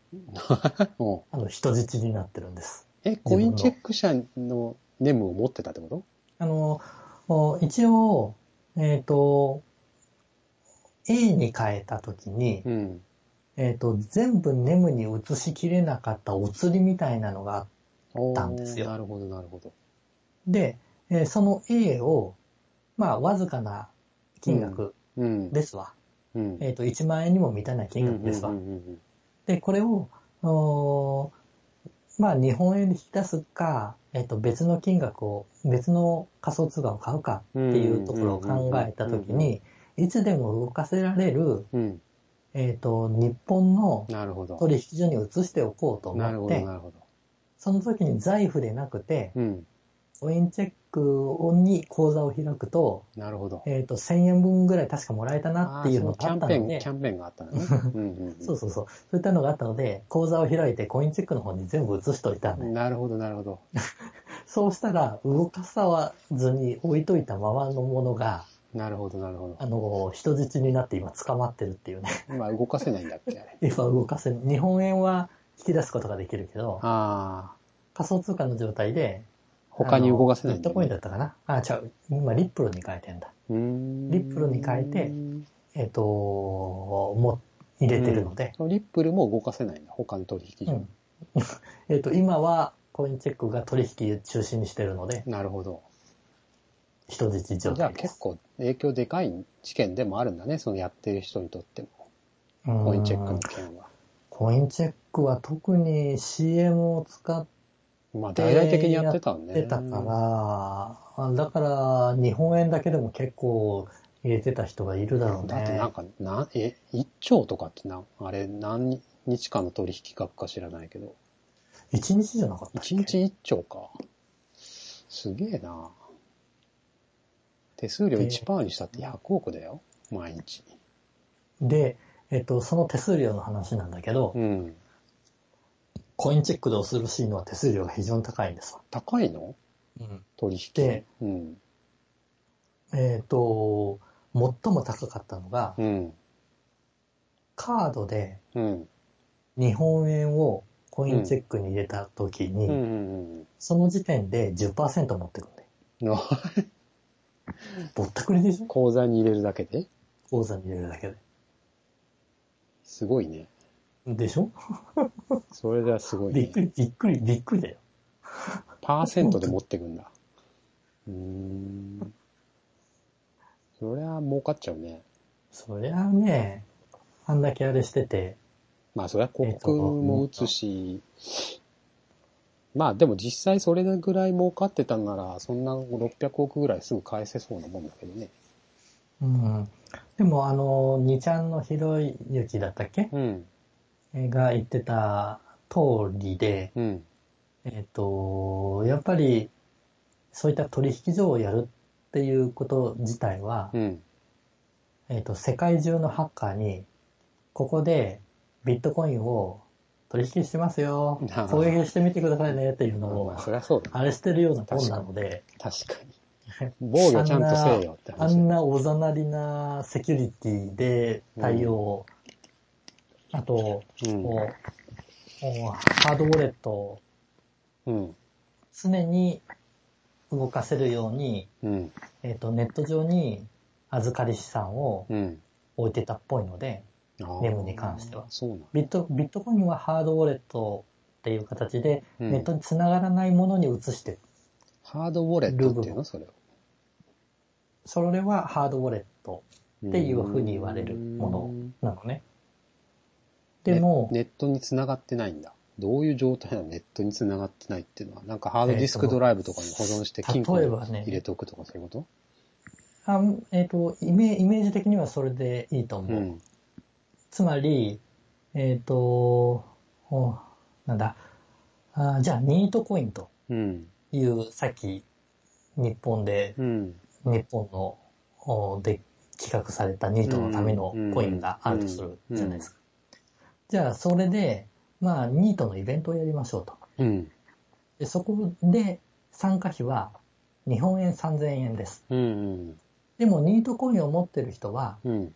Speaker 1: おう
Speaker 2: あの、人質になってるんです。
Speaker 1: え、コインチェック社のネムを持ってたってこと
Speaker 2: あの、お一応、えっ、と、A に変えたときに、
Speaker 1: うん。
Speaker 2: えっ、と、全部ネムに移しきれなかったお釣りみたいなのがあっ
Speaker 1: おー
Speaker 2: たんですよ
Speaker 1: なるほど、なるほど。
Speaker 2: で、えーその A を、まあ、わずかな金額
Speaker 1: うん。
Speaker 2: ですわ。
Speaker 1: うん、
Speaker 2: えっ、と、1万円にも満たない金額ですわ。
Speaker 1: うんうんうん
Speaker 2: で、これを、おーまあ、日本円で引き出すか、えっ、と、別の金額を、別の仮想通貨を買うかっていうところを考えたときに、いつでも動かせられる、
Speaker 1: うんうん。
Speaker 2: えっ、と、日本の
Speaker 1: なるほど。
Speaker 2: 取引所に移しておこうと
Speaker 1: なる
Speaker 2: 思っ
Speaker 1: ほど、
Speaker 2: て
Speaker 1: な、るほど。
Speaker 2: その時に財布でなくて、
Speaker 1: うん。
Speaker 2: コインチェックに口座を開くと、
Speaker 1: なるほど。
Speaker 2: えっ、と、1000円分ぐらい確かもらえたな
Speaker 1: あ
Speaker 2: っ
Speaker 1: あ
Speaker 2: て
Speaker 1: ー、
Speaker 2: い
Speaker 1: そう
Speaker 2: の
Speaker 1: のキャ
Speaker 2: があっ
Speaker 1: ン
Speaker 2: た
Speaker 1: ペ
Speaker 2: の
Speaker 1: ーン、
Speaker 2: で
Speaker 1: キ、ャンペーンがあったのね。うんうん
Speaker 2: そうそうそう。そういったのがあったので、口座を開いてコインチェックの方に全部移しといたん
Speaker 1: う
Speaker 2: で、
Speaker 1: ん。なるほど、なるほど。
Speaker 2: そうしたら動かさはずに置いといたままのものが、
Speaker 1: なるほど、なる ほ
Speaker 2: あの、人質になって今捕まってるっていうね。
Speaker 1: ど。まあ、動かせないんだっけ、あれ。
Speaker 2: 今動かせる。日本円は引き出すことができるけど、
Speaker 1: ああ、
Speaker 2: 仮想通貨の状態で、
Speaker 1: 他に動かせないん
Speaker 2: ビッ
Speaker 1: だ
Speaker 2: ト
Speaker 1: ね
Speaker 2: コインだったかなあ、違う。今リップルに変えてんだ。
Speaker 1: うーん
Speaker 2: リップルに変えてえっ、と、もう入れてるので、
Speaker 1: うんリップルも動かせないんだ、他の取引所。
Speaker 2: うん えっと、今はコインチェックが取引中止にしてるので、
Speaker 1: なるほど。
Speaker 2: 人質
Speaker 1: じ
Speaker 2: 状
Speaker 1: ゃあ
Speaker 2: 態で
Speaker 1: 結
Speaker 2: す。
Speaker 1: 構影響でかい事件でもあるんだね、そのやってる人にとっても。
Speaker 2: うん
Speaker 1: コインチェックの件は。
Speaker 2: コインチェックは特に CM を使っ
Speaker 1: まあ、大々的にやってたんね。
Speaker 2: てたから、だから日本円だけでも結構入れてた人がいるだろうね。
Speaker 1: だってなんか、なえ、1兆とかってな、あれ何日間の取引額か知らないけど、
Speaker 2: 1日じゃなかったっけ
Speaker 1: 1日1兆か。すげえな手数料1%にしたって100億だよ、毎日。
Speaker 2: で、えっと、その手数料の話なんだけど、
Speaker 1: うん。
Speaker 2: コインチェックで恐ろしいのは手数料が非常に高いんですわ。
Speaker 1: 高いの取引。
Speaker 2: で
Speaker 1: うん。
Speaker 2: えっと、最も高かったのが、
Speaker 1: うん。
Speaker 2: カードで
Speaker 1: うん。
Speaker 2: 日本円をコインチェックに入れた時に、
Speaker 1: うん。うん。
Speaker 2: その時点で10%持ってくんで。
Speaker 1: の、
Speaker 2: ぼったくりでしょ
Speaker 1: 口座に入れるだけで
Speaker 2: 口座に入れるだけで。
Speaker 1: すごいね。
Speaker 2: でしょ
Speaker 1: それではすごい
Speaker 2: びっ
Speaker 1: ね
Speaker 2: く。り、びっくり、びっくりだよ。
Speaker 1: パーセントで持ってくんだ。うーん。そりゃ儲かっちゃうね。
Speaker 2: そりゃあね、あんだけあれしてて、
Speaker 1: まあそりゃ広告も打つし、まあでも実際それぐらい儲かってたんなら、そんな600億ぐらいすぐ返せそうなもんだけどね。
Speaker 2: うん。でもあの、2ちゃんのひろゆきだったっけ
Speaker 1: うん、
Speaker 2: が言ってた通りで、
Speaker 1: うん、
Speaker 2: えっ、と、やっぱり、そういった取引所をやるっていうこと自体は、
Speaker 1: うん。。
Speaker 2: えっ、と、世界中のハッカーに、ここでビットコインを取引してますよ攻撃してみてくださいねっていうのを
Speaker 1: まあ、そりゃそうだな。
Speaker 2: あれしてるようなもんなので、
Speaker 1: 確かに。防御ちゃんとせえよって
Speaker 2: あ
Speaker 1: 話
Speaker 2: ん。なおざなりなセキュリティで対応、あと、
Speaker 1: うん、
Speaker 2: こう、こうハードウォレットを
Speaker 1: うん、
Speaker 2: 常に動かせるように、
Speaker 1: うん、
Speaker 2: えっ、と、ネット上に預かり資産を
Speaker 1: うん。
Speaker 2: 置いてたっぽいので、
Speaker 1: あー
Speaker 2: ネムに関しては
Speaker 1: そうなんだ
Speaker 2: ビット、ビットコインはハードウォレットっていう形で、
Speaker 1: うん
Speaker 2: ネットに繋がらないものに移してる、
Speaker 1: ハードウォレットっていうのそれを。
Speaker 2: それはハードウォレットっていうふうに言われるもの
Speaker 1: うん
Speaker 2: なのね。でも、
Speaker 1: ねネットに繋がってないんだ。どういう状態なのネットに繋がってないっていうのは、なんかハードディスクドライブとかに保存して金庫に
Speaker 2: 例えばね
Speaker 1: 入れておくとかそういうこと、
Speaker 2: あえっ、とイメ、イメージ的にはそれでいいと思う。
Speaker 1: うん。
Speaker 2: つまり、えっ、と、おなんだあ、じゃあニートコインと
Speaker 1: うん。
Speaker 2: いう、さっき日本で
Speaker 1: うん。
Speaker 2: 日本のおで企画されたニートのためのコインがあるとするじゃないですか。じゃあ、それで、まあ、ニートのイベントをやりましょうと。
Speaker 1: うん。
Speaker 2: でそこで参加費は日本円3000円です。
Speaker 1: うん。
Speaker 2: でも、ニートコインを持ってる人は、
Speaker 1: うん。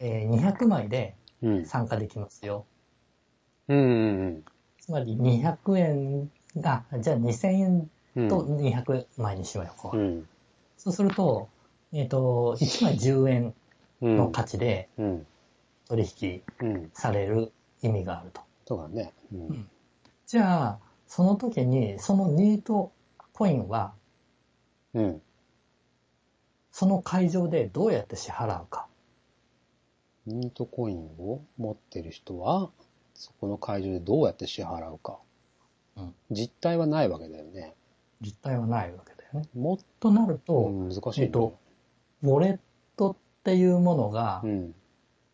Speaker 2: えー200枚で
Speaker 1: うん。
Speaker 2: 参加できますよ。
Speaker 1: うんうん
Speaker 2: つまり200円、あ、じゃあ2000円
Speaker 1: うん。
Speaker 2: と200枚にしようよ、こ
Speaker 1: う
Speaker 2: う。
Speaker 1: ん。
Speaker 2: そうすると、えっ、と、1枚10円
Speaker 1: うん。
Speaker 2: の価値で
Speaker 1: うん。
Speaker 2: 取引
Speaker 1: うん。
Speaker 2: される意味があると。
Speaker 1: そうだね。うん。
Speaker 2: じゃあ、その時に、そのニートコインは、
Speaker 1: うん。
Speaker 2: その会場でどうやって支払うか。
Speaker 1: ニートコインを持ってる人は、そこの会場でどうやって支払うか。
Speaker 2: うん
Speaker 1: 実態はないわけだよね。
Speaker 2: 実態はないわけだよね。
Speaker 1: もっ
Speaker 2: となる
Speaker 1: と
Speaker 2: と、
Speaker 1: 難しい
Speaker 2: え
Speaker 1: ね
Speaker 2: っと、ウォレットっていうものが
Speaker 1: うん。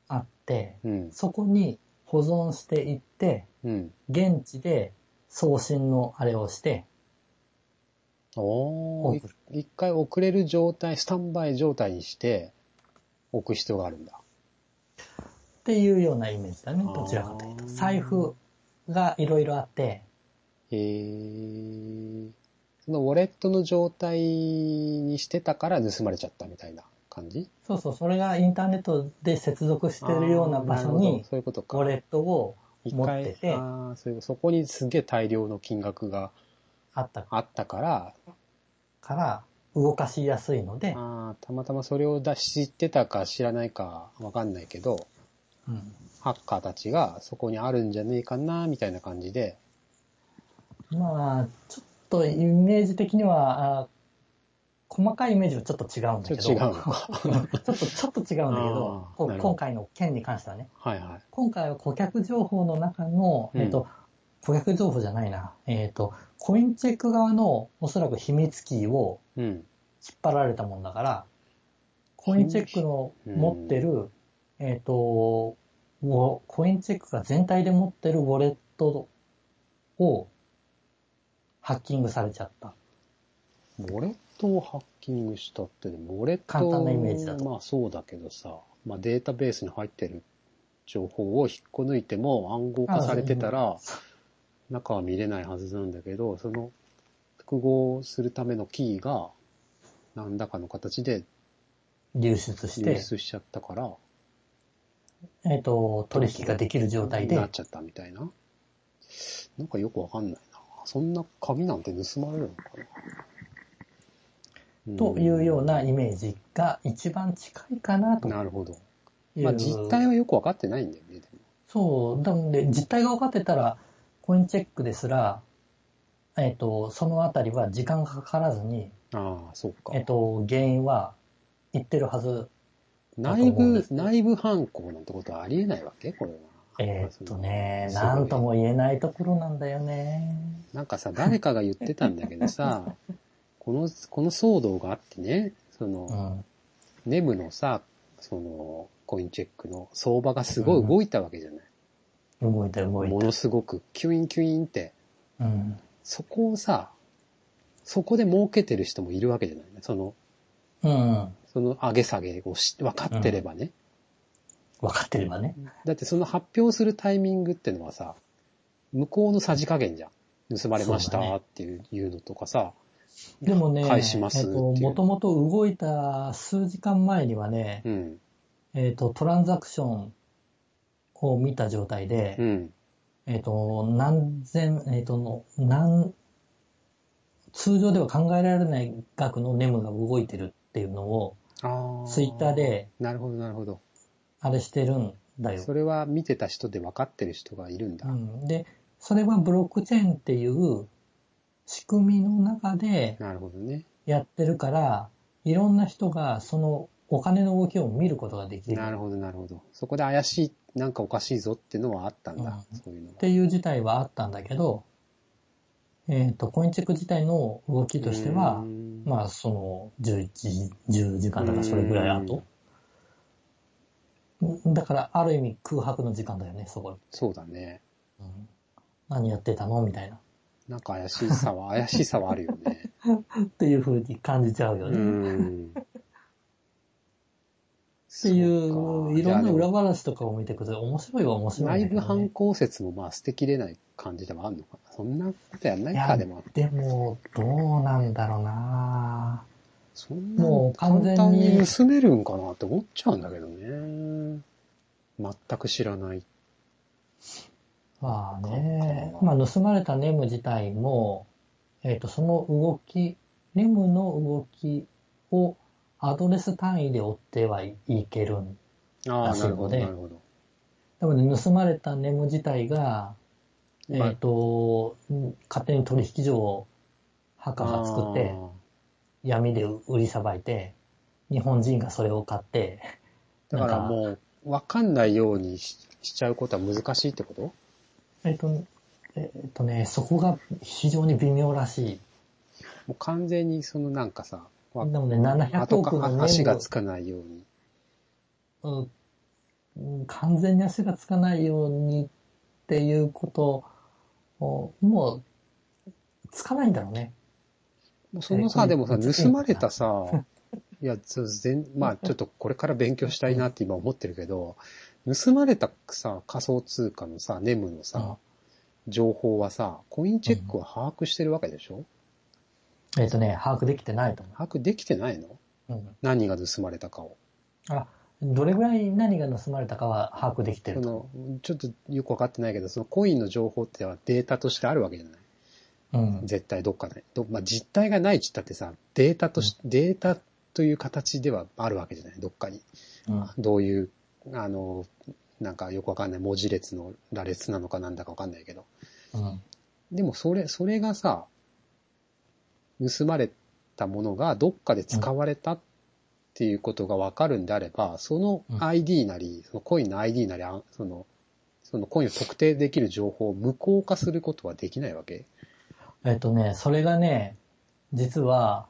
Speaker 2: あって、
Speaker 1: うん。
Speaker 2: そこに保存していって、
Speaker 1: うん。
Speaker 2: 現地で送信のあれをして、
Speaker 1: おー、い一回遅れる状態、スタンバイ状態にして、置く必要があるんだ。
Speaker 2: っていうようなイメージだね、
Speaker 1: あー
Speaker 2: どちらかというと。財布がいろいろあって、
Speaker 1: へー。そのウォレットの状態にしてたから盗まれちゃったみたいな感じ
Speaker 2: そうそう、それがインターネットで接続してるような場
Speaker 1: あーな
Speaker 2: 所
Speaker 1: るほ
Speaker 2: に
Speaker 1: ど、そういうこと
Speaker 2: ウ
Speaker 1: か。
Speaker 2: ォレットを
Speaker 1: 一回
Speaker 2: 持ってて
Speaker 1: あーそういうそこにすげえ大量の金額が
Speaker 2: あった
Speaker 1: あったから、
Speaker 2: から動かしやすいので、
Speaker 1: あーたまたまそれを出知ってたか知らないかわかんないけど、
Speaker 2: うん
Speaker 1: ハッカーたちがそこにあるんじゃねえかな、みたいな感じで。
Speaker 2: まあ、ちょっとイメージ的には、あ細かいイメージはちょっと違うんだ
Speaker 1: ちょ
Speaker 2: け
Speaker 1: っと違う
Speaker 2: ど、
Speaker 1: の
Speaker 2: ち
Speaker 1: か。
Speaker 2: ょっと、 ちょっと違うんだけ
Speaker 1: あ
Speaker 2: ど
Speaker 1: ー、
Speaker 2: こ
Speaker 1: なるほど
Speaker 2: 今回の件に関してはね、
Speaker 1: はいはい。
Speaker 2: 今回は顧客情報の中の、
Speaker 1: うん
Speaker 2: えっ、と、顧客情報じゃないな、えっ、と、コインチェック側のおそらく秘密キーを
Speaker 1: うん。
Speaker 2: 引っ張られたもんだから、コインチェックの持ってる、えっ、と、ウォコインチェックが全体で持ってるウォレットをハッキングされちゃった。
Speaker 1: ウォレットをハッキングしたって、でもウォレット
Speaker 2: 簡単なイメージだと
Speaker 1: まあそうだけどさ、まあデータベースに入ってる情報を引っこ抜いても暗号化されてたら、中は見れないはずなんだけど、その複合するためのキーが何らかの形で
Speaker 2: 流出し
Speaker 1: 流
Speaker 2: て、
Speaker 1: 出しちゃったから、
Speaker 2: えっ、と、取引ができる状態
Speaker 1: な
Speaker 2: で
Speaker 1: っ、ちゃったみたいな。なんかよくわかんないな。そんな紙なんて盗まれるのかな。
Speaker 2: というような
Speaker 1: うん
Speaker 2: イメージが一番近いかなという。
Speaker 1: なるほど。まあ実態はよくわかってないんだよね。でも
Speaker 2: そう、なので実態が分かってたら、コインチェックですら、えっ、と、そのあたりは時間がかからずに、
Speaker 1: ああ、そうか
Speaker 2: えっ、。と、原因は言ってるはず。
Speaker 1: 内
Speaker 2: だと思うんで
Speaker 1: 部、
Speaker 2: すね
Speaker 1: 内部犯行なんてことはありえないわけこれは。
Speaker 2: えっ、とね、
Speaker 1: すごい
Speaker 2: なんとも言えないところなんだよね。
Speaker 1: なんかさ、誰かが言ってたんだけどさ、 この、この騒動があってね、そ
Speaker 2: うん。
Speaker 1: の、
Speaker 2: は
Speaker 1: ネムのさ、その、コインチェックの相場がすごい動いたわけじゃない。
Speaker 2: い動いた動い
Speaker 1: ものすごく、キュインキュインって。
Speaker 2: た。うん。
Speaker 1: そこをさ、そこで儲けてる人もいるわけじゃないその、
Speaker 2: うん。
Speaker 1: その上げ下げをし分かってればね。
Speaker 2: 分かってればね。
Speaker 1: だってその発表するタイミングってのはさ、向こうのさじ加減じゃん。盗まれまし
Speaker 2: そうだ
Speaker 1: た
Speaker 2: ね
Speaker 1: っていう,、のとかさ、
Speaker 2: でもね、
Speaker 1: 返しますっ
Speaker 2: えって
Speaker 1: いう
Speaker 2: と、もともと動いた数時間前にはね、
Speaker 1: うん、
Speaker 2: えっ、と、トランザクションを見た状態で、
Speaker 1: うん、
Speaker 2: えっ、と、何千、えっ、との、何、通常では考えられない額のネムが動いてるっていうのを、
Speaker 1: あ
Speaker 2: ツイッター。で、
Speaker 1: なるほど、なるほど。
Speaker 2: あれしてるんだよ。
Speaker 1: それは見てた人で分かってる人がいるんだ。
Speaker 2: うん、で、それはブロックチェーンっていう仕組みの中で
Speaker 1: なるほどね。
Speaker 2: やってるから、いろんな人がそのお金の動きを見ることができる
Speaker 1: なるほど、なるほど。そこで怪しい、なんかおかしいぞってのはあったんだ。
Speaker 2: うん
Speaker 1: そういうの
Speaker 2: っ
Speaker 1: が。
Speaker 2: ていう事態はあったんだけど、えっ、と、コインチェック自体の動きとしては
Speaker 1: う、ん
Speaker 2: まあ、その、11時、10時間だからそれぐらい後。だから、ある意味空白の時間だよね、そこ。
Speaker 1: そうだね。
Speaker 2: うん何やってたのみたいな。
Speaker 1: なんか怪しさ は、怪しさはあるよね。
Speaker 2: っていう風に感じちゃうよ
Speaker 1: う
Speaker 2: ね。っ
Speaker 1: ん。って
Speaker 2: いう、いろんな裏
Speaker 1: 話。
Speaker 2: 話とかを見てくれて、面白いは面白い
Speaker 1: 内
Speaker 2: ん
Speaker 1: 部
Speaker 2: だけど
Speaker 1: 犯
Speaker 2: ね。
Speaker 1: 行説もまあ捨てきれない感じではあるのかな。そんなことやんない
Speaker 2: い
Speaker 1: か、
Speaker 2: や
Speaker 1: でも。
Speaker 2: でも、どうなんだろうな
Speaker 1: そんな
Speaker 2: もう完全に
Speaker 1: 簡単に盗めるんかなって思っちゃうんだけどね。全く知らない。
Speaker 2: まあね、まあ盗まれたネム自体も、えっ、と、その動き、ネムの動きをアドレス単位で追ってはいけるん。
Speaker 1: あ
Speaker 2: ら
Speaker 1: あ、
Speaker 2: しい
Speaker 1: なるほ
Speaker 2: の
Speaker 1: ど、
Speaker 2: で
Speaker 1: なるほど。
Speaker 2: 多分ね盗まれたネム自体が、えっ、
Speaker 1: まあ
Speaker 2: と、うん勝手に取引所をハッカーが作って、闇で売りさばいて、日本人がそれを買って、
Speaker 1: あーだからもう、わかんないようにししちゃうことは難しいってこと
Speaker 2: えっ、と、えっ、とね、そこが非常に微妙らしい。
Speaker 1: もう完全にそのなんかさ、
Speaker 2: で
Speaker 1: わ
Speaker 2: もね、700
Speaker 1: 後
Speaker 2: 億の
Speaker 1: か
Speaker 2: ネム
Speaker 1: 足がつかないように。
Speaker 2: うんうん完全に足がつかないようにっていうことを、もう、つかないんだろうね。
Speaker 1: もうそのさ、
Speaker 2: え
Speaker 1: でもさ、
Speaker 2: うん
Speaker 1: 盗まれたさ、いや、そう全、まあちょっとこれから勉強したいなって今思ってるけど、盗まれたさ、仮想通貨のさ、ネムのさ、情報はさ、コインチェックは把握してるわけでしょ
Speaker 2: うんえっ、とね、把握できてないと思
Speaker 1: 把握できてないの
Speaker 2: う。うん
Speaker 1: 何が盗まれたかを。
Speaker 2: あ、どれぐらい何が盗まれたかは把握できて
Speaker 1: そ
Speaker 2: ると。
Speaker 1: の、ちょっとよくわかってないけど、そのコインの情報ってのはデータとしてあるわけじゃない
Speaker 2: うん。
Speaker 1: 絶対どっかで。どまあ、実体がないっちったってさ、データとし、データという形ではあるわけじゃない、どっかに。
Speaker 2: うん
Speaker 1: どういう、あの、なんかよくわかんない文字列の羅列なのかなんだかわかんないけど。
Speaker 2: うん
Speaker 1: でもそれ、それがさ、盗まれたものがどっかで使われたっていうことがわかるんであれば、その
Speaker 2: うん
Speaker 1: ID なり、そのコインの ID なり、あその、そのコインを特定できる情報を無効化することはできないわけ
Speaker 2: えっ、とね、それがね、実は、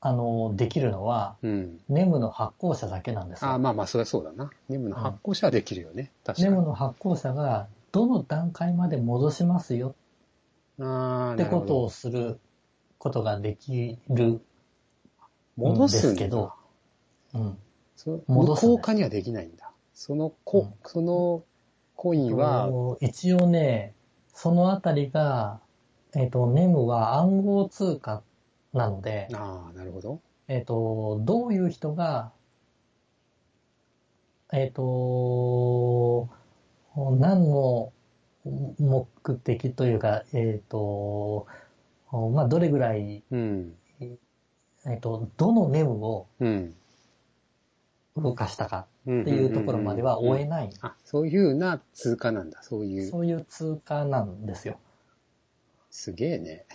Speaker 2: あの、できるのは、
Speaker 1: うん。
Speaker 2: ネムの発行者だけなんです
Speaker 1: ああ、
Speaker 2: よ。
Speaker 1: まあまあ、そりゃそうだな。ネムの発行者はできるよね。確か
Speaker 2: ネ
Speaker 1: に。
Speaker 2: ムの発行者が、どの段階まで戻しますよ
Speaker 1: ああ、
Speaker 2: って
Speaker 1: なる
Speaker 2: こ
Speaker 1: ほ
Speaker 2: と
Speaker 1: ど
Speaker 2: をすることができる。
Speaker 1: 戻すん
Speaker 2: ですけど
Speaker 1: だ。
Speaker 2: うん。
Speaker 1: そ無
Speaker 2: 戻すね
Speaker 1: 効化にはできないんだ。そのコ、
Speaker 2: うん
Speaker 1: そのコインは、
Speaker 2: 一応ね、そのあたりが、えっ、と、ネムは暗号通貨なので、
Speaker 1: ああ、なるほど。
Speaker 2: えっ、と、どういう人が、えっ、と、何の目的というか、えっ、と、まあ、どれぐらい、
Speaker 1: うん。
Speaker 2: えっ、と、どのネムを
Speaker 1: うん。
Speaker 2: 動かしたか
Speaker 1: うん
Speaker 2: っていうところまでは追え
Speaker 1: うん
Speaker 2: ない。
Speaker 1: あ、そういうふうな通貨なんだ。そういう。
Speaker 2: そういう通貨なんで すよ。
Speaker 1: すげえね。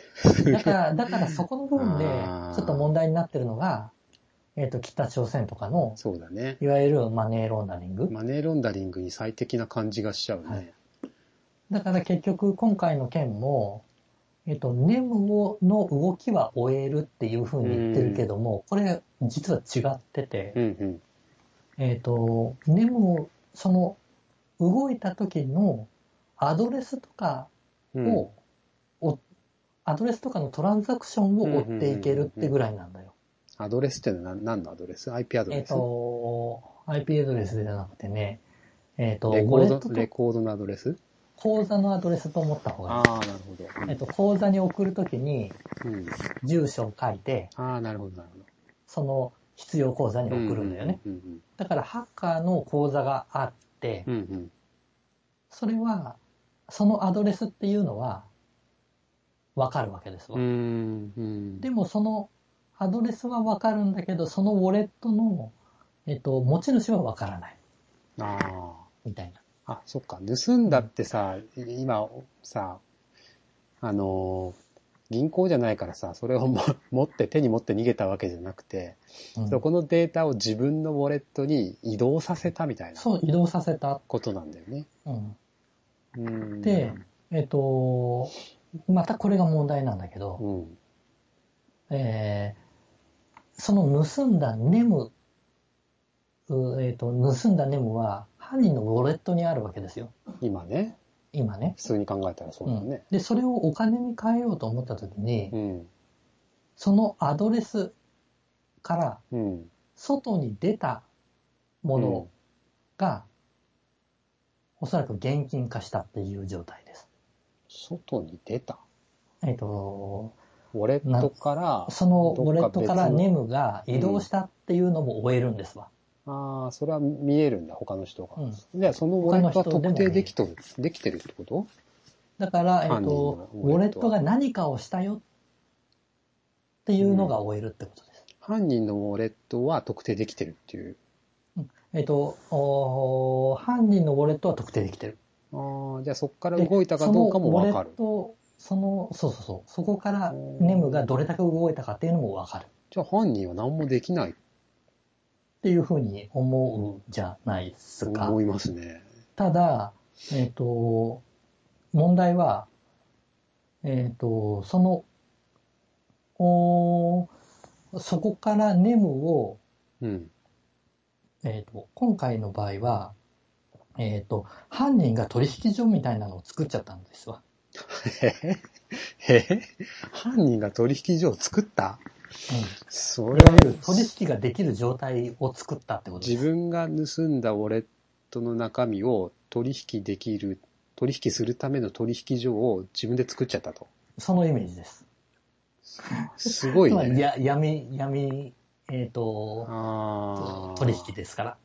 Speaker 2: だから、だからそこの部分で
Speaker 1: あー、
Speaker 2: ちょっと問題になってるのが、えっ、と、北朝鮮とかの、
Speaker 1: そうだね。
Speaker 2: いわゆるマネーロンダリング。
Speaker 1: マネーロンダリングに最適な感じがしちゃうね。
Speaker 2: はいだから結局、今回の件も、えっ、と、ネムをの動きは終えるっていうふうに言ってるけども、これ、実は違ってて
Speaker 1: う、ん
Speaker 2: えっ、と、ネムを、その、動いた時のアドレスとか
Speaker 1: うん。うん、
Speaker 2: を、おアドレスとかのトランザクションを追っていけるってぐらいなんだよ。
Speaker 1: アドレスってのは何何のアドレス ?IP アド
Speaker 2: えっ、
Speaker 1: レス、
Speaker 2: と、IP アドレスじゃなくてね、えっ、と、
Speaker 1: レ
Speaker 2: ウ
Speaker 1: コ
Speaker 2: ォレッ
Speaker 1: ー
Speaker 2: ト
Speaker 1: ド、
Speaker 2: と
Speaker 1: レコードのアドレス
Speaker 2: 口座のアドレスと思った方がい
Speaker 1: あ
Speaker 2: い。
Speaker 1: あ、なるほど。
Speaker 2: えっ、と、口座に送るときに
Speaker 1: うん。
Speaker 2: 住所を書いて、
Speaker 1: ああ、なるほど、なるほど。
Speaker 2: その必要口座に送るんだよね。
Speaker 1: うんうん
Speaker 2: だからハッカーの口座があって
Speaker 1: う、んうん。うん
Speaker 2: それは、そのアドレスっていうのは、わかるわけです
Speaker 1: う
Speaker 2: わ。
Speaker 1: ん。うん
Speaker 2: でもそのアドレスはわかるんだけど、そのウォレットの、えっ、と、持ち主はわからない。
Speaker 1: あ
Speaker 2: みたいな。
Speaker 1: あ。あ、そっか。盗んだってさ、今、さ、あのー、銀行じゃないからさ、それをも 持って、手に持って逃げたわけじゃなくて、
Speaker 2: うん
Speaker 1: そこのデータを自分のウォレットに移動させたみたいな
Speaker 2: そう、移動させた。
Speaker 1: ことなんだよね。
Speaker 2: うん
Speaker 1: うん。
Speaker 2: で、えっ、と、またこれが問題なんだけど、
Speaker 1: うん。
Speaker 2: えーその盗んだネム、うえっ、と、盗んだネムは犯人のウォレットにあるわけですよ。
Speaker 1: 今ね、
Speaker 2: 今ね。
Speaker 1: 普通に考えたらそうだ
Speaker 2: うん
Speaker 1: ね。
Speaker 2: で、それをお金に変えようと思った時に、
Speaker 1: うん。
Speaker 2: そのアドレスから
Speaker 1: うん。
Speaker 2: 外に出たものが、おそらく現金化したっていう状態です。
Speaker 1: 外に出た。
Speaker 2: えっ、と、
Speaker 1: ウォレットから、
Speaker 2: そのウォレット
Speaker 1: ど
Speaker 2: から
Speaker 1: っか別の
Speaker 2: ネムが移動したっていうのも終えるんですわ。
Speaker 1: ああ、それは見えるんだ、他の人が。
Speaker 2: うん
Speaker 1: じゃあ、そのウォレットは特
Speaker 2: 他の人でもね
Speaker 1: 定できとる、できてるってこと
Speaker 2: だから、えっ、
Speaker 1: 犯人の
Speaker 2: と、
Speaker 1: ウ
Speaker 2: ウ
Speaker 1: ォ
Speaker 2: ォ
Speaker 1: レッ
Speaker 2: レッ
Speaker 1: ト
Speaker 2: トが何かをしたよっていうのが終えるってことです。
Speaker 1: 犯人のウォレットは特定できてるっていう。
Speaker 2: えっ、とおー犯人のウォレットは特定できてる。
Speaker 1: ああ、じゃあそこから
Speaker 2: で
Speaker 1: 動いたかどうかもわかる
Speaker 2: そ。のウォレット、その、そうそうそう。そこからネムがどれだけ動いたかっていうのもわかる。っ
Speaker 1: じゃあ犯人は何もできない
Speaker 2: ていうふうに思うじゃないです
Speaker 1: と
Speaker 2: か。
Speaker 1: 思いますね。
Speaker 2: ただ、えっ、と、問題は、えっ、と、その、おーそこからネムを、
Speaker 1: うん。
Speaker 2: えっ、と、今回の場合は、えっ、と、犯人が取引所みたいなのを作っちゃったんですわ。
Speaker 1: へへへ犯人が取引所を作ったそ
Speaker 2: うん。
Speaker 1: れ
Speaker 2: いわ
Speaker 1: は
Speaker 2: ゆる取引ができる状態を作ったってことで
Speaker 1: 自
Speaker 2: す。
Speaker 1: 分が盗んだウォレットの中身を取引できる、取引するための取引所を自分で作っちゃったと。
Speaker 2: そのイメージです。
Speaker 1: すごい
Speaker 2: つまり
Speaker 1: ね。
Speaker 2: や闇、闇、えっ、と、
Speaker 1: あー
Speaker 2: 取引ですから。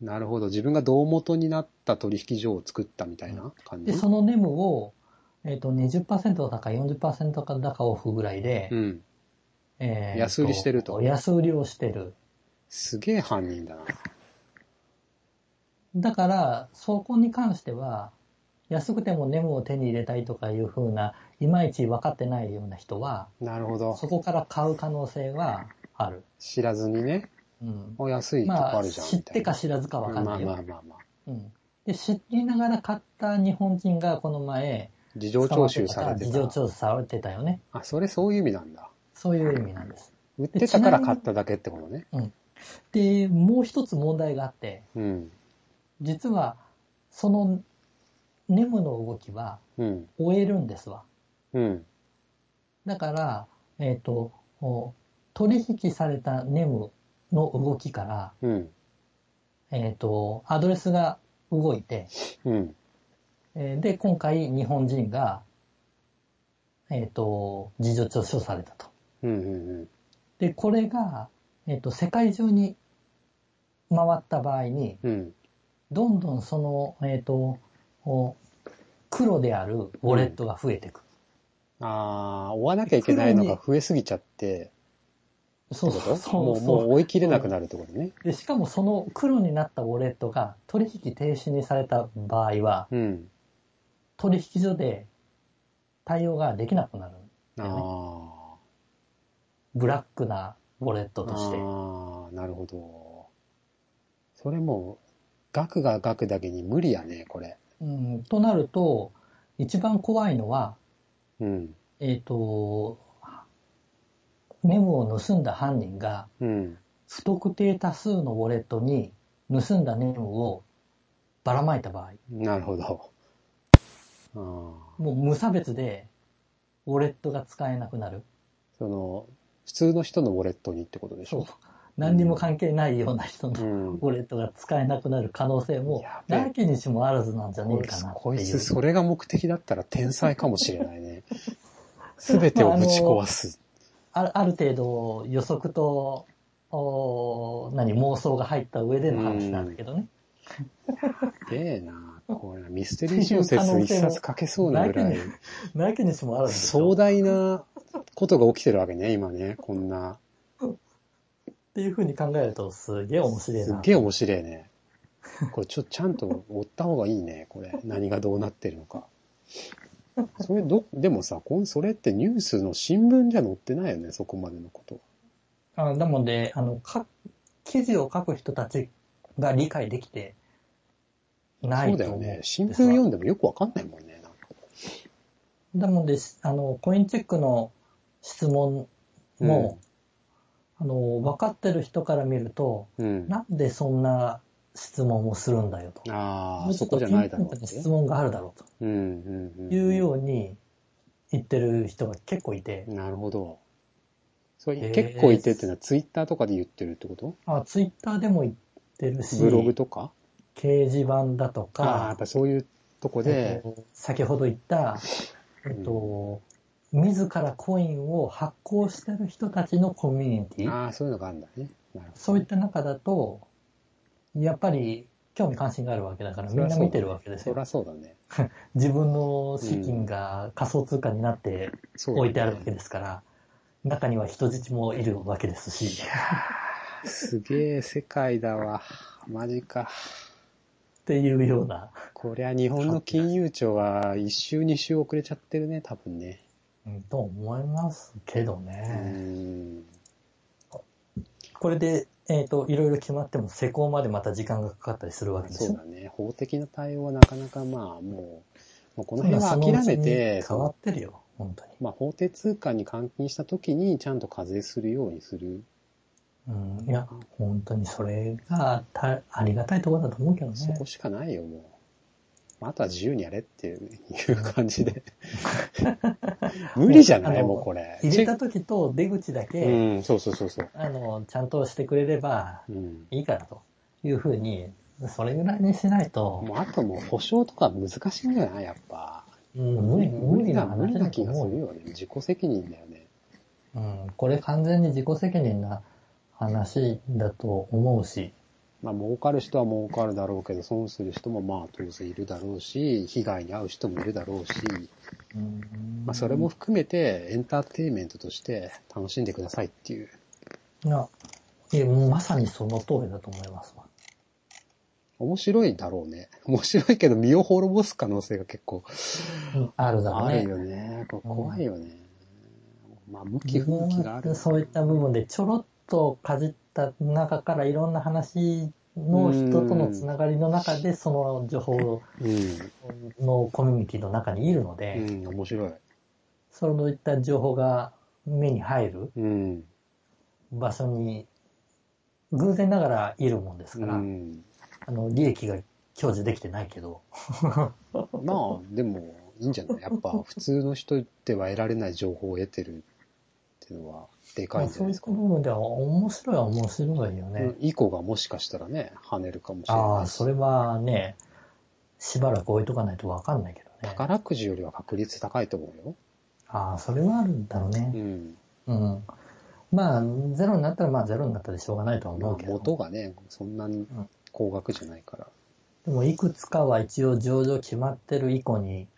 Speaker 1: なるほど。自分が胴元になった取引所を作ったみたいな感じ。
Speaker 2: で、そのネムを、えっ、と、20%だか40%かだかオフぐらいで、
Speaker 1: うん。
Speaker 2: えーと
Speaker 1: 安売りしてると
Speaker 2: 安売りをしてる。
Speaker 1: すげえ犯人だな。
Speaker 2: だから、そこに関しては、安くてもネムを手に入れたいとかいう風な、いまいち分かってないような人は、
Speaker 1: なるほど。
Speaker 2: そこから買う可能性はある。
Speaker 1: 知らずにね、
Speaker 2: うん。
Speaker 1: お安いとこ
Speaker 2: ま
Speaker 1: あ
Speaker 2: あ、
Speaker 1: るじゃん。
Speaker 2: 知ってか
Speaker 1: 知
Speaker 2: 知らずか分かんないよ。
Speaker 1: まあまあまあまあ。
Speaker 2: うん。で、知りながら買った日本人がこの前、
Speaker 1: 事情聴取されて
Speaker 2: 事
Speaker 1: た
Speaker 2: 情。聴取されてたよね。
Speaker 1: あ、それそういう意味なんだ。
Speaker 2: そういう意味なんです。
Speaker 1: 売ってたから買っただけってことね。
Speaker 2: で、もう一つ問題があって、
Speaker 1: うん。
Speaker 2: 実は、その、ネムの動きは
Speaker 1: うん。
Speaker 2: 終えるんですわ。
Speaker 1: うん。
Speaker 2: だから、えっ、と、お取引されたネムの動きから、
Speaker 1: うん。
Speaker 2: えっ、と、アドレスが動いて、
Speaker 1: うん。
Speaker 2: えーで、今回日本人が、えっ、と、事情聴取されたと。
Speaker 1: うん。うん。
Speaker 2: で、これが、えっ、と、世界中に回った場合に、
Speaker 1: うん。
Speaker 2: どんどんその、えっ、と、お黒であるウォレットが増えていく。
Speaker 1: ああ、追わなきゃいけないのが増えすぎちゃって、
Speaker 2: そう
Speaker 1: ってこと
Speaker 2: そうそう
Speaker 1: もう、もう追い切れなくなるってことね。
Speaker 2: で、しかもその黒になったウォレットが取引停止にされた場合は、
Speaker 1: うん。
Speaker 2: 取引所で対応ができなくなる。
Speaker 1: あ
Speaker 2: だよね
Speaker 1: あ。
Speaker 2: ブラックなウォレットとして。
Speaker 1: ああ、なるほど。それもう、額が額だけに無理やね、これ。
Speaker 2: うん、となると、一番怖いのは、
Speaker 1: うん。
Speaker 2: えっ、と、メムを盗んだ犯人が、
Speaker 1: うん。
Speaker 2: 不特定多数のウォレットに盗んだネムをばらまいた場合、
Speaker 1: なるほど。ああ。
Speaker 2: もう無差別でウォレットが使えなくなる。
Speaker 1: その、普通の人のウォレットにってことでし
Speaker 2: そう
Speaker 1: ょ。。
Speaker 2: 何にも関係ないような人の
Speaker 1: うん。
Speaker 2: ウォレットが使えなくなる可能性も
Speaker 1: や、べえ
Speaker 2: なきにしもあらずなんじゃねえかなって
Speaker 1: こいつ、こい
Speaker 2: いう
Speaker 1: つ。それが目的だったら天才かもしれないね。すべてをぶち壊す。
Speaker 2: あるある程度予測と、おー何、妄想が入った上での話なんだけどね。
Speaker 1: でえな。これミステリー小説一冊書けそうなぐらい、
Speaker 2: なきにしもあらずでしょ
Speaker 1: 壮大なことが起きてるわけね、今ね。こんな。
Speaker 2: っていう風に考えるとすげえ面白い
Speaker 1: すっ
Speaker 2: な。
Speaker 1: げえ面白いね。これちょ、ちゃんと追った方がいいね、これ。何がどうなってるのか。それど、でもさ、こんそれってニュースの新聞じゃ載ってないよね、そこまでのこと。
Speaker 2: あなので、あの、か、記事を書く人たちが理解できてな
Speaker 1: そう
Speaker 2: い
Speaker 1: だ
Speaker 2: と思
Speaker 1: よ
Speaker 2: う。
Speaker 1: ね。新聞読んでもよくわかんないもんね、なんか。
Speaker 2: なので、あの、コインチェックの質問も、あの、分かってる人から見ると、
Speaker 1: うん。
Speaker 2: なんでそんな質問をするんだよと。
Speaker 1: あ
Speaker 2: も
Speaker 1: あ、
Speaker 2: うちょ
Speaker 1: そ
Speaker 2: っと
Speaker 1: こじゃないだろ
Speaker 2: ピ
Speaker 1: う
Speaker 2: ンポイント
Speaker 1: っ
Speaker 2: に
Speaker 1: て
Speaker 2: 質。問があるだろう
Speaker 1: うんうんうん。
Speaker 2: というように言ってる人が結構いて、
Speaker 1: なるほど。そ
Speaker 2: へ
Speaker 1: れ
Speaker 2: ー
Speaker 1: 結構いてっていうのはツイッターとかで言ってるってこと
Speaker 2: あ、ツイッターでも言ってるし、
Speaker 1: ブログとか
Speaker 2: 掲示板だと
Speaker 1: ああー、や
Speaker 2: か
Speaker 1: っ、ぱそういうとこ
Speaker 2: えっ
Speaker 1: で、
Speaker 2: と先ほど言った、えっと、自らコインを発行してる人たちのコミュニティ、
Speaker 1: ああ、そういうのがあるんだね。なるほど。
Speaker 2: そういった中だと、やっぱり興味関心があるわけだからみんな見てるわけです
Speaker 1: そり
Speaker 2: よ。
Speaker 1: ゃそうだね。
Speaker 2: 自分の資金が仮想通貨になって
Speaker 1: そうだね
Speaker 2: 置いてあるわけですから、中には人質もいるわけですし、
Speaker 1: すげえ世界だわ。マジか。
Speaker 2: っていうような。
Speaker 1: こりゃ日本の金融庁は一周二周遅れちゃってるね、多分ね。
Speaker 2: うんと思いますけど
Speaker 1: う
Speaker 2: ね。
Speaker 1: ん。
Speaker 2: これで、えっ、と、いろいろ決まっても施工までまた時間がかかったりするわけで
Speaker 1: そ
Speaker 2: し
Speaker 1: う
Speaker 2: ょ
Speaker 1: だ。ね。法的な対応はなかなかまあもう、もうこの辺は諦めて、
Speaker 2: そのうちに変わ
Speaker 1: そ
Speaker 2: ってるよ、本当に。
Speaker 1: うまあ法定通貨に換金した時にちゃんと課税するようにする。
Speaker 2: うん、いや、本当にそれがたありがたいところだと思うけど
Speaker 1: そ
Speaker 2: ね
Speaker 1: こ。しかないよ、もう。あとは自由にやれっていういう感じ で。無理じゃな
Speaker 2: あ
Speaker 1: い
Speaker 2: の
Speaker 1: もうこれ。
Speaker 2: 入れた時と出口だ
Speaker 1: チ
Speaker 2: け、
Speaker 1: ェックうん、そうそうそうそう。
Speaker 2: あの、ちゃんとしてくれれば
Speaker 1: うん。
Speaker 2: いいからというふうに、それぐらいにしないと、
Speaker 1: もうあともう保証とか難しいんじゃないやっぱ。
Speaker 2: うん無理、無理な
Speaker 1: な、無
Speaker 2: 話
Speaker 1: 理
Speaker 2: だ
Speaker 1: な
Speaker 2: と
Speaker 1: 気がす
Speaker 2: 思う
Speaker 1: る
Speaker 2: よ。
Speaker 1: よね。自己責任だよね。
Speaker 2: うん、これ完全に自己責任な話だと思うし、
Speaker 1: まあ、儲かる人は儲かるだろうけど、損する人もまあ当然いるだろうし、被害に遭う人もいるだろうし、
Speaker 2: うん
Speaker 1: まあ、それも、含めてエンターテインメントとして楽しんでくださいっていう。
Speaker 2: いや、いやまさにその通りだと思いますわ。
Speaker 1: 面白いだろうね。面白いけど身を滅ぼす可能性が結構
Speaker 2: うんあるだろう
Speaker 1: あ
Speaker 2: ね。
Speaker 1: るよね。これ怖いよね。まあ、向き不向きがある。
Speaker 2: そういった部分でちょろっとかじった中からいろんな話の人とのつながりの中でその情報
Speaker 1: うん。
Speaker 2: のコミュニティの中にいるの
Speaker 1: う
Speaker 2: で、
Speaker 1: ん、面白い。
Speaker 2: そういった情報が目に入る
Speaker 1: うん。
Speaker 2: 場所に偶然ながらいるもんです
Speaker 1: う
Speaker 2: から、
Speaker 1: ん。
Speaker 2: あの利益が享受できてないけど、
Speaker 1: まあ、でも、いいんじゃないやっぱ、 普通の人では得られない情報を得てるっていうのは、でか
Speaker 2: ま
Speaker 1: い
Speaker 2: あ
Speaker 1: んじゃ
Speaker 2: そ
Speaker 1: な
Speaker 2: う
Speaker 1: い
Speaker 2: い
Speaker 1: で
Speaker 2: っ
Speaker 1: す
Speaker 2: た
Speaker 1: か。
Speaker 2: 部分では面白いは面白いよね。
Speaker 1: 以降がもしかしたらね、跳ねるかもしれ
Speaker 2: あ
Speaker 1: な
Speaker 2: あ、
Speaker 1: いし
Speaker 2: そ。れはね、しばらく置いとかないとわかんないけどね。
Speaker 1: 宝くじよりは確率高いと思うよ。
Speaker 2: ああ、それはあるんだろうね
Speaker 1: う。ん。
Speaker 2: うん。まあ、ゼロになったら、まあ、ゼロになったでしょうがないとは
Speaker 1: ま
Speaker 2: 思
Speaker 1: あ
Speaker 2: うけど。
Speaker 1: 元がね、そんなに
Speaker 2: ん
Speaker 1: 高額じゃないから。
Speaker 2: でも、いくつかは一応上場決まってる以降に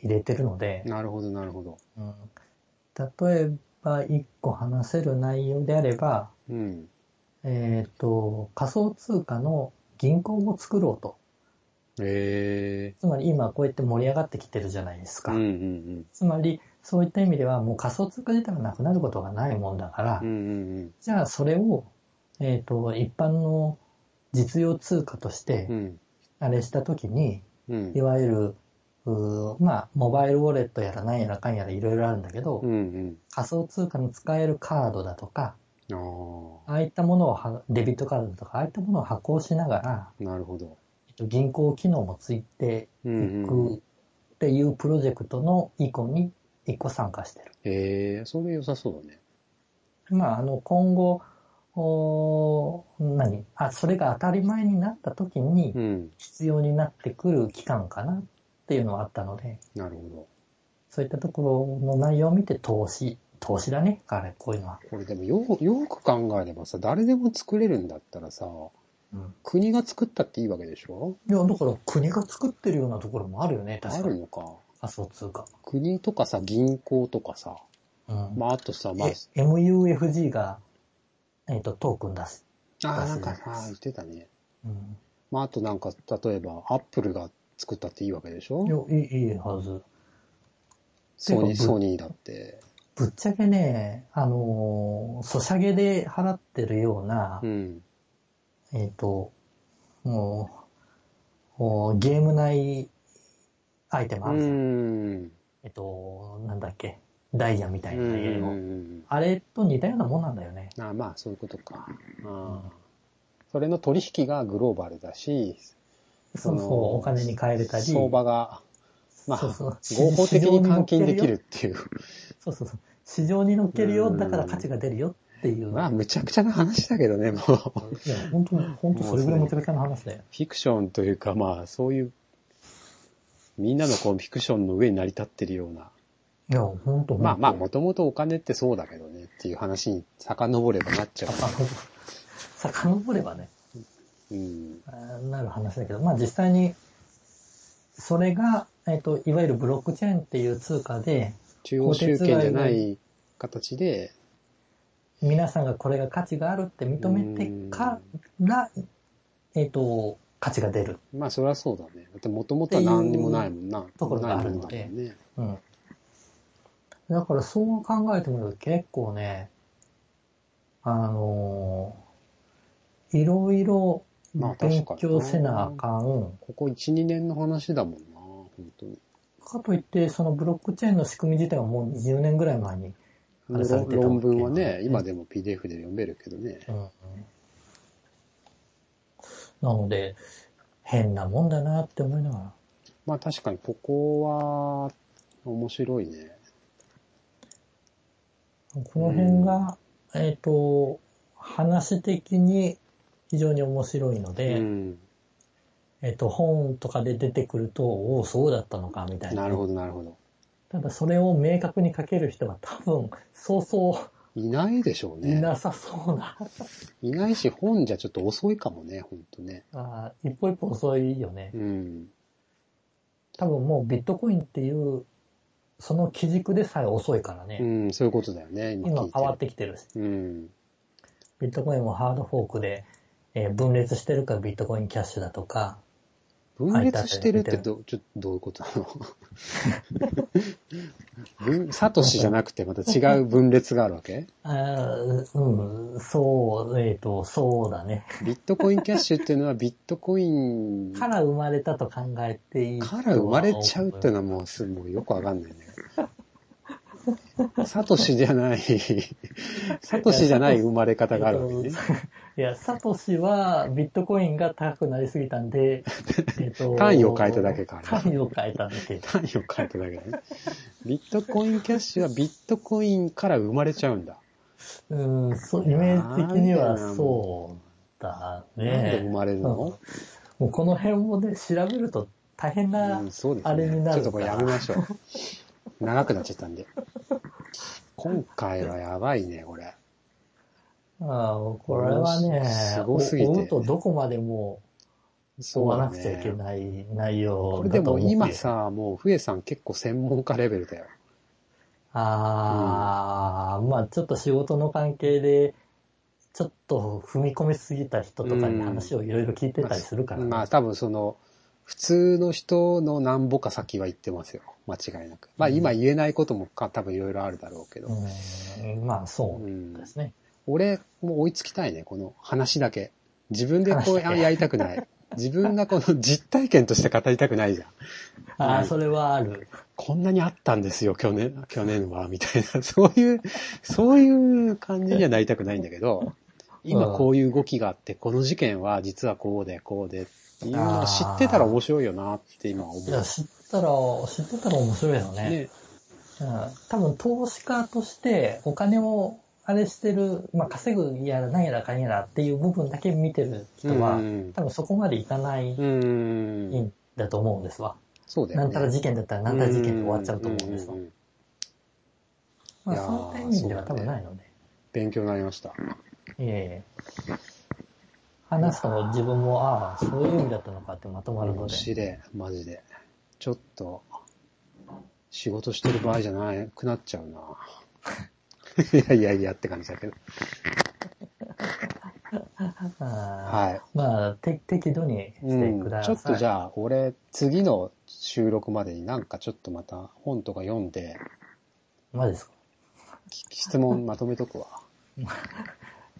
Speaker 2: 入れてるので、
Speaker 1: なるほど、なるほど。
Speaker 2: うん、例えば、一個話せる内容であれば、
Speaker 1: うん。
Speaker 2: えっ、と、仮想通貨の銀行を作ろうと。
Speaker 1: ええ
Speaker 2: つまり、今こうやって盛り上がってきてるじゃないですか。
Speaker 1: うんうん
Speaker 2: つまり、そういった意味では、もう仮想通貨自体がなくなることがないもんだから、
Speaker 1: うん。うんうん
Speaker 2: じゃあ、それを、えっ、と、一般の実用通貨として
Speaker 1: う、ん。
Speaker 2: あれしたときに、
Speaker 1: うん。
Speaker 2: いわゆる、うーまあ、モバイルウォレットやらなんやらかんやらいろいろあるんだけど、
Speaker 1: うんうん。
Speaker 2: 仮想通貨に使えるカードだとか、
Speaker 1: あ
Speaker 2: ああいったものをは、デビットカードだとか、ああいったものを発行しながら、
Speaker 1: あ、なるほど。
Speaker 2: えっと銀行機能もついて
Speaker 1: う
Speaker 2: い
Speaker 1: んうん。
Speaker 2: くっていうプロジェクトの以降に一個参加してる。
Speaker 1: ええそれ良さそうだね。
Speaker 2: まあ、あの、今後、おー何あ、それが当たり前になった時に
Speaker 1: うん。
Speaker 2: 必要になってくる期間かなっていうのはあったので、
Speaker 1: なるほど。
Speaker 2: そういったところの内容を見て投資、投資だね、彼、こういうのは。
Speaker 1: これでもよう、よく考えればさ、誰でも作れるんだったらさ、
Speaker 2: うん。
Speaker 1: 国が作ったっていいわけでしょ
Speaker 2: いや、だから国が作ってるようなところもあるよね、
Speaker 1: あ
Speaker 2: 確か
Speaker 1: る
Speaker 2: に。
Speaker 1: のか。
Speaker 2: 仮想通貨。
Speaker 1: 国とかさ、銀行とかさ、
Speaker 2: うん。
Speaker 1: まああとさ、まあ
Speaker 2: え、MUFG が、えっ、と、トークン出す。
Speaker 1: あーなんかさ、言ってたね。
Speaker 2: うん。
Speaker 1: まああとなんか、例えば、アップルが作ったっていいわけでしょ
Speaker 2: いや、いい、いいはず。
Speaker 1: ソニー、
Speaker 2: そう
Speaker 1: ソニーだって。
Speaker 2: ぶっちゃけね、あのー、ソシャゲで払ってるような、
Speaker 1: うん。
Speaker 2: えっ、と、もう、おゲーム内アイテム
Speaker 1: う
Speaker 2: あるじゃん
Speaker 1: ん。
Speaker 2: えっと、なんだっけ、ダイヤみた
Speaker 1: う
Speaker 2: いな家の。
Speaker 1: ん。
Speaker 2: あれと似たようなもんなんだよね。
Speaker 1: あーまあ、そういうことか。あーそれの取引がグローバルだし、
Speaker 2: そう
Speaker 1: あ
Speaker 2: そう
Speaker 1: の、
Speaker 2: お金に換えれたり。
Speaker 1: 相場が、まあ、
Speaker 2: そうそう
Speaker 1: 合法的に換金でき。
Speaker 2: 市場
Speaker 1: る
Speaker 2: に乗っけよ
Speaker 1: っていう。
Speaker 2: そうそうそう。市場に乗っけるよ、
Speaker 1: うん
Speaker 2: だから価値が出るよっていう。
Speaker 1: まあ、むちゃくちゃな話だけどね、もう。フ
Speaker 2: いや、本当本当それぐらいめちゃくちゃな話だよ。
Speaker 1: ィクションというか、まあ、そういう、みんなのこう、フィクションの上に成り立ってるような。
Speaker 2: いや、本当
Speaker 1: まあまあ、もともとお金ってそうだけど ね、っていう話に遡ればなっちゃう。
Speaker 2: 遡ればね。
Speaker 1: うん。
Speaker 2: なる話だけど、まあ実際に、それが、えっ、と、いわゆるブロックチェーンっていう通貨で、
Speaker 1: 中央集権じゃない形で、
Speaker 2: 皆さんがこれが価値があるって認めてから、えっ、と、価値が出る。
Speaker 1: まあそりゃそうだね。だってもともとは何にもないもんな。
Speaker 2: ところがあるの
Speaker 1: な
Speaker 2: で
Speaker 1: いものだもんね。
Speaker 2: うん。だからそう考えてみると結構ね、あのーいろいろ
Speaker 1: まあ確
Speaker 2: 勉
Speaker 1: かに
Speaker 2: 強せなあかん。
Speaker 1: ここ1、2年の話だもんな、本当に。
Speaker 2: かといって、そのブロックチェーンの仕組み自体はもう20年ぐらい前に。あれされてたわけ
Speaker 1: 論文はね、
Speaker 2: うん
Speaker 1: 今でも PDF で読めるけどね。
Speaker 2: うんなので、変なもんだなって思いながら。
Speaker 1: まあ確かにここは面白いね。
Speaker 2: この辺が、えっ、と、話的に非常に面白いので、
Speaker 1: うん。
Speaker 2: えっ、と、本とかで出てくると、おお、そうだったのか、みたいな。
Speaker 1: なるほど、なるほど。
Speaker 2: ただ、それを明確に書ける人は多分、そうそ
Speaker 1: いないでしょう
Speaker 2: う、
Speaker 1: ね。
Speaker 2: いなさそうな。
Speaker 1: いないし、本じゃちょっと遅いかもね、ほんとね。
Speaker 2: あー一歩一歩遅いよね
Speaker 1: う。ん。
Speaker 2: 多分もうビットコインっていう、その基軸でさえ遅いから
Speaker 1: う
Speaker 2: ね。
Speaker 1: ん、そういうことだよね、今聞
Speaker 2: 今
Speaker 1: いて。
Speaker 2: 変わってきてるし。
Speaker 1: うん。
Speaker 2: ビットコインもハードフォークで、えー分裂してるからビットコインキャッシュだとか、
Speaker 1: 分裂してるってど、ちょっとどういうことなの 分サトシじゃなくてまた違う分裂があるわけ
Speaker 2: あーうん、そう、えっ、と、そうだね。
Speaker 1: ビットコインキャッシュっていうのはビットコイン
Speaker 2: か
Speaker 1: から
Speaker 2: 生まれたと考えていい。
Speaker 1: ら生まれちゃうっていうのはもうすもうよくわか んないね。サトシじゃ ない、サトシじゃない生まれ方があるわけね。
Speaker 2: いや、サトシはビットコインが高くなりすぎた んで、えっと
Speaker 1: 単位を変えただけかな
Speaker 2: 単位を変えただけ。
Speaker 1: 単位を変えただけだね。ビットコインキャッシュはビットコインから生まれちゃうんだ。
Speaker 2: うん、そう、イメージ的にはそうだ
Speaker 1: なんで
Speaker 2: ね
Speaker 1: 生。まれるの、
Speaker 2: もうこの辺をね、調べると大変な、
Speaker 1: うん、そうですね。
Speaker 2: あれになる
Speaker 1: ちょっとこれやめましょう。 長くなっちゃったんで。今回はやばいね、これ。
Speaker 2: あーこれはね、
Speaker 1: すごすぎて
Speaker 2: 追うとどこまでも追わなくちゃいけ
Speaker 1: い。
Speaker 2: ない内容
Speaker 1: これ
Speaker 2: だ
Speaker 1: でも
Speaker 2: と思って。
Speaker 1: 今さ、もう、ふえさん結構専門家レベルだよ。
Speaker 2: ああ、まあちょっと仕事の関係で、ちょっと踏み込みすぎた人とかに話をいろいろ聞いてたりするからね。
Speaker 1: まあ多分その、普通の人の何歩か先は行ってますよ。間違いなく。まあ今言えないこともか多分いろいろあるだろうけど。
Speaker 2: うんまあそうですね。
Speaker 1: 俺、もう追いつきたいね、この話だけ。自分でこう
Speaker 2: 話だけ
Speaker 1: やりたくない。自分がこの実体験として語りたくないじゃん。
Speaker 2: ああ、それはある。
Speaker 1: こんなにあったんですよ、去年、去年は、みたいな。 そういう、そういう感じにはなりたくないんだけど、今こういう動きがあって、この事件は実はこうで、こうで、っていうのを知ってたら面白いよなって今思
Speaker 2: いや、
Speaker 1: う。
Speaker 2: 知ったら、知ってたら面白いよね。
Speaker 1: ね、
Speaker 2: うん、多分投資家としてお金をあれしてる、まあ稼ぐやら何やらかんやらっていう部分だけ見てる人は、
Speaker 1: うん
Speaker 2: 多分そこまでいかない
Speaker 1: うんん。
Speaker 2: だと思うんですわ。
Speaker 1: そうだよ
Speaker 2: な
Speaker 1: ね。
Speaker 2: んたら事件だったらなんたら事件で終わっちゃうと思うんですわ
Speaker 1: う。んうん
Speaker 2: まあ
Speaker 1: いやー
Speaker 2: そういった意味では多分ないので。
Speaker 1: 勉強になりました。
Speaker 2: いえいえ。話すと自分も、ああ、そういう意味だったのかってまとまるの
Speaker 1: 面
Speaker 2: で。
Speaker 1: 白い、マジで。ちょっと、仕事してる場合じゃなくなっちゃう な。いやいやいやって感じだけど。
Speaker 2: あ
Speaker 1: はい。
Speaker 2: ーまあ、て適度に
Speaker 1: う
Speaker 2: してく
Speaker 1: ん
Speaker 2: だ
Speaker 1: ち
Speaker 2: さい。
Speaker 1: ょっとじゃあ、俺、次の収録までになんかちょっとまた本とか読んで、
Speaker 2: まあですか。
Speaker 1: き質問まとめと くわ。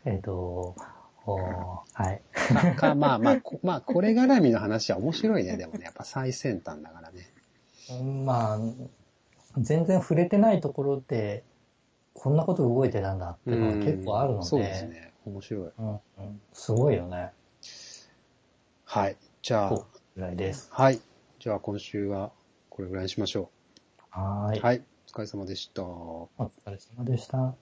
Speaker 2: えっ、と、おーはい。
Speaker 1: かか、まあまあ、こまあ、これ絡みの話は面白いね。でもね、やっぱ最先端だからね。
Speaker 2: まあ、全然触れてないところで、こんなこと動いてたんだっていうのが結構あるので、
Speaker 1: そうですね。面白い。
Speaker 2: うんうんすごいよね。
Speaker 1: はい。じゃ
Speaker 2: こ
Speaker 1: あ、
Speaker 2: うぐらいです。
Speaker 1: はい。じゃあ今週はこれぐらいにしましょ
Speaker 2: はー
Speaker 1: う。
Speaker 2: い。
Speaker 1: はい。お疲れ様でした。
Speaker 2: お疲れ様でした。